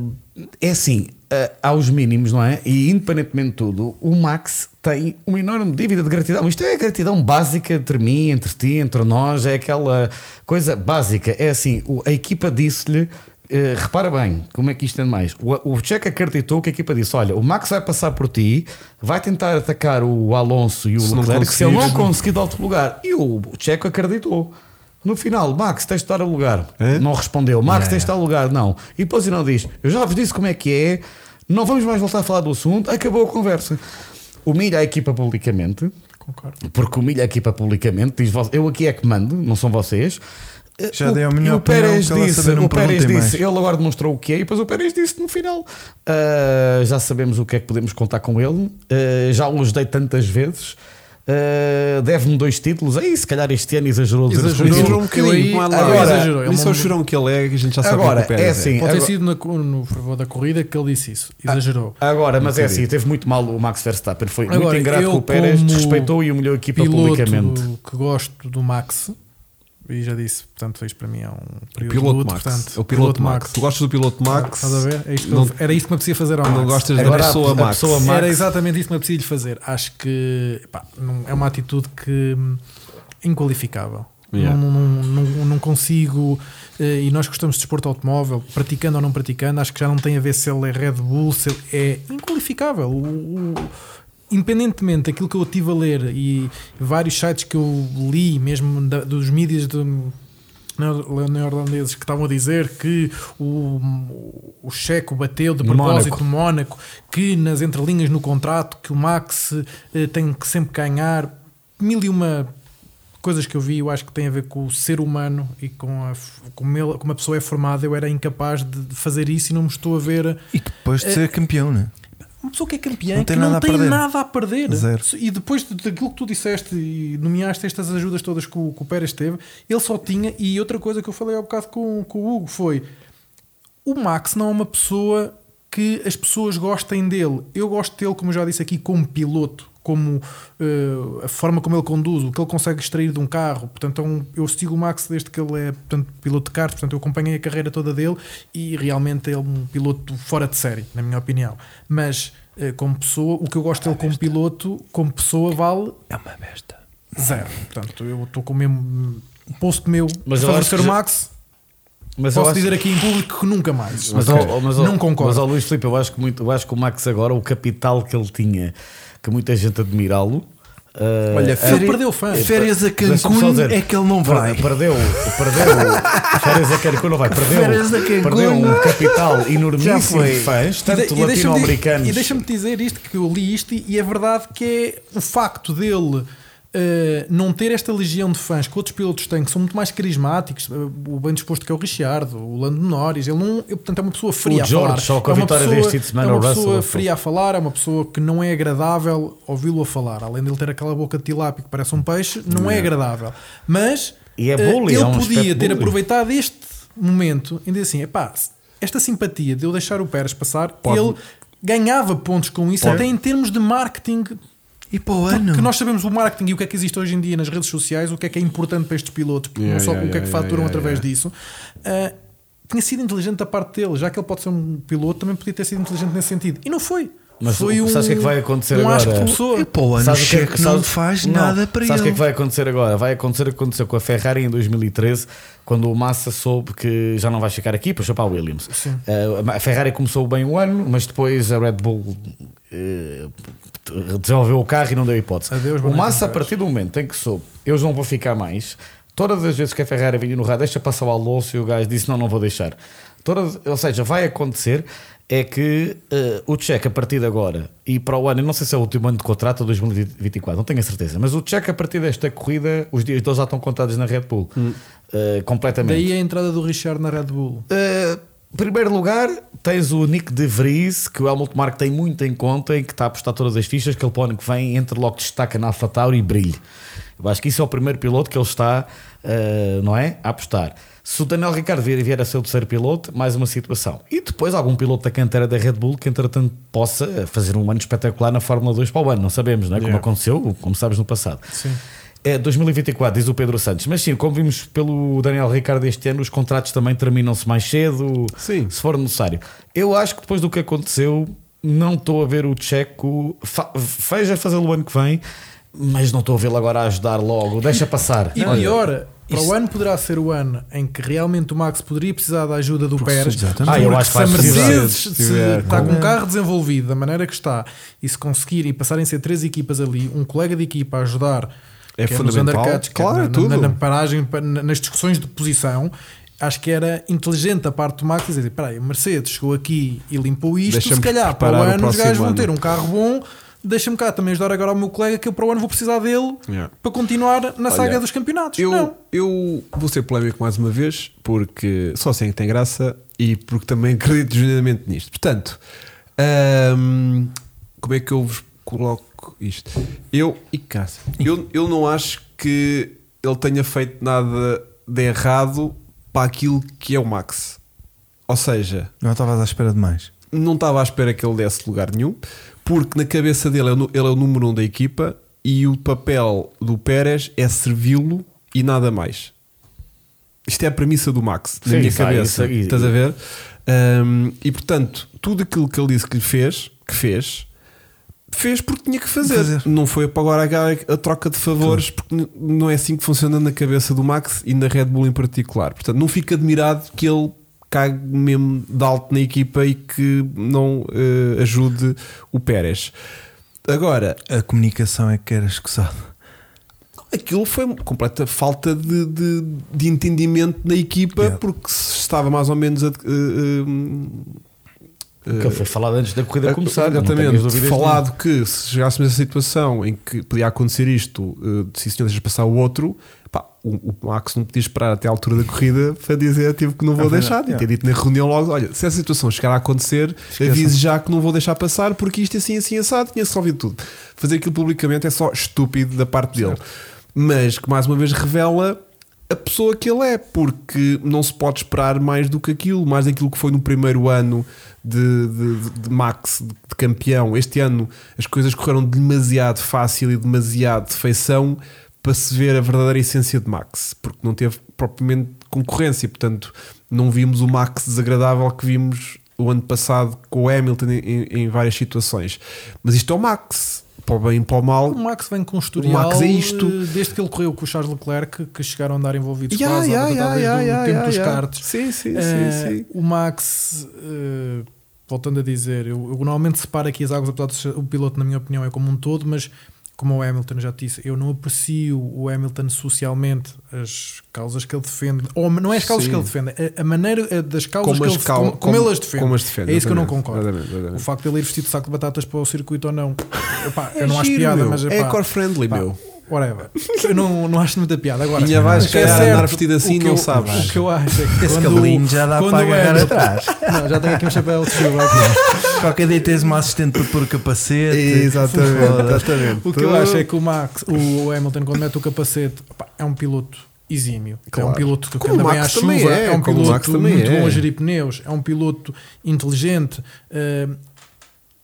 é assim, eh, há os mínimos, não é? E independentemente de tudo, o Max tem uma enorme dívida de gratidão. Isto é a gratidão básica entre mim, entre ti, entre nós, é aquela coisa básica. É assim, o- a equipa disse-lhe. eh, repara bem como é que isto é mais. O, o Checo acreditou que a equipa disse: Olha, o Max vai passar por ti, vai tentar atacar o Alonso e o Se não Leclerc. Se ele não conseguires, conseguir dar outro lugar. E o Checo acreditou. No final, Max, tens de dar a lugar. É? Não respondeu. Max, tens de dar a lugar. Não. E depois ele não diz. Eu já vos disse como é que é. Não vamos mais voltar a falar do assunto. Acabou a conversa. Humilha a equipa publicamente. Concordo. Porque humilha a equipa publicamente. Diz, "Vo- eu aqui é que mando, não são vocês. Já O- dei a e minha o opinião, Pérez que ela disse, saber, não o Pérez perguntem disse, mais. ele agora demonstrou o que é e depois o Pérez disse no final "Ah, já sabemos o que é que podemos contar com ele ah, já o ajudei tantas vezes ah, deve-me dois títulos aí se calhar este ano exagerou duas Exagerou vezes. um bocadinho. Eu aí- agora- exagerou. Isso é o churão que ele é, que a gente já sabe Agora, o que o Pérez é assim, Pode ter agora- sido na co- no favor da corrida que ele disse isso. Ah, Exagerou. Agora, mas é assim, teve muito mal o Max Verstappen. Foi muito Agora, ingrato eu com o Pérez, como desrespeitou e humilhou a equipa piloto publicamente. que gosto do Max e já disse, portanto, isto para mim é um O período piloto de luto, Max. portanto, É o piloto Max. Tu gostas do piloto Max? Estás a ver? É isto que Não- eu- era isto que me apetecia fazer ao Não Max. gostas da Agora, a- pessoa a Max? pessoa Max. Era exatamente isso que me apetecia lhe fazer. Acho que pá, não- é uma atitude que hum, inqualificável. Yeah. Não, não- não- não consigo, eh, e nós gostamos de desporto automóvel, praticando ou não praticando, acho que já não tem a ver se ele é Red Bull, se ele é inqualificável. O- o- independentemente daquilo que eu estive a ler e vários sites que eu li, mesmo da- dos mídias de, neo- neerlandeses que estavam a dizer que o, o Checo bateu de No propósito no Mónaco, que nas entrelinhas no contrato que o Max eh, tem que sempre ganhar mil e uma coisas que eu vi, eu acho que tem a ver com o ser humano e com a, f- como, ele, como a pessoa é formada, eu era incapaz de de fazer isso e não me estou a ver E depois de ser campeão, né? uma pessoa que é campeã Não que tem não nada a tem perder. nada a perder. Zero. E depois de- daquilo que tu disseste e nomeaste estas ajudas todas que o, que o Pérez teve, ele só tinha. E outra coisa que eu falei há bocado com, com o Hugo foi: o Max não é uma pessoa que as pessoas gostem dele. Eu gosto dele, como eu já disse aqui, como piloto, como eh, a forma como ele conduz, o que ele consegue extrair de um carro. Portanto, é um- eu sigo o Max desde que ele é portanto, piloto de kart, portanto, eu acompanhei a carreira toda dele e realmente ele é um piloto fora de série, na minha opinião. Mas, eh, como pessoa, o que eu gosto dele como piloto, como pessoa, vale É uma besta. zero. Portanto, eu estou com o mesmo posto meu Mas mas eu acho favorecer que o já- Max. Mas eu Posso acho- dizer aqui em público que nunca mais. Mas, ao, mas ao- não concordo. Mas ao Luís Filipe, eu acho que muito, eu acho que o Max agora, o capital que ele tinha, que muita gente admirá-lo. eh, Olha, eh, Ele perdeu fãs. Férias a deixa-me só Cancún dizer, é que ele não per- vai. Perdeu, perdeu. férias a Cancún não vai, perdeu. Férias a Cancún. Perdeu um capital enormíssimo foi. de fãs, E de- tanto e deixa-me latino-americanos. dizer- E deixa-me dizer isto: que eu li isto e é verdade que é o facto dele. eh, não ter esta legião de fãs que outros pilotos têm, que são muito mais carismáticos, eh, o bem disposto que é o Richardo, o Lando Norris, ele não, ele, portanto é uma pessoa fria O George, a falar. só com a é uma vitória pessoa, deste fim de semana, é o uma Russell pessoa foi. fria a falar, é uma pessoa que não é agradável ouvi-lo a falar, além dele ter aquela boca de tilápia que parece um peixe, não é agradável. Mas E é eh, bully, ele é um podia aspecto ter bully. aproveitado aproveitar este tá momento e dizer assim: epá, esta simpatia de eu deixar o Pérez passar, ele ganhava pontos com isso, até em termos de marketing. E para Ah, o ano. Porque Então, nós sabemos o marketing e o que é que existe hoje em dia nas redes sociais, o que é que é importante para estes pilotos, porque Yeah, não só yeah, o que é que yeah, faturam yeah, através yeah. disso. Ah, tinha sido inteligente da parte dele, já que ele pode ser um piloto, também podia ter sido inteligente nesse sentido. E não foi. Mas foi o- um. sabes o que é que vai acontecer um agora? asco de pessoa. E para o ano, o Sabes o que é Checo que- não sabes- faz não. nada para Sabes o que é ele. que vai acontecer agora? Vai acontecer o que aconteceu com a Ferrari em 2013, quando o Massa soube que já não vai ficar aqui, puxou para a Williams. Sim. Eh, a Ferrari começou bem o ano, mas depois a Red Bull eh, desenvolveu o carro e não deu hipótese. Adeus, o boa noite, Massa, a Ferrari. partir do momento em que soube, eu já não vou ficar mais. Todas as vezes que a Ferrari vinha no rádio, deixa passar o Alonso e o gajo disse: Não, não vou deixar. Todas, ou seja, vai acontecer é que eh, o Checo, a partir de agora e para o ano, eu não sei se é o último ano de contrato ou 2024, não tenho a certeza, mas o Checo, a partir desta corrida, os dias deles já estão contados na Red Bull Eh, completamente. Daí a entrada do Richard na Red Bull. Eh, primeiro lugar, tens o Nick de Vries, que o Helmut Mark tem muito em conta e que está a apostar todas as fichas, que ele põe que vem, entra logo, destaca na AlphaTauri e brilhe. Eu acho que isso é o primeiro piloto que ele está, eh, não é? A apostar. Se o Daniel Ricardo vier, vier a ser o terceiro piloto, mais uma situação. E depois algum piloto da canteira da Red Bull que, entretanto, possa fazer um ano espetacular na Fórmula 2 para o ano. Não sabemos, não é? Como Yeah. aconteceu, como sabes, no passado. É 2024, diz o Pedro Santos. Mas sim, como vimos pelo Daniel Ricardo este ano, os contratos também terminam-se mais cedo, Sim. se for necessário. Eu acho que depois do que aconteceu, não estou a ver o Checo. Fa veja fazê-lo o ano que vem, mas não estou a vê-lo agora a ajudar logo. Deixa passar. E Olha, pior, para isso- o ano poderá ser o ano em que realmente o Max poderia precisar da ajuda do Pérez. exatamente. Ah, eu porque acho que se a vai precisar. Mercedes Se se tiver está com com- um carro desenvolvido da maneira que está e se conseguirem passarem a ser três equipas ali, um colega de equipa a ajudar É quer fundamental. nos undercuts, quer Claro, na, é tudo. na- na paragem, pa- na- nas discussões de posição. Acho que era inteligente a parte do Max dizer: peraí, o Mercedes chegou aqui e limpou isto. Deixa-me se calhar para o preparar o ano os próximo gajos vão ano." ter um carro bom. Deixa-me cá também ajudar agora o meu colega que eu para o ano vou precisar dele Yeah. para continuar na saga dos campeonatos. Eu, Não. eu vou ser polémico mais uma vez, porque só assim é que tem graça e porque também (laughs) acredito genuinamente nisto. Portanto, hum, como é que eu vos coloco isto? Eu, e casa, eu, eu não acho que ele tenha feito nada de errado para aquilo que é o Max. Ou seja, Não estavas à espera de mais. não estava à espera que ele desse lugar nenhum, porque na cabeça dele é o nu- ele é o número um da equipa e o papel do Pérez é servi-lo e nada mais. Isto é a premissa do Max, na Sim, minha isso aí, cabeça. isso é- aí. estás a ver? Ahm, e portanto, tudo aquilo que ele disse que lhe fez, que fez, fez porque tinha que fazer. Fazer. Não foi para agora a, a troca de favores, porque n- não é assim que funciona na cabeça do Max e na Red Bull em particular. Portanto, não fico admirado que ele cague mesmo de alto na equipa e que não eh, ajude o Pérez. Agora, A comunicação é que era escusada. aquilo foi uma completa falta de, de, de entendimento na equipa, Yeah. porque se estava mais ou menos a. eh, eh, Que foi falado antes da eh, corrida Ah, começar. não Exatamente. tenhas dúvidas Falado que se chegássemos a essa situação em que podia acontecer isto, eh, se o senhor deixa passar o outro, pá, o, o Max não podia esperar até à altura da corrida para dizer tipo que não vou Ah, foi deixar. não. E ter dito na reunião logo: olha, se essa situação chegar a acontecer, Esqueçam. avise já que não vou deixar passar porque isto assim, assim, assado, tinha resolvido tudo. Fazer aquilo publicamente é só estúpido da parte dele. Mas que mais uma vez revela. A pessoa que ele é, porque não se pode esperar mais do que aquilo, mais daquilo que foi no primeiro ano de, de- de- de Max, de, de campeão. Este ano as coisas correram demasiado fácil e demasiado de feição para se ver a verdadeira essência de Max, porque não teve propriamente concorrência, portanto não vimos o Max desagradável que vimos o ano passado com o Hamilton em, em- em várias situações. Mas isto é o Max, para o bem e para o mal. O Max vem com um historial O Max é isto. eh, desde que ele correu com o Charles Leclerc que chegaram a andar envolvidos Ya, quase ya, yeah, ya, talvez ya, do ya, tempo ya, dos ya. cartes Sim, sim, Eh, sim, sim. o Max eh, voltando a dizer eu, eu normalmente separo aqui as águas apesar de ser- o piloto na minha opinião é como um todo mas como o Hamilton já te disse eu não aprecio o Hamilton socialmente as causas que ele defende ou não é as causas Sim. que ele defende a, a maneira eh, das causas Como que as ele, cau- como, como como- ele as defende como as defende, é isso que eu não exatamente, concordo exatamente, exatamente. o facto de ele ir vestido de saco de batatas para o circuito ou (laughs) não epá, eu não acho giro, piada meu. mas é epá, core friendly, Pá, meu. Whatever. Eu não, não acho muita piada. Agora, Ainda vais, o que é calhar, certo, andar vestido assim, o que não eu- sabes. O que eu acho é que Esse quando, cabelinho já dá quando para o agarrar Hamilton- atrás. Não, já tenho aqui um (laughs) chapéu de chuva. Qualquer dia tens uma assistente para pôr o capacete. É, Exatamente, exatamente. O que eu acho é que o Max, o Hamilton, quando mete o capacete, pá, é um piloto exímio. É Claro. um piloto que Como anda o bem à Max também chuva, é, é, um como o Max piloto também muito é. bom a gerir pneus, é um piloto inteligente. eh,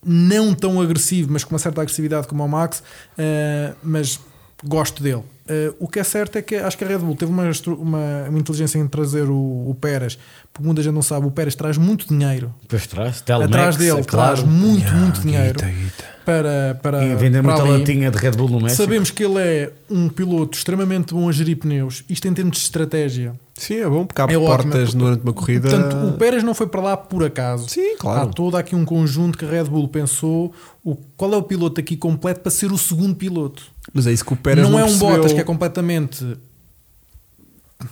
não tão agressivo, mas com uma certa agressividade como o Max, eh, mas gosto dele. Eh, o que é certo é que acho que a Red Bull teve uma, estru- uma- uma inteligência em trazer o, o Pérez, porque muita gente não sabe, o Pérez traz muito dinheiro Depois traz, Telmex, atrás dele, é claro. traz muito, Yeah, muito dinheiro guita, guita. para, para E vender para muita ali. latinha de Red Bull no assim? México. Sabemos que ele é um piloto extremamente bom a gerir pneus, isto em termos de estratégia. Sim, é bom porque há É ótimo, portas porque- durante uma corrida. Portanto, o Pérez não foi para lá por acaso. Sim, Há claro. todo aqui um conjunto que a Red Bull pensou o, qual é o piloto aqui completo para ser o segundo piloto. Mas é isso que o Pérez não, não, é um percebeu. Bottas que é completamente.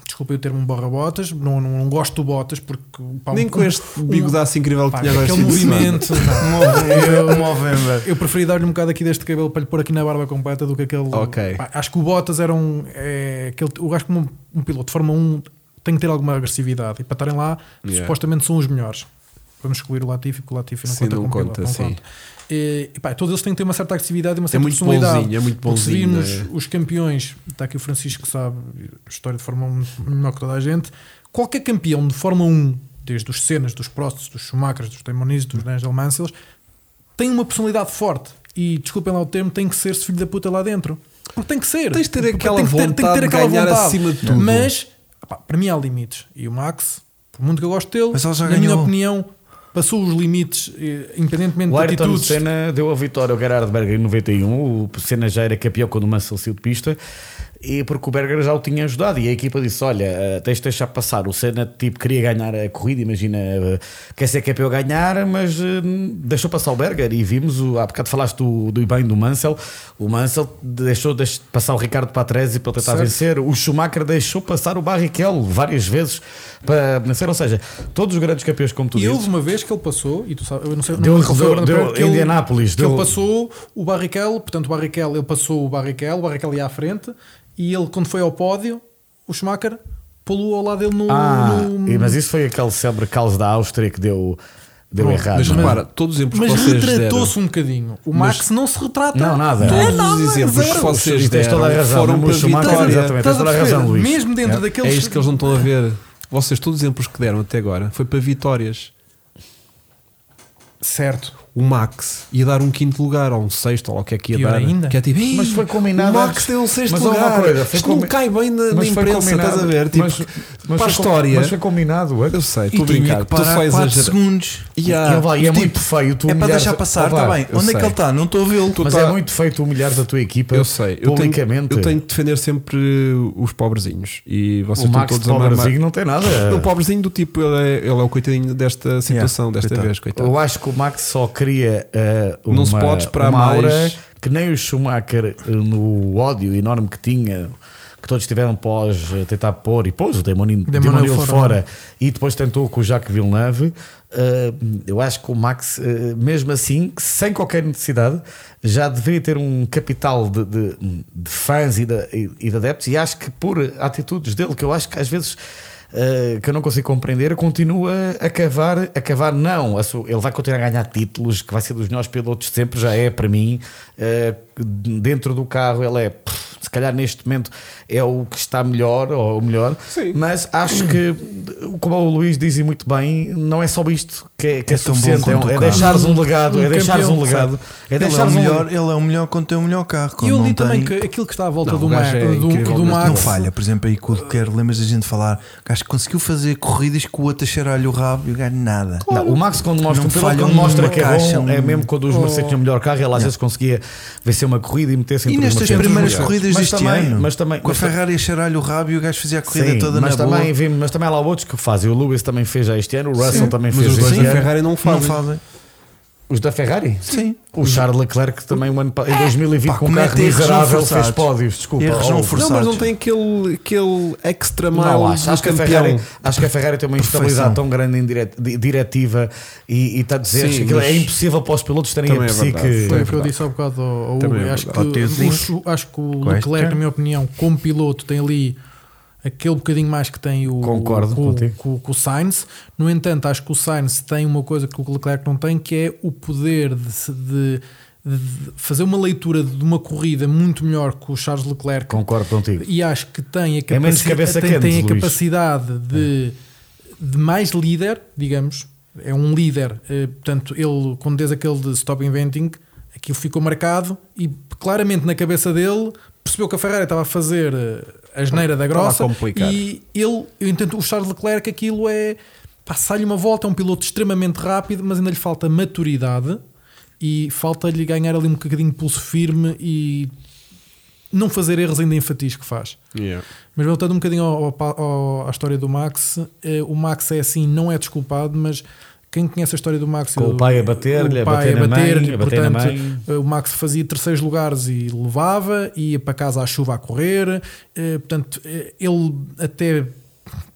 Desculpem o termo um borra Bottas, não, não, não gosto do Bottas porque pá, Nem um- com este (laughs) um- bigodaço incrível que pá, tinha agora aquele este fim de semana. movimento. não. Movember, (laughs) Movember. Eu preferi dar-lhe um bocado aqui deste cabelo para lhe pôr aqui na barba completa do que aquele. Ok. Pá, acho que o Bottas era um. É, aquele, eu acho que um, um piloto de Fórmula 1 tem que ter alguma agressividade. E para estarem lá, Yeah. supostamente são os melhores. Vamos excluir o Latifi, porque o Latifi não Sim, conta não como conta, piloto, não sim. conta. E, e pá, todos eles têm que ter uma certa agressividade e uma certa muito personalidade. bonzinho, é muito Porque se bonzinho, virmos é. os campeões, está aqui o Francisco que sabe história de Fórmula 1 melhor que toda a gente. Qualquer campeão de Fórmula 1, desde os Senas, dos Prosts, dos Schumachers, dos Taimonese, dos Nigel Mansell, tem uma personalidade forte. E desculpem lá o termo, tem que ser-se filho da puta lá dentro. Porque tem que ser. Tens de ter Porque aquela tem que ter- tem que ter vontade de aquela ganhar vontade. acima de tudo. Mas, pá, para mim há limites. E o Max, por muito que eu gosto dele, Mas ele já na ganhou. minha opinião, passou os limites, eh, independentemente O de Ayrton atitudes. Senna deu a vitória ao Gerhard Berger em 91. O Senna já era campeão quando o Mansell saiu de pista. E porque o Berger já o tinha ajudado. E a equipa disse: Olha, eh, tens de deixar passar. O Senna tipo, queria ganhar a corrida. Imagina, eh, quer ser campeão a ganhar, mas eh, deixou passar o Berger. E vimos, o, há bocado falaste do, do bem do Mansell. O Mansell deixou deix- passar o Ricardo Patrese para ele tentar Certo. vencer. O Schumacher deixou passar o Barrichello várias vezes para vencer. Ou seja, todos os grandes campeões, como tu E dizes. houve uma vez que ele passou, e tu sabes, eu não sei, Deu- não me recordo deu- agora no deu- prémio, que Indianápolis, ele, que deu- ele passou o Barrichello, portanto o Barrichello, ele passou o Barrichello, o Barrichello ia à frente, e ele quando foi ao pódio, o Schumacher pulou ao lado dele no... Ah, no- e- mas isso foi aquele célebre caos da Áustria que deu, deu Pronto, errado. Mas não é? repara, todos os exemplos Mas que vocês deram, retratou-se um bocadinho. O Max não se retrata. Não, nada. Todos Todos os exemplos que vocês E tens toda a deram razão, foram não para puxo mais, vitória. exatamente. Estás Tens toda a perceber? razão, Luís. Mesmo dentro É. daqueles. É isto que eles não estão a ver. Vocês, todos os exemplos que deram até agora foi para vitórias. Certo. O Max ia dar um quinto lugar ou um sexto, ou lá o que é que ia Pior dar. ainda. Que é tipo, "Ih, Mas foi combinado O Max antes." deu um sexto Mas houve uma lugar. coisa, foi Isto não combi- cai bem na, na Mas foi imprensa, combinado. estás a ver? Tipo, Mas- mas para a foi com- história. Mas foi combinado. é? Eu sei, ah, E estou a tinha brincar. que Tu só parar 4 exageras. segundos. Yeah. E vai, é Tipo, muito feio. Tu é para humilhares- deixar passar, Opa, está bem. Onde é eu sei. que ele Tipo, está? Não estou a vê-lo. Mas tá- é muito feio tu humilhares a tua equipa Eu sei, eu tenho, publicamente. eu tenho que defender sempre os pobrezinhos e vocês o estão Max todos a mamar. Pobrezinho não tem nada. O pobrezinho do tipo, ele é, ele é o coitadinho desta situação, desta coitado. vez, coitado. Eu acho que o Max só cria eh, uma, Não se pode esperar uma aura mais. que nem o Schumacher eh, no ódio enorme que tinha, que todos tiveram pós eh, tentar pôr e pôs o Demônio Damon Demônio Hill fora, fora, e depois tentou com o Jacques Villeneuve. eh, eu acho que o Max, eh, mesmo assim, que sem qualquer necessidade, já deveria ter um capital de, de- de fãs e de, e- e de adeptos. E acho que por atitudes dele, que eu acho que às vezes eh, que eu não consigo compreender, continua a cavar, a cavar não, a su- ele vai continuar a ganhar títulos, que vai ser dos melhores pilotos de sempre, já é para mim, eh, dentro do carro ele é, pff, se calhar neste momento é o que está melhor, ou o melhor, Sim. mas acho que, como o Luís diz e muito bem, não é só isto que é, que é É tão bom suficiente, é, quanto o é carro. deixares um legado, Um é deixares campeão, um legado, é Ele é, o deixares um melhor, legado. ele é o melhor quando tem o melhor carro. E Quando eu não li tem, também que aquilo que está à volta Não, do, o Ma gajo é do, incrível, do mas Max. Não falha, por exemplo, aí com o Quero lembras a gente falar que acho que conseguiu fazer corridas que o outro cheira-lhe o rabo e o gajo nada. Não, o Max quando mostra, Não o piloto falha quando mostra uma que é caixa, bom, é um- mesmo quando os Mercedes tinham o melhor carro, ele às vezes conseguia vencer uma corrida e meter-se E entre os nestas Mercedes. primeiras Mas corridas deste também- ano, mas também, com mas a Ferrari a cheirar-lhe o rabo e o gajo fazia a corrida Sim, toda mas na também, boa. vimos, mas também há lá outros que o fazem. O Lewis também fez já este ano, o Russell também Mas fez os dois este da ano. Ferrari não Não fazem. fazem. Os da Ferrari? Sim. O Charles Leclerc também um ano, pa- em 2020 É. Pá, com um comete carro erros não miserável fez forçados. pódios, desculpa. Erros não Oh, forçados. Não, mas não tem aquele, aquele extra mile Não, acho, do acho que a campeão. Ferrari, acho que a Ferrari tem uma instabilidade Perfeição. tão grande em dire- di- diretiva e, e está a dizer Sim, que aquilo é mas- impossível para os pilotos terem a Também é psique. verdade. Foi o que eu disse há bocado ao, ao Também Hugo. é acho, que, verdade. Ao tiozinho. o- acho que o Com Leclerc, esta. na minha opinião, como piloto, tem ali aquele bocadinho mais que tem o, Concordo com, contigo. com- com o Sainz. No entanto, acho que o Sainz tem uma coisa que o Leclerc não tem, que é o poder de, se- de- de fazer uma leitura de uma corrida muito melhor que o Charles Leclerc. Concordo contigo. E acho que tem a, É menos capaci- cabeça tem, quente, tem a Luís. capacidade de, de mais líder, digamos. É um líder. eh, Portanto, ele, quando diz aquele de Stop Inventing, aquilo ficou marcado e claramente na cabeça dele percebeu que a Ferrari estava a fazer eh, a geneira da Estava a grossa. complicar. E ele, eu entendo, o Charles Leclerc, aquilo é. pá, Sai-lhe uma volta, é um piloto extremamente rápido, mas ainda lhe falta maturidade e falta-lhe ganhar ali um bocadinho de pulso firme e não fazer erros ainda em fatias que faz. Yeah. Mas voltando um bocadinho ao- ao pa- ao- à história do Max, eh, o Max é assim, não é desculpado, mas quem conhece a história do Max Com o pai a bater-lhe, a o pai bater na mãe, bater-lhe, a bater na portanto, mãe. eh, o Max fazia terceiros lugares e levava, ia para casa à chuva a correr, eh, portanto, eh, ele até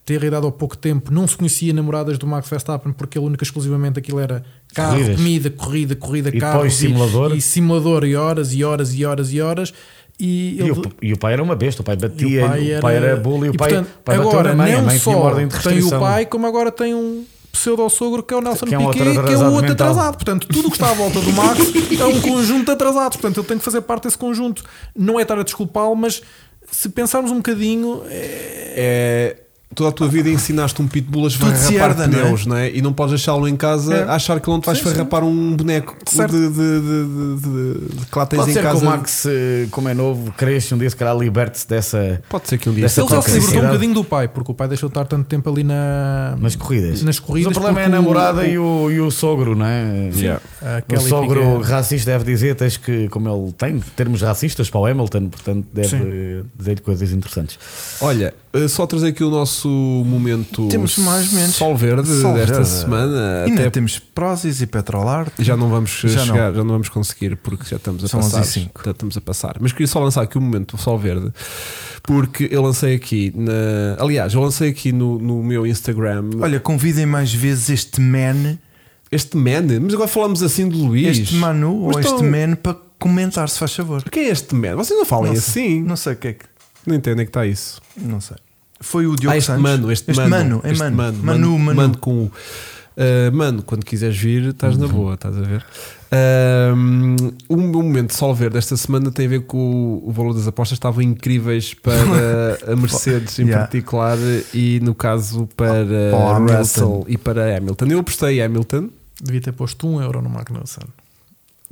ter idade há pouco tempo não se conhecia namoradas do Max Verstappen porque ele única e exclusivamente aquilo era carro, Corridas. comida, corrida, corrida, E carros pós-simulador. e, e simulador e horas e horas e horas e horas E, E ele, o, e o pai era uma besta, o pai batia, e o pai era bully, o pai, portanto, o pai bateu agora, na mãe, a não mãe só tinha uma ordem de tem o restrição. pai, como agora tem um pseudo-sogro que é o Nelson Que é um outro Piquet, que é o atrasado outro mental. atrasado. Portanto, tudo o que está à volta do Max é um conjunto de atrasados. Portanto, ele tem que fazer parte desse conjunto. Não é estar a desculpá-lo, mas se pensarmos um bocadinho, É, toda a tua vida ensinaste um pitbull a esfarrapar cerda, não é? pneus, não é? E não podes deixá-lo em casa É. a achar que ele não te vai Sim, sim. esfarrapar um boneco de, Certo. de, de- de- de- de- que lá tens Pode em ser casa. que o Max, eh, como é novo, cresça um dia, se calhar liberte-se dessa. Pode ser que um dia Dessa isso ele já toxicidade. se aconteça. libertou um bocadinho do pai, porque o pai deixou de estar tanto tempo ali na, nas corridas. nas corridas. Mas o problema é a porque namorada e, o, e o sogro, não é? Yeah. a O Kelly sogro Piquet. racista deve dizer, tens que, como ele tem termos racistas para o Hamilton, portanto deve eh, dizer-lhe coisas interessantes. Olha, eh, só trazer aqui o nosso momento Temos mais momentos. Sol Verde Sol desta verde. semana. Ainda Até temos Prozis e Petrolarte. já não vamos eh, Já chegar, não. já não vamos conseguir porque já estamos a São passar. 11 e cinco. Já estamos a passar. Mas queria só lançar aqui um momento do Sol Verde, porque eu lancei aqui na. Aliás, eu lancei aqui no, no meu Instagram Olha, convidem mais vezes este man, este man. Mas agora falamos assim de Luís. este Manu Mas ou este estão- man para comentar, se faz favor. Quem é este man? Vocês não falem Não sei- assim. Não, Não sei o que é que. entendem que está isso. Não sei. Foi o Diogo Ah, este Santos. mano, este, este mano, é este mano. mano, Manu, mano, Manu. mano com o. Ah, mano, quando quiseres vir, estás Uhum. na boa, estás a ver? Ah, o meu momento de sol verde esta semana tem a ver com o, o valor das apostas, estavam incríveis (laughs) para a Mercedes em Yeah. particular e, no caso, para Para o Hamilton. Russell e para Hamilton. Eu apostei Hamilton, Devia ter posto um euro no Magnussen.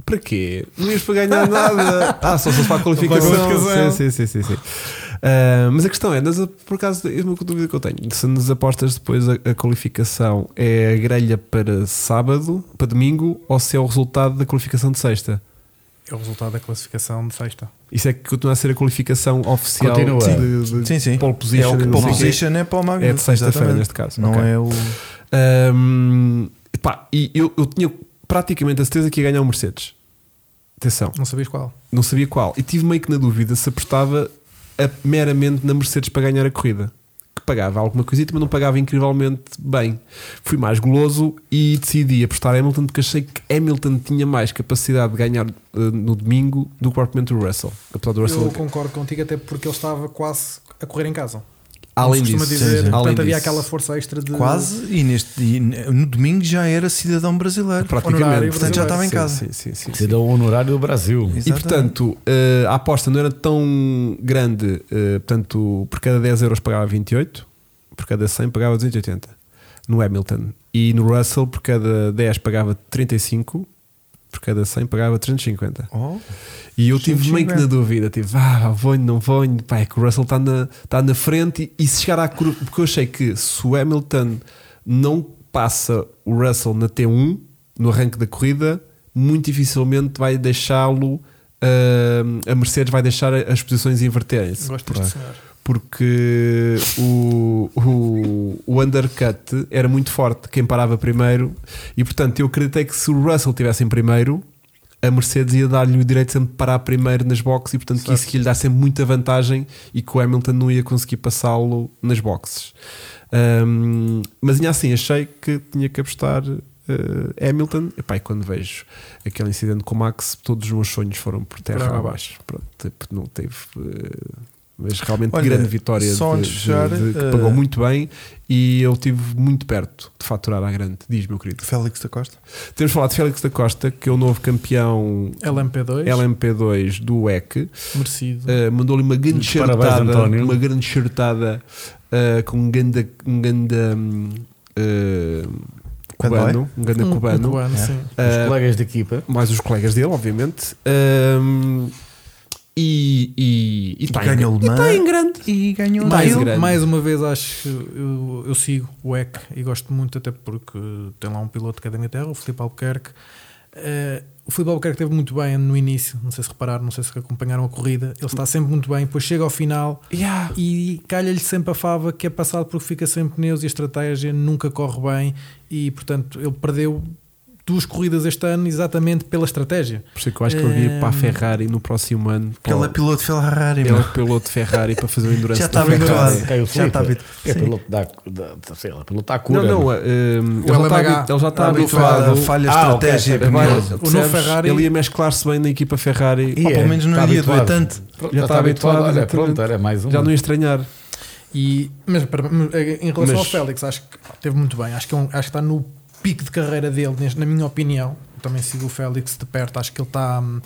Para quê? Não ias para ganhar nada. (laughs) ah, só se fosse para a qualificação. Para a qualificação. Sim, sim, sim, sim, sim. Ah, mas a questão é, nas, por acaso, é uma dúvida que eu tenho. Se nas apostas depois a, a qualificação é a grelha para sábado, para domingo, ou se é o resultado da qualificação de sexta? É o resultado da classificação de sexta. Isso é que continua a ser a qualificação oficial Continua. de, de Sim, sim. pole position. É o que não pole sei o quê. position é para o Magnussen. É de sexta-feira, exatamente. neste caso. Não Ok. é o. Ahm, pá, e eu, eu tinha praticamente a certeza que ia ganhar o Mercedes. Atenção. Não sabias qual? não sabia qual. E tive meio que na dúvida se apostava a- meramente na Mercedes para ganhar a corrida. Que pagava alguma coisita, mas não pagava incrivelmente bem. Fui mais goloso e decidi apostar a Hamilton porque achei que Hamilton tinha mais capacidade de ganhar eh, no domingo do que propriamente o Russell. Apesar do Russell. Eu concordo contigo, até porque ele estava quase a correr em casa. além Como se disso, costuma dizer, sim, sim. portanto além havia disso, aquela força extra de Quase, e, neste, e no domingo já era cidadão brasileiro. praticamente. honorário Portanto, já estava em Sim, casa. sim, sim, sim, sim. Ser o um honorário do Brasil. Exatamente. E portanto, eh, a aposta não era tão grande, eh, portanto, por cada 10 euros pagava 28, por cada 100 pagava 280 no Hamilton. E no Russell, por cada 10 pagava 35, por cada 100 pagava 350. Oh, E eu tive meio que na 350. dúvida, tive, ah, vou, não vou, pá, é que o Russell está na, está na frente e, e se chegar à curva, porque eu achei que se o Hamilton não passa o Russell na T1, no arranque da corrida, muito dificilmente vai deixá-lo, ah, a Mercedes vai deixar as posições inverterem-se Gosto deste senhor. porque o, o, o undercut era muito forte, quem parava primeiro, e portanto eu acreditei que se o Russell estivesse em primeiro, a Mercedes ia dar-lhe o direito de sempre de parar primeiro nas boxes, e portanto que isso que ia lhe dar sempre muita vantagem e que o Hamilton não ia conseguir passá-lo nas boxes. Ahm, mas ainda assim, achei que tinha que apostar. eh, Hamilton, Epá, e quando vejo aquele incidente com o Max, todos os meus sonhos foram por terra Por água abaixo. Pronto, tipo, não teve eh, mas realmente Olha, grande vitória só de, antes de fechar, de- de- que eh, pagou muito bem e eu estive muito perto de faturar à grande, diz meu querido. Félix da Costa. Temos falado de Félix da Costa, que é o novo campeão LMP2, LMP2 do EC, merecido. Eh, mandou-lhe uma grande Parabéns, chartada, António. uma grande chartada eh, com um grande, um grande hum, eh, cubano, um grande Um- um cubano, cubano, É. sim. Eh, Os colegas de equipa. mais os colegas dele, obviamente. Ahm, e, e, e tá em- ganha o e Le Mans. tá em grande. E um ganhou Mais um. eu, grande. mais uma vez, acho eu, eu sigo o EC e gosto muito, até porque tem lá um piloto que é da minha terra, o Filipe Albuquerque. Eh, o Filipe Albuquerque esteve muito bem no início, não sei se repararam, não sei se acompanharam a corrida. Ele está sempre muito bem, depois chega ao final um. Yeah. e calha-lhe sempre a fava que é passado porque fica sem pneus e a estratégia nunca corre bem e portanto ele perdeu duas corridas este ano exatamente pela estratégia. Por isso é que eu acho que ele ia para a Ferrari no próximo ano. Porque ele é piloto Ferrari, Ele é meu. o piloto de Ferrari para fazer o Endurance. Já do está Ferrari. habituado. Cai o Já está Felipe. habituado. É Sim. pelo da, da, sei lá, pelo da Não, cura. não, meu. eh, ele, O já LMH está, ele já está Tá habituado tá habituado. a falhas Ah, ok, estratégicas. Agora, meu. novo percebes? Ferrari- Ele ia mesclar-se bem na equipa Ferrari. E Pá, é, pelo menos Tá não está ia doer habituado. tanto. Pronto, já está habituado, Olha, exatamente. pronto, era mais um. Já não ia estranhar. E, mas para- em relação Mas- ao Félix, acho que teve muito bem. Acho que, é um- acho que está no pico de carreira dele, neste- na minha opinião. Eu também sigo o Félix de perto. Acho que ele está, hum,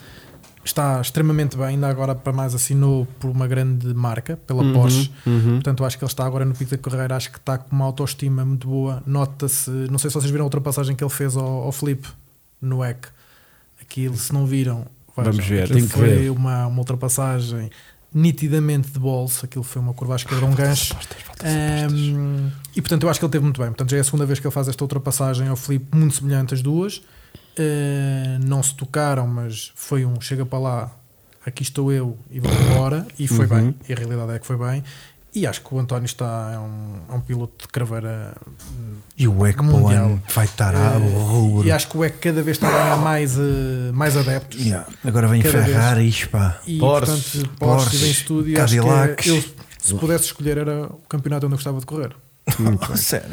está extremamente bem. Ainda agora, para mais, assinou por uma grande marca, pela Uhum, Porsche. Portanto, acho que ele está agora no pico da carreira. Acho que está com uma autoestima muito boa. Nota-se, não sei se vocês viram a ultrapassagem que ele fez ao, ao Felipe no EC. Aquilo, se não viram, vejam. Vamos ver. Aquilo Tenho que foi ver. Uma, uma ultrapassagem nitidamente de bolso. Aquilo foi uma curva à esquerda, um gancho. Ahm, e portanto, eu acho que ele teve muito bem. Portanto, já é a segunda vez que ele faz esta ultrapassagem ao Felipe, muito semelhante às duas. Ah, não se tocaram, mas foi um chega para lá, aqui estou eu e vou embora. E foi bem. E a realidade é que foi bem. E acho que o António está é um, é um piloto de craveira E o Eco para o Mundial. ano vai estar a horror. e acho que o EC cada vez está a ganhar mais, eh, mais adeptos. Yeah. Agora vem Cada vez. Ferrari, pá. E Porsche, portanto, Porsche, Porsche, vem estúdio. acho que é- Cadillacs. eu, se pudesse escolher, era o campeonato onde eu gostava de correr. (laughs) Sério.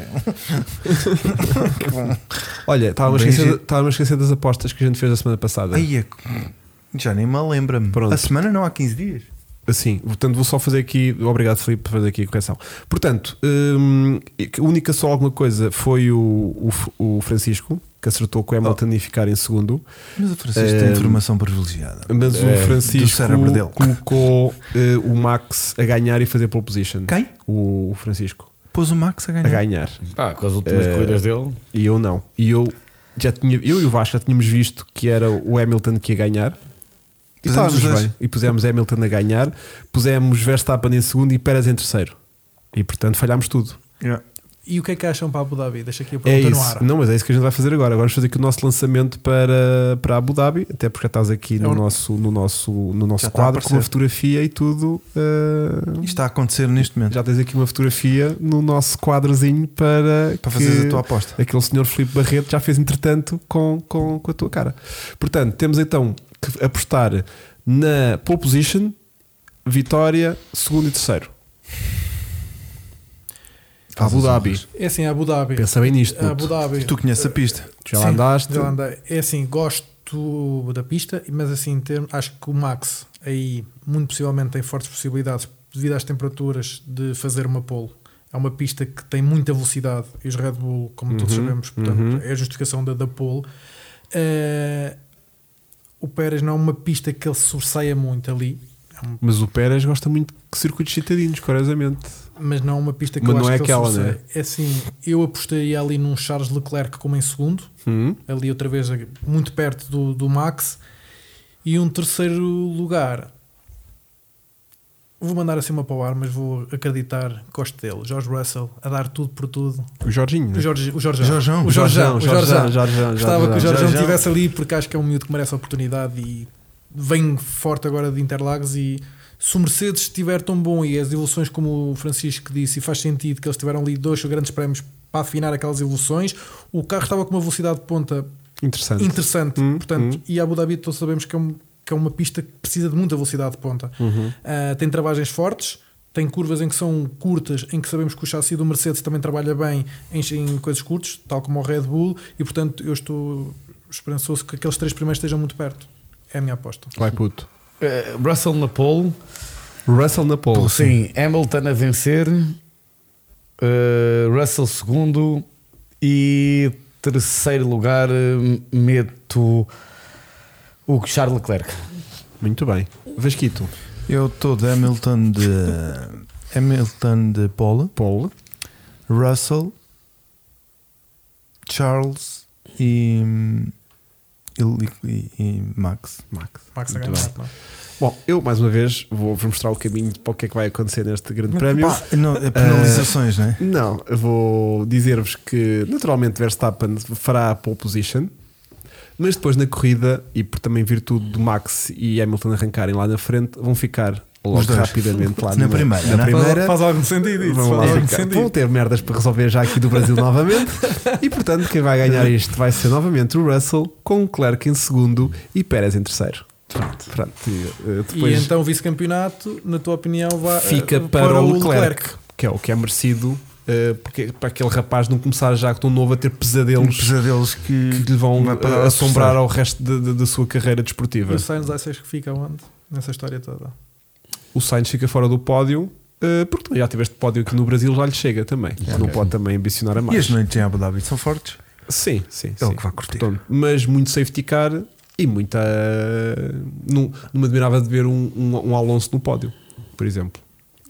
Olha, estava-me a, Bem esquecer- giro. estava-me a esquecer das apostas que a gente fez a semana passada. Aí é que- Já nem me lembra-me. Pronto. A semana não há 15 dias. Assim, portanto, vou só fazer aqui. Obrigado, Filipe, por fazer aqui a correção. Portanto, hum, a única só alguma coisa foi o, o, o Francisco, que acertou com o Hamilton e ficar em segundo. Mas o Francisco tem Eh, informação privilegiada. Mas É, o do Francisco cérebro dele. colocou eh, o Max a ganhar e fazer pole position. Quem? O, o Francisco. Pôs o Max a A ganhar. ganhar. Pá, com as últimas corridas dele. E eu não. E eu já tinha, eu e o Vasco já tínhamos visto que era o Hamilton que ia ganhar. E Pusemos estávamos os dois. bem. E pusemos Hamilton a ganhar, pusemos Verstappen em segundo e Pérez em terceiro. E portanto falhámos tudo. Yeah. E o que é que acham para Abu Dhabi? Deixa aqui a É pergunta no isso. ar. Não, mas é isso que a gente vai fazer agora. Agora vamos fazer aqui o nosso lançamento para, para Abu Dhabi, até porque já estás aqui no É um- nosso, no nosso, no nosso está a quadro com uma aparecer. fotografia e tudo. eh, Isto está a acontecer neste momento. já tens aqui uma fotografia no nosso quadrozinho para, Para que fazeres a tua aposta. Aquele senhor Filipe Barreto já fez entretanto com, com, com a tua cara. Portanto, temos então que apostar na pole position, vitória, segundo e terceiro. Faz Abu as Dhabi. honras. É assim, Abu Dhabi. Pensa bem nisto. Abu puto. Dhabi. Tu conheces a pista. Já lá Ah, Sim, andaste. já lá andei. É assim, gosto da pista, mas assim, em termos- acho que o Max aí muito possivelmente tem fortes possibilidades, devido às temperaturas, de fazer uma pole. É uma pista que tem muita velocidade e os Red Bull, como todos Uhum, sabemos, portanto, é a justificação da, da pole. Eh, o Pérez não é uma pista que ele sobressaia muito ali, é um- Mas o Pérez gosta muito de circuitos citadinos, curiosamente. mas não é uma pista que Mas eu não acho é que aquela, ele sobressaia. né? É assim, eu apostaria ali num Charles Leclerc como em segundo, Hum? ali outra vez muito perto do, do Max e um terceiro lugar vou mandar assim uma para o ar mas vou acreditar que gosto dele George Russell a dar tudo por tudo O Jorginho. né? o Jorge o Jorge Jorjão. o Jorjão o Jorjão Jorjão, gostava que o Jorjão. Jorge Jorjão. estivesse ali porque acho que é um miúdo que merece a oportunidade e vem forte agora de Interlagos e se o Mercedes estiver tão bom e as evoluções como o Francisco disse e faz sentido que eles tiveram ali dois grandes prémios para afinar aquelas evoluções o carro estava com uma velocidade de ponta Interessante. interessante. Hum, portanto, hum. e Abu Dhabi todos sabemos que é, um- que é uma pista que precisa de muita velocidade de ponta. Uhum. Ah, tem travagens fortes, tem curvas em que são curtas, em que sabemos que o chassi do Mercedes também trabalha bem em, em coisas curtas, tal como o Red Bull, e portanto eu estou esperançoso que aqueles três primeiros estejam muito perto. É a minha aposta. Vai puto. Eh, Russell na pole. Russell na pole. Sim, Hamilton a vencer. eh, Russell segundo. E terceiro lugar eh, meto o Charles Leclerc. Muito bem. Vasquito. Eu estou de Hamilton de. Hamilton de Paula, Pole. Russell, Charles e. e, e- e Max. Max. Max a Muito ganhar, bem. não é? Bom, eu mais uma vez vou vou mostrar o caminho para o que é que vai acontecer neste grande prémio. Pá, não, é penalizações, não é? Não, eu vou dizer-vos que naturalmente Verstappen fará a pole position, mas depois na corrida, e por também virtude do Max e Hamilton arrancarem lá na frente, vão ficar logo Os dois. rapidamente lá Na no- primeira, na não é? primeira. né? Faz, faz algum sentido isso. Vamos Faz lá algum ficar. sentido. Vão ter merdas para resolver já aqui do Brasil novamente. (laughs) E portanto, quem vai ganhar isto vai ser novamente o Russell, com o Clerc em segundo e Pérez em terceiro. Pronto. Pronto. E, eh, depois E então o vice-campeonato, na tua opinião, vai, eh, fica eh, para, o Leclerc, que é o que é merecido, eh, porque para aquele rapaz não começar já com um novo a ter Uns pesadelos É pesadelos que, que lhe vão Vai parar eh, de assombrar prestar. ao resto da- da- da sua carreira E desportiva. o Sainz achas que fica onde? Nessa história toda. o Sainz fica fora do pódio, eh, porque também já tiveste pódio aqui no Brasil, já lhe chega também. Não pode também ambicionar a E mais. as noites em Abu Dhabi são fortes. Sim, sim. É o sim. que vai curtir. Portanto, mas muito safety car e muita. Não, não me admirava de ver um, um, um Alonso no pódio, por exemplo.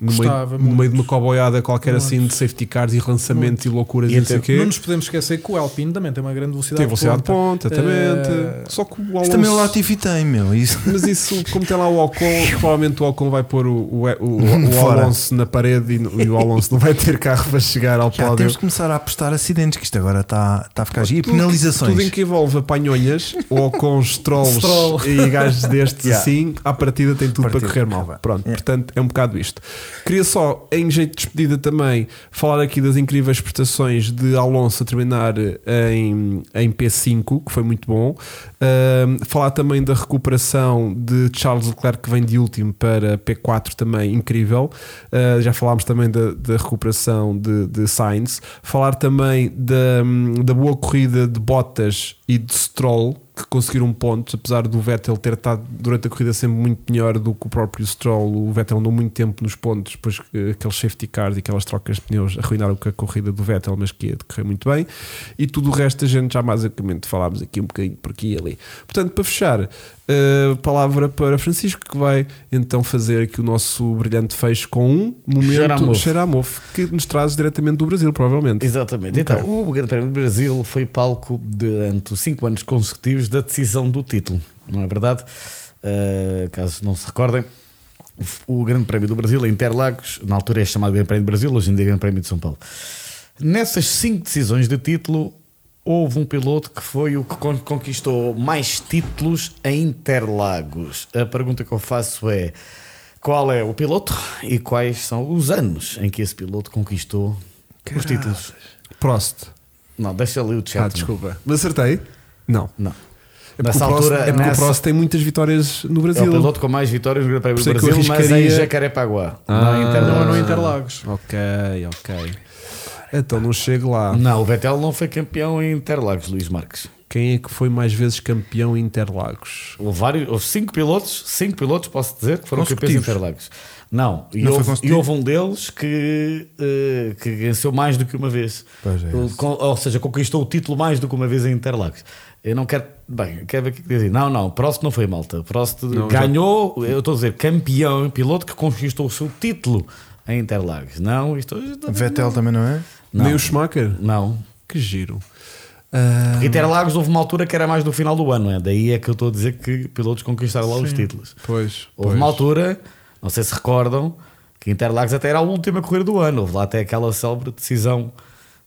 No Gostava meio, no meio muito. de uma coboiada qualquer Muito. assim de safety cars e lançamento e loucuras E e não sei o até- quê. Não nos podemos esquecer que o Alpine também tem uma grande velocidade. Tem velocidade de ponta. ponta, exatamente. Eh, Só que o Mas Alonso. também o Latifi tem, meu. Isso. (laughs) Mas isso, como tem lá o Ocon, provavelmente o Ocon vai pôr o, o, o, o Fora. Alonso na parede e, no- e o Alonso não vai ter carro para chegar ao Já pódio. temos de começar a apostar acidentes, que isto agora está, está a ficar giro. E Tudo que- penalizações. Tudo em que envolve apanhonhas, (laughs) Ocons, trolls Stroll. e gajos destes Yeah. assim, à partida tem tudo Partida. para correr mal. Pronto, portanto é um bocado isto. Queria só, em jeito de despedida também, falar aqui das incríveis prestações de Alonso a terminar eh, em, em P5, que foi muito bom. Ahm, falar também da recuperação de Charles Leclerc, que vem de último para P4, também incrível. Ah, já falámos também da, da recuperação de, de Sainz. Falar também da, hum, da boa corrida de Bottas e de Stroll que conseguiram pontos, apesar do Vettel ter estado durante a corrida sempre muito melhor do que o próprio Stroll. O Vettel andou muito tempo nos pontos, depois eh, aqueles safety cars e aquelas trocas de pneus arruinaram com a corrida do Vettel, mas que ia decorrer muito bem. E tudo o resto a gente já basicamente falámos aqui um bocadinho por aqui e ali. Portanto, para fechar, eh, palavra para Francisco, que vai então fazer aqui o nosso brilhante fecho com um Cheira a momento mofo. cheira a mofo, que nos traz diretamente do Brasil, provavelmente. Exatamente. Então, o Grande Prémio do Brasil foi palco durante os cinco anos consecutivos da decisão do título, não é verdade? Uh, caso não se recordem, o Grande Prémio do Brasil em Interlagos, na altura é chamado Grande Prémio do Brasil, hoje em dia é Grande Prémio de São Paulo. Nessas cinco decisões de título, houve um piloto que foi o que con- conquistou mais títulos em Interlagos. A pergunta que eu faço é: qual é o piloto e quais são os anos em que esse piloto conquistou os títulos? Prost. Não, deixa ali o chat. Ah, desculpa. Mas acertei? Não. Não. É porque, Nessa o Prost, altura, é porque nessa- o Prost tem muitas vitórias no É Brasil. o piloto com mais vitórias no Grande Por Prémio do isso é que Brasil, eu mas em arriscaria- Jacarepaguá. Ah. não, em Não, no Interlagos. Interlagos. Ok, ok. Então não chego lá. Não, o Vettel não foi campeão em Interlagos, Luís Marques. Quem é que foi mais vezes campeão em Interlagos? Houve, vários, houve cinco pilotos, cinco pilotos, posso dizer, que foram campeões Consecutivos. Interlagos. Não, e, Não foi houve, e consecutivo? houve um deles que, eh, que venceu mais do que uma vez. Pois é, Eh, con- ou seja, conquistou o título mais do que uma vez em Interlagos. Eu não quero. Bem, quero ver o que dizer. Não, não, Prost não foi malta. Prost ganhou, eu estou a dizer, campeão, piloto que conquistou o seu título em Interlagos. Não, isto. Vettel também não é? Não. Nem o Schumacher? Não. Que giro. Ah, Interlagos houve uma altura que era mais do final do ano, é? daí é que eu estou a dizer que pilotos conquistaram lá os títulos. pois. Houve pois. uma altura, não sei se recordam, que Interlagos até era a última corrida do ano. Houve lá até aquela célebre decisão,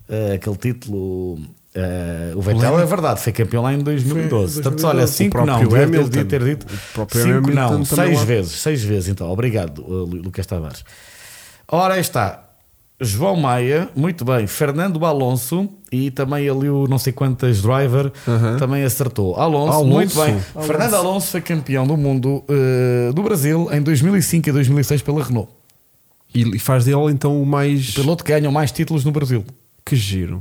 eh, aquele título. eh, o Vettel é verdade, foi campeão lá em 2012. Foi em Portanto, olha, 2012. cinco O não, próprio devia ter, Hamilton. devia ter dito O próprio cinco Hamilton não, também seis lá. vezes, seis vezes então. Obrigado, eh, Lu- Lucas Tavares. Ora, aí está. João Maia, muito bem. Fernando Alonso e também ali o não sei quantas driver também acertou. Alonso, Alonso. muito bem. Fernando Alonso foi campeão do mundo eh, do Brasil em 2005 e 2006 pela Renault. E e faz dele então o mais. Piloto que ganhou mais títulos no Brasil. Que giro.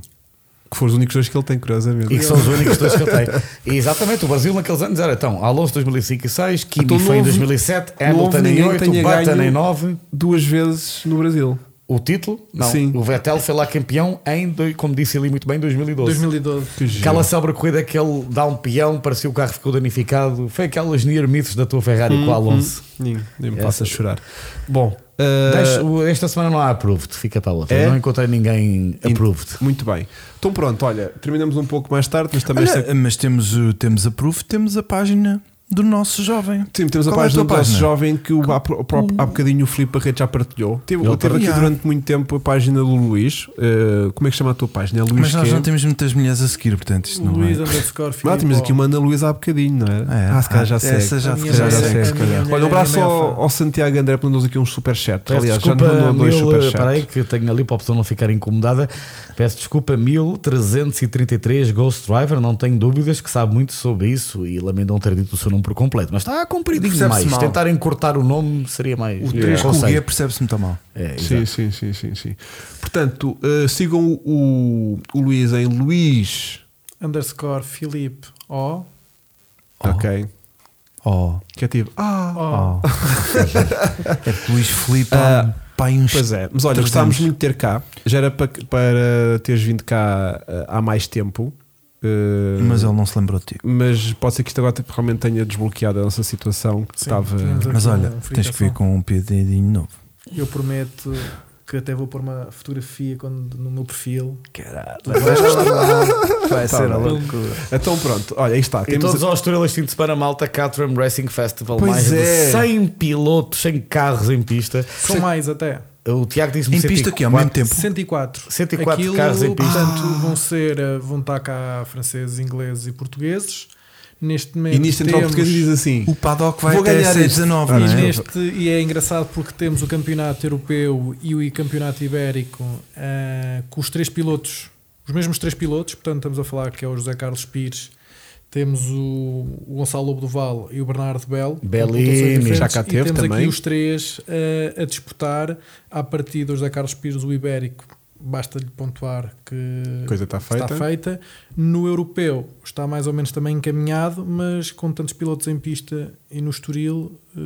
Que foram os únicos dois que ele tem, curiosamente. E que são os únicos dois que eu tenho. (laughs) E exatamente, o Brasil naqueles anos era então Alonso 2005 e 6, Kimi Então, não foi em houve- 2007, não houve Hamilton em ninguém 8, que tenha Button ganho- em 9. Duas vezes no Brasil. O título? Não. Sim. O Vettel foi lá campeão em, doi- como disse ali muito bem, 2012. 2012. Que giro. Aquela sobre corrida que ele dá um peão, parecia o carro ficou danificado. Foi aquelas near misses da tua Ferrari Hum, com o Alonso. Nem, nem me Essa- passa a chorar. Bom, ah, Deixa- o- esta semana não há approved, fica para a outra. É? Não encontrei ninguém approved. muito bem. Então pronto, olha, terminamos um pouco mais tarde, mas também esta- eh, Olha, mas temos, o- temos a proof, temos a página do nosso jovem. Sim, temos a Qual é a página tua do nosso página? jovem que o, há, pro- pro- há bocadinho o Filipe Barreto já partilhou. Teve, Ele teve aqui partilhou. durante muito tempo a página do Luís. Eh, como é que chama a tua página? É Luís Mas nós quê? não temos muitas mulheres a seguir, portanto, isto não Luís é. underscore Ah, temos Filipó. aqui uma Ana Luísa há bocadinho, não é? É, ah, se calhar já ah, segue. essa já- A se minha calhar mulher já é- segue, a se minha calhar. mulher Olha, um é abraço minha ao, fã. ao Santiago André por nos aqui uns superchats. Peço Aliás, já nos desculpa, mandou dois mil, superchats. espera aí, que eu tenho ali para a pessoa não ficar incomodada. Peço desculpa, 1333 Ghost Driver, não tenho dúvidas que sabe muito sobre isso e lamento não ter dito o seu nome por completo, mas está compridinho Percebe-se demais. mal. Tentar encurtar o nome seria mais. O 3 com o Conselho. G percebe-se muito mal. É, Sim, exato. sim, sim, sim, sim. Portanto, eh, sigam o, o Luís em Luís. Underscore Filipe O. Ok. Oh, Que é tipo. Ah, oh. é que Luís Filipe há Ah, um, pai uns. Pois é, mas olha, 300. gostávamos muito de ter cá. Já era para, para teres vindo cá eh, há mais tempo. eh, Mas ele não se lembrou de ti. mas pode ser que isto agora te- realmente tenha desbloqueado a nossa situação que Sim, estava. tínhamos Mas aqui olha, uma tens que vir fritação. com um pedidinho novo. Eu prometo que até vou pôr uma fotografia quando, no meu perfil. Caralho, Vai ser a loucura. Então pronto, olha, aí está. E Temos todos aos turelas fim de semana, malta, Caterham Racing Festival, Pois mais é. de 100 pilotos, 100 carros em pista. São mais até. O Tiago disse-me Em pista é? aqui ao 104. mesmo tempo. 104. 104 carros em pista. Portanto, vão ser, eh, vão estar cá franceses, ingleses e portugueses. Neste momento. e nisto entra o temos, português e diz assim: O paddock vai Vou até ganhar isto. 19, Ah, não e, é? neste, e é engraçado porque temos o campeonato europeu e o campeonato ibérico eh, com os três pilotos, os mesmos três pilotos, portanto estamos a falar que é o José Carlos Pires, temos o, o Gonçalo Lobo do Val e o Bernardo Belo. Bellini, com pontuações diferentes, já cá e teve temos também. aqui os três eh, a disputar à partida o José Carlos Pires, o ibérico, basta-lhe pontuar que Coisa está feita. está feita. No europeu está mais ou menos também encaminhado, mas com tantos pilotos em pista e no Estoril, eh,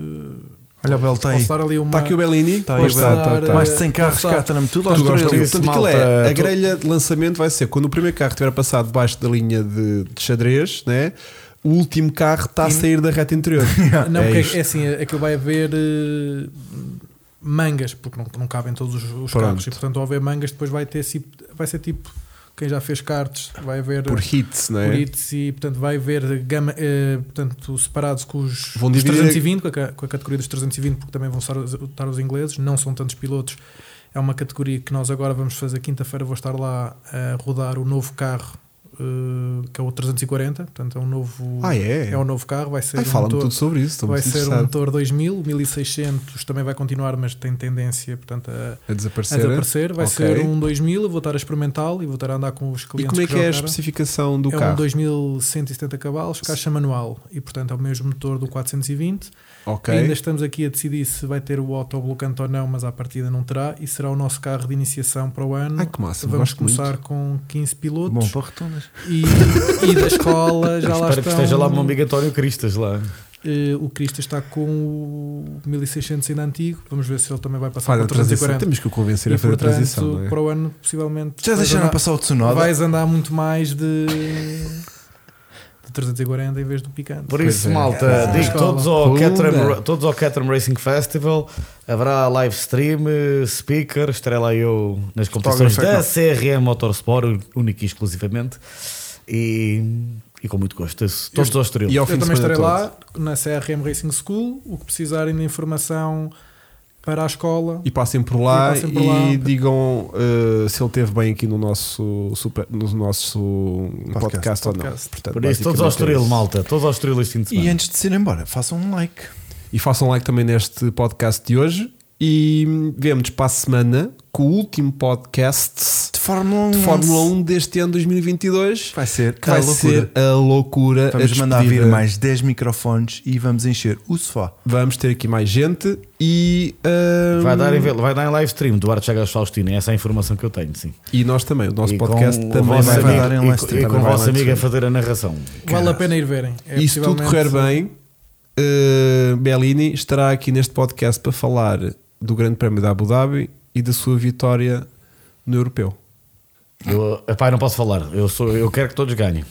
Olha o Belo está aí. posso dar ali uma. Está Tá aqui o Bellini. Está aí, Posso Belo. dar, eh, Mais de 100 carros, posso dar- cata-me tudo aos Tu gostas três. disso, disso, Portanto, aquilo malta? é, a Tu- grelha de lançamento vai ser quando o primeiro carro tiver passado debaixo da linha de, de xadrez, né? o último carro está a sair da reta (laughs) interior. Não, É porque isto. é, assim, aquilo vai haver eh, mangas, porque não, não cabem todos os, os Pronto. carros, e portanto, ao haver mangas, depois vai, ter, si- vai ser tipo quem já fez karts, vai haver. Por hits, né? é- por hits e portanto vai haver gama, eh, portanto, separados com os, Vão os dividir- 320, com a, ca- com a categoria dos 320, porque também vão estar os, estar os ingleses, não são tantos pilotos. É uma categoria que nós agora vamos fazer quinta-feira. Vou estar lá a rodar o novo carro eh, que é o 340, portanto é um novo, Ah, é? é um novo carro. Vai ser Ai, um fala-me motor- tudo sobre isso. Estou vai muito ser um interessado. motor 2000, 1600 também vai continuar, mas tem tendência, portanto, a, a a desaparecer. desaparecer. Vai Ok. ser um 2000. Eu vou estar a experimentá-lo e vou estar a andar com os E clientes. como é que já é a rodaram especificação do é um carro? 2170 cavalos, caixa manual e portanto é o mesmo motor do 420. Ok. Ainda estamos aqui a decidir se vai ter o autoblocante ou não, mas à partida não terá e será o nosso carro de iniciação para o ano. Ai, que massa, Vamos gosto começar muito. com 15 Bom pilotos para rotundas. e, e (laughs) da escola já lá Espero que estão. esteja um- lá o meu amigo António Cristas lá. eh, o Cristo está com o 1600 ainda antigo. Vamos ver se ele também vai passar Faz para o a transição. 340. Temos que o convencer E a fazer a transição. portanto, não é? para o ano possivelmente Já vais deixaram andar- passar o Tsunoda? vais andar muito mais de, de 340 em vez do picante. Por Pois isso, é. malta, É. digo todos ao, Pumba. Caterham, todos ao Caterham Racing Festival. Haverá live stream, eh, speaker, estarei lá eu nas competições da CRM Motorsport, única e exclusivamente. E, e com muito gosto. Todos aos trilhos. E é ao fim Eu de também semana estarei todo. lá na CRM Racing School. O que precisarem de informação para a escola, E passem por lá e, E passem por lá. digam eh, se ele esteve bem aqui no nosso, super- no nosso podcast, ou não. Podcast. Portanto, Por isso, todos basicamente ao é Estoril, isso. malta. Todos ao Estoril este fim de E semana. antes de se ir embora, façam um like. E façam like também neste podcast de hoje. E vemos para a semana com o último podcast De Fórmula 1. de Fórmula 1 deste ano 2022. Vai ser Que vai a loucura. ser a loucura. Vamos a mandar vir despedida. mais 10 microfones e vamos encher o sofá. Vamos ter aqui mais gente e. ehm, ahm, Vai dar, em, vai dar em live stream Duarte Chagas Faustino. Essa é a informação que eu tenho, sim. E nós também. O nosso E com podcast o também vosso vai amigo- dar em e live co- stream. E com Também o vai vosso live amigo a stream. fazer a narração. vale a pena ir verem. É E se tudo correr possivelmente- bem, eh, Bellini estará aqui neste podcast para falar do Grande Prémio da Abu Dhabi e da sua vitória no Europeu. Eu, epá, eu não posso falar. Eu, sou, eu quero que todos ganhem.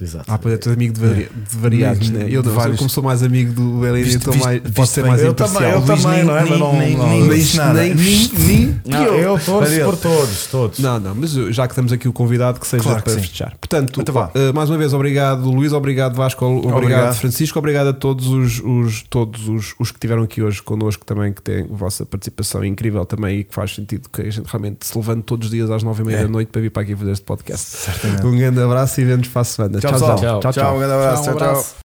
Exato. Ah, pois é, tu és amigo de, vari... de variados, né? Eu, De não, eu vários. como sou mais amigo do Bellerin, Viste- então viste- mais, posso viste ser bem. mais eu imparcial. também, eu Luís, também, nem- não é? nem- Mas não- nem- não- nem- nem- não- Mas nada. nem- nem- Não, eu torço por todos, todos. Não, não, mas eu- já que temos aqui o convidado, que seja Claro que para sim. fechar. Portanto, Então vá. eh, mais uma vez, obrigado Luís, obrigado Vasco, obrigado, Obrigado. Francisco, obrigado a todos os, os- todos os, os que estiveram aqui hoje connosco também, que têm a vossa participação incrível também e que faz sentido que a gente realmente se levante todos os dias às nove e meia É. da noite para vir para aqui fazer este podcast. Certamente. Um grande abraço e vemos para a semana. Tchau, pessoal. tchau. Tchau, um grande Tchau, abraço. um Tchau, tchau. abraço.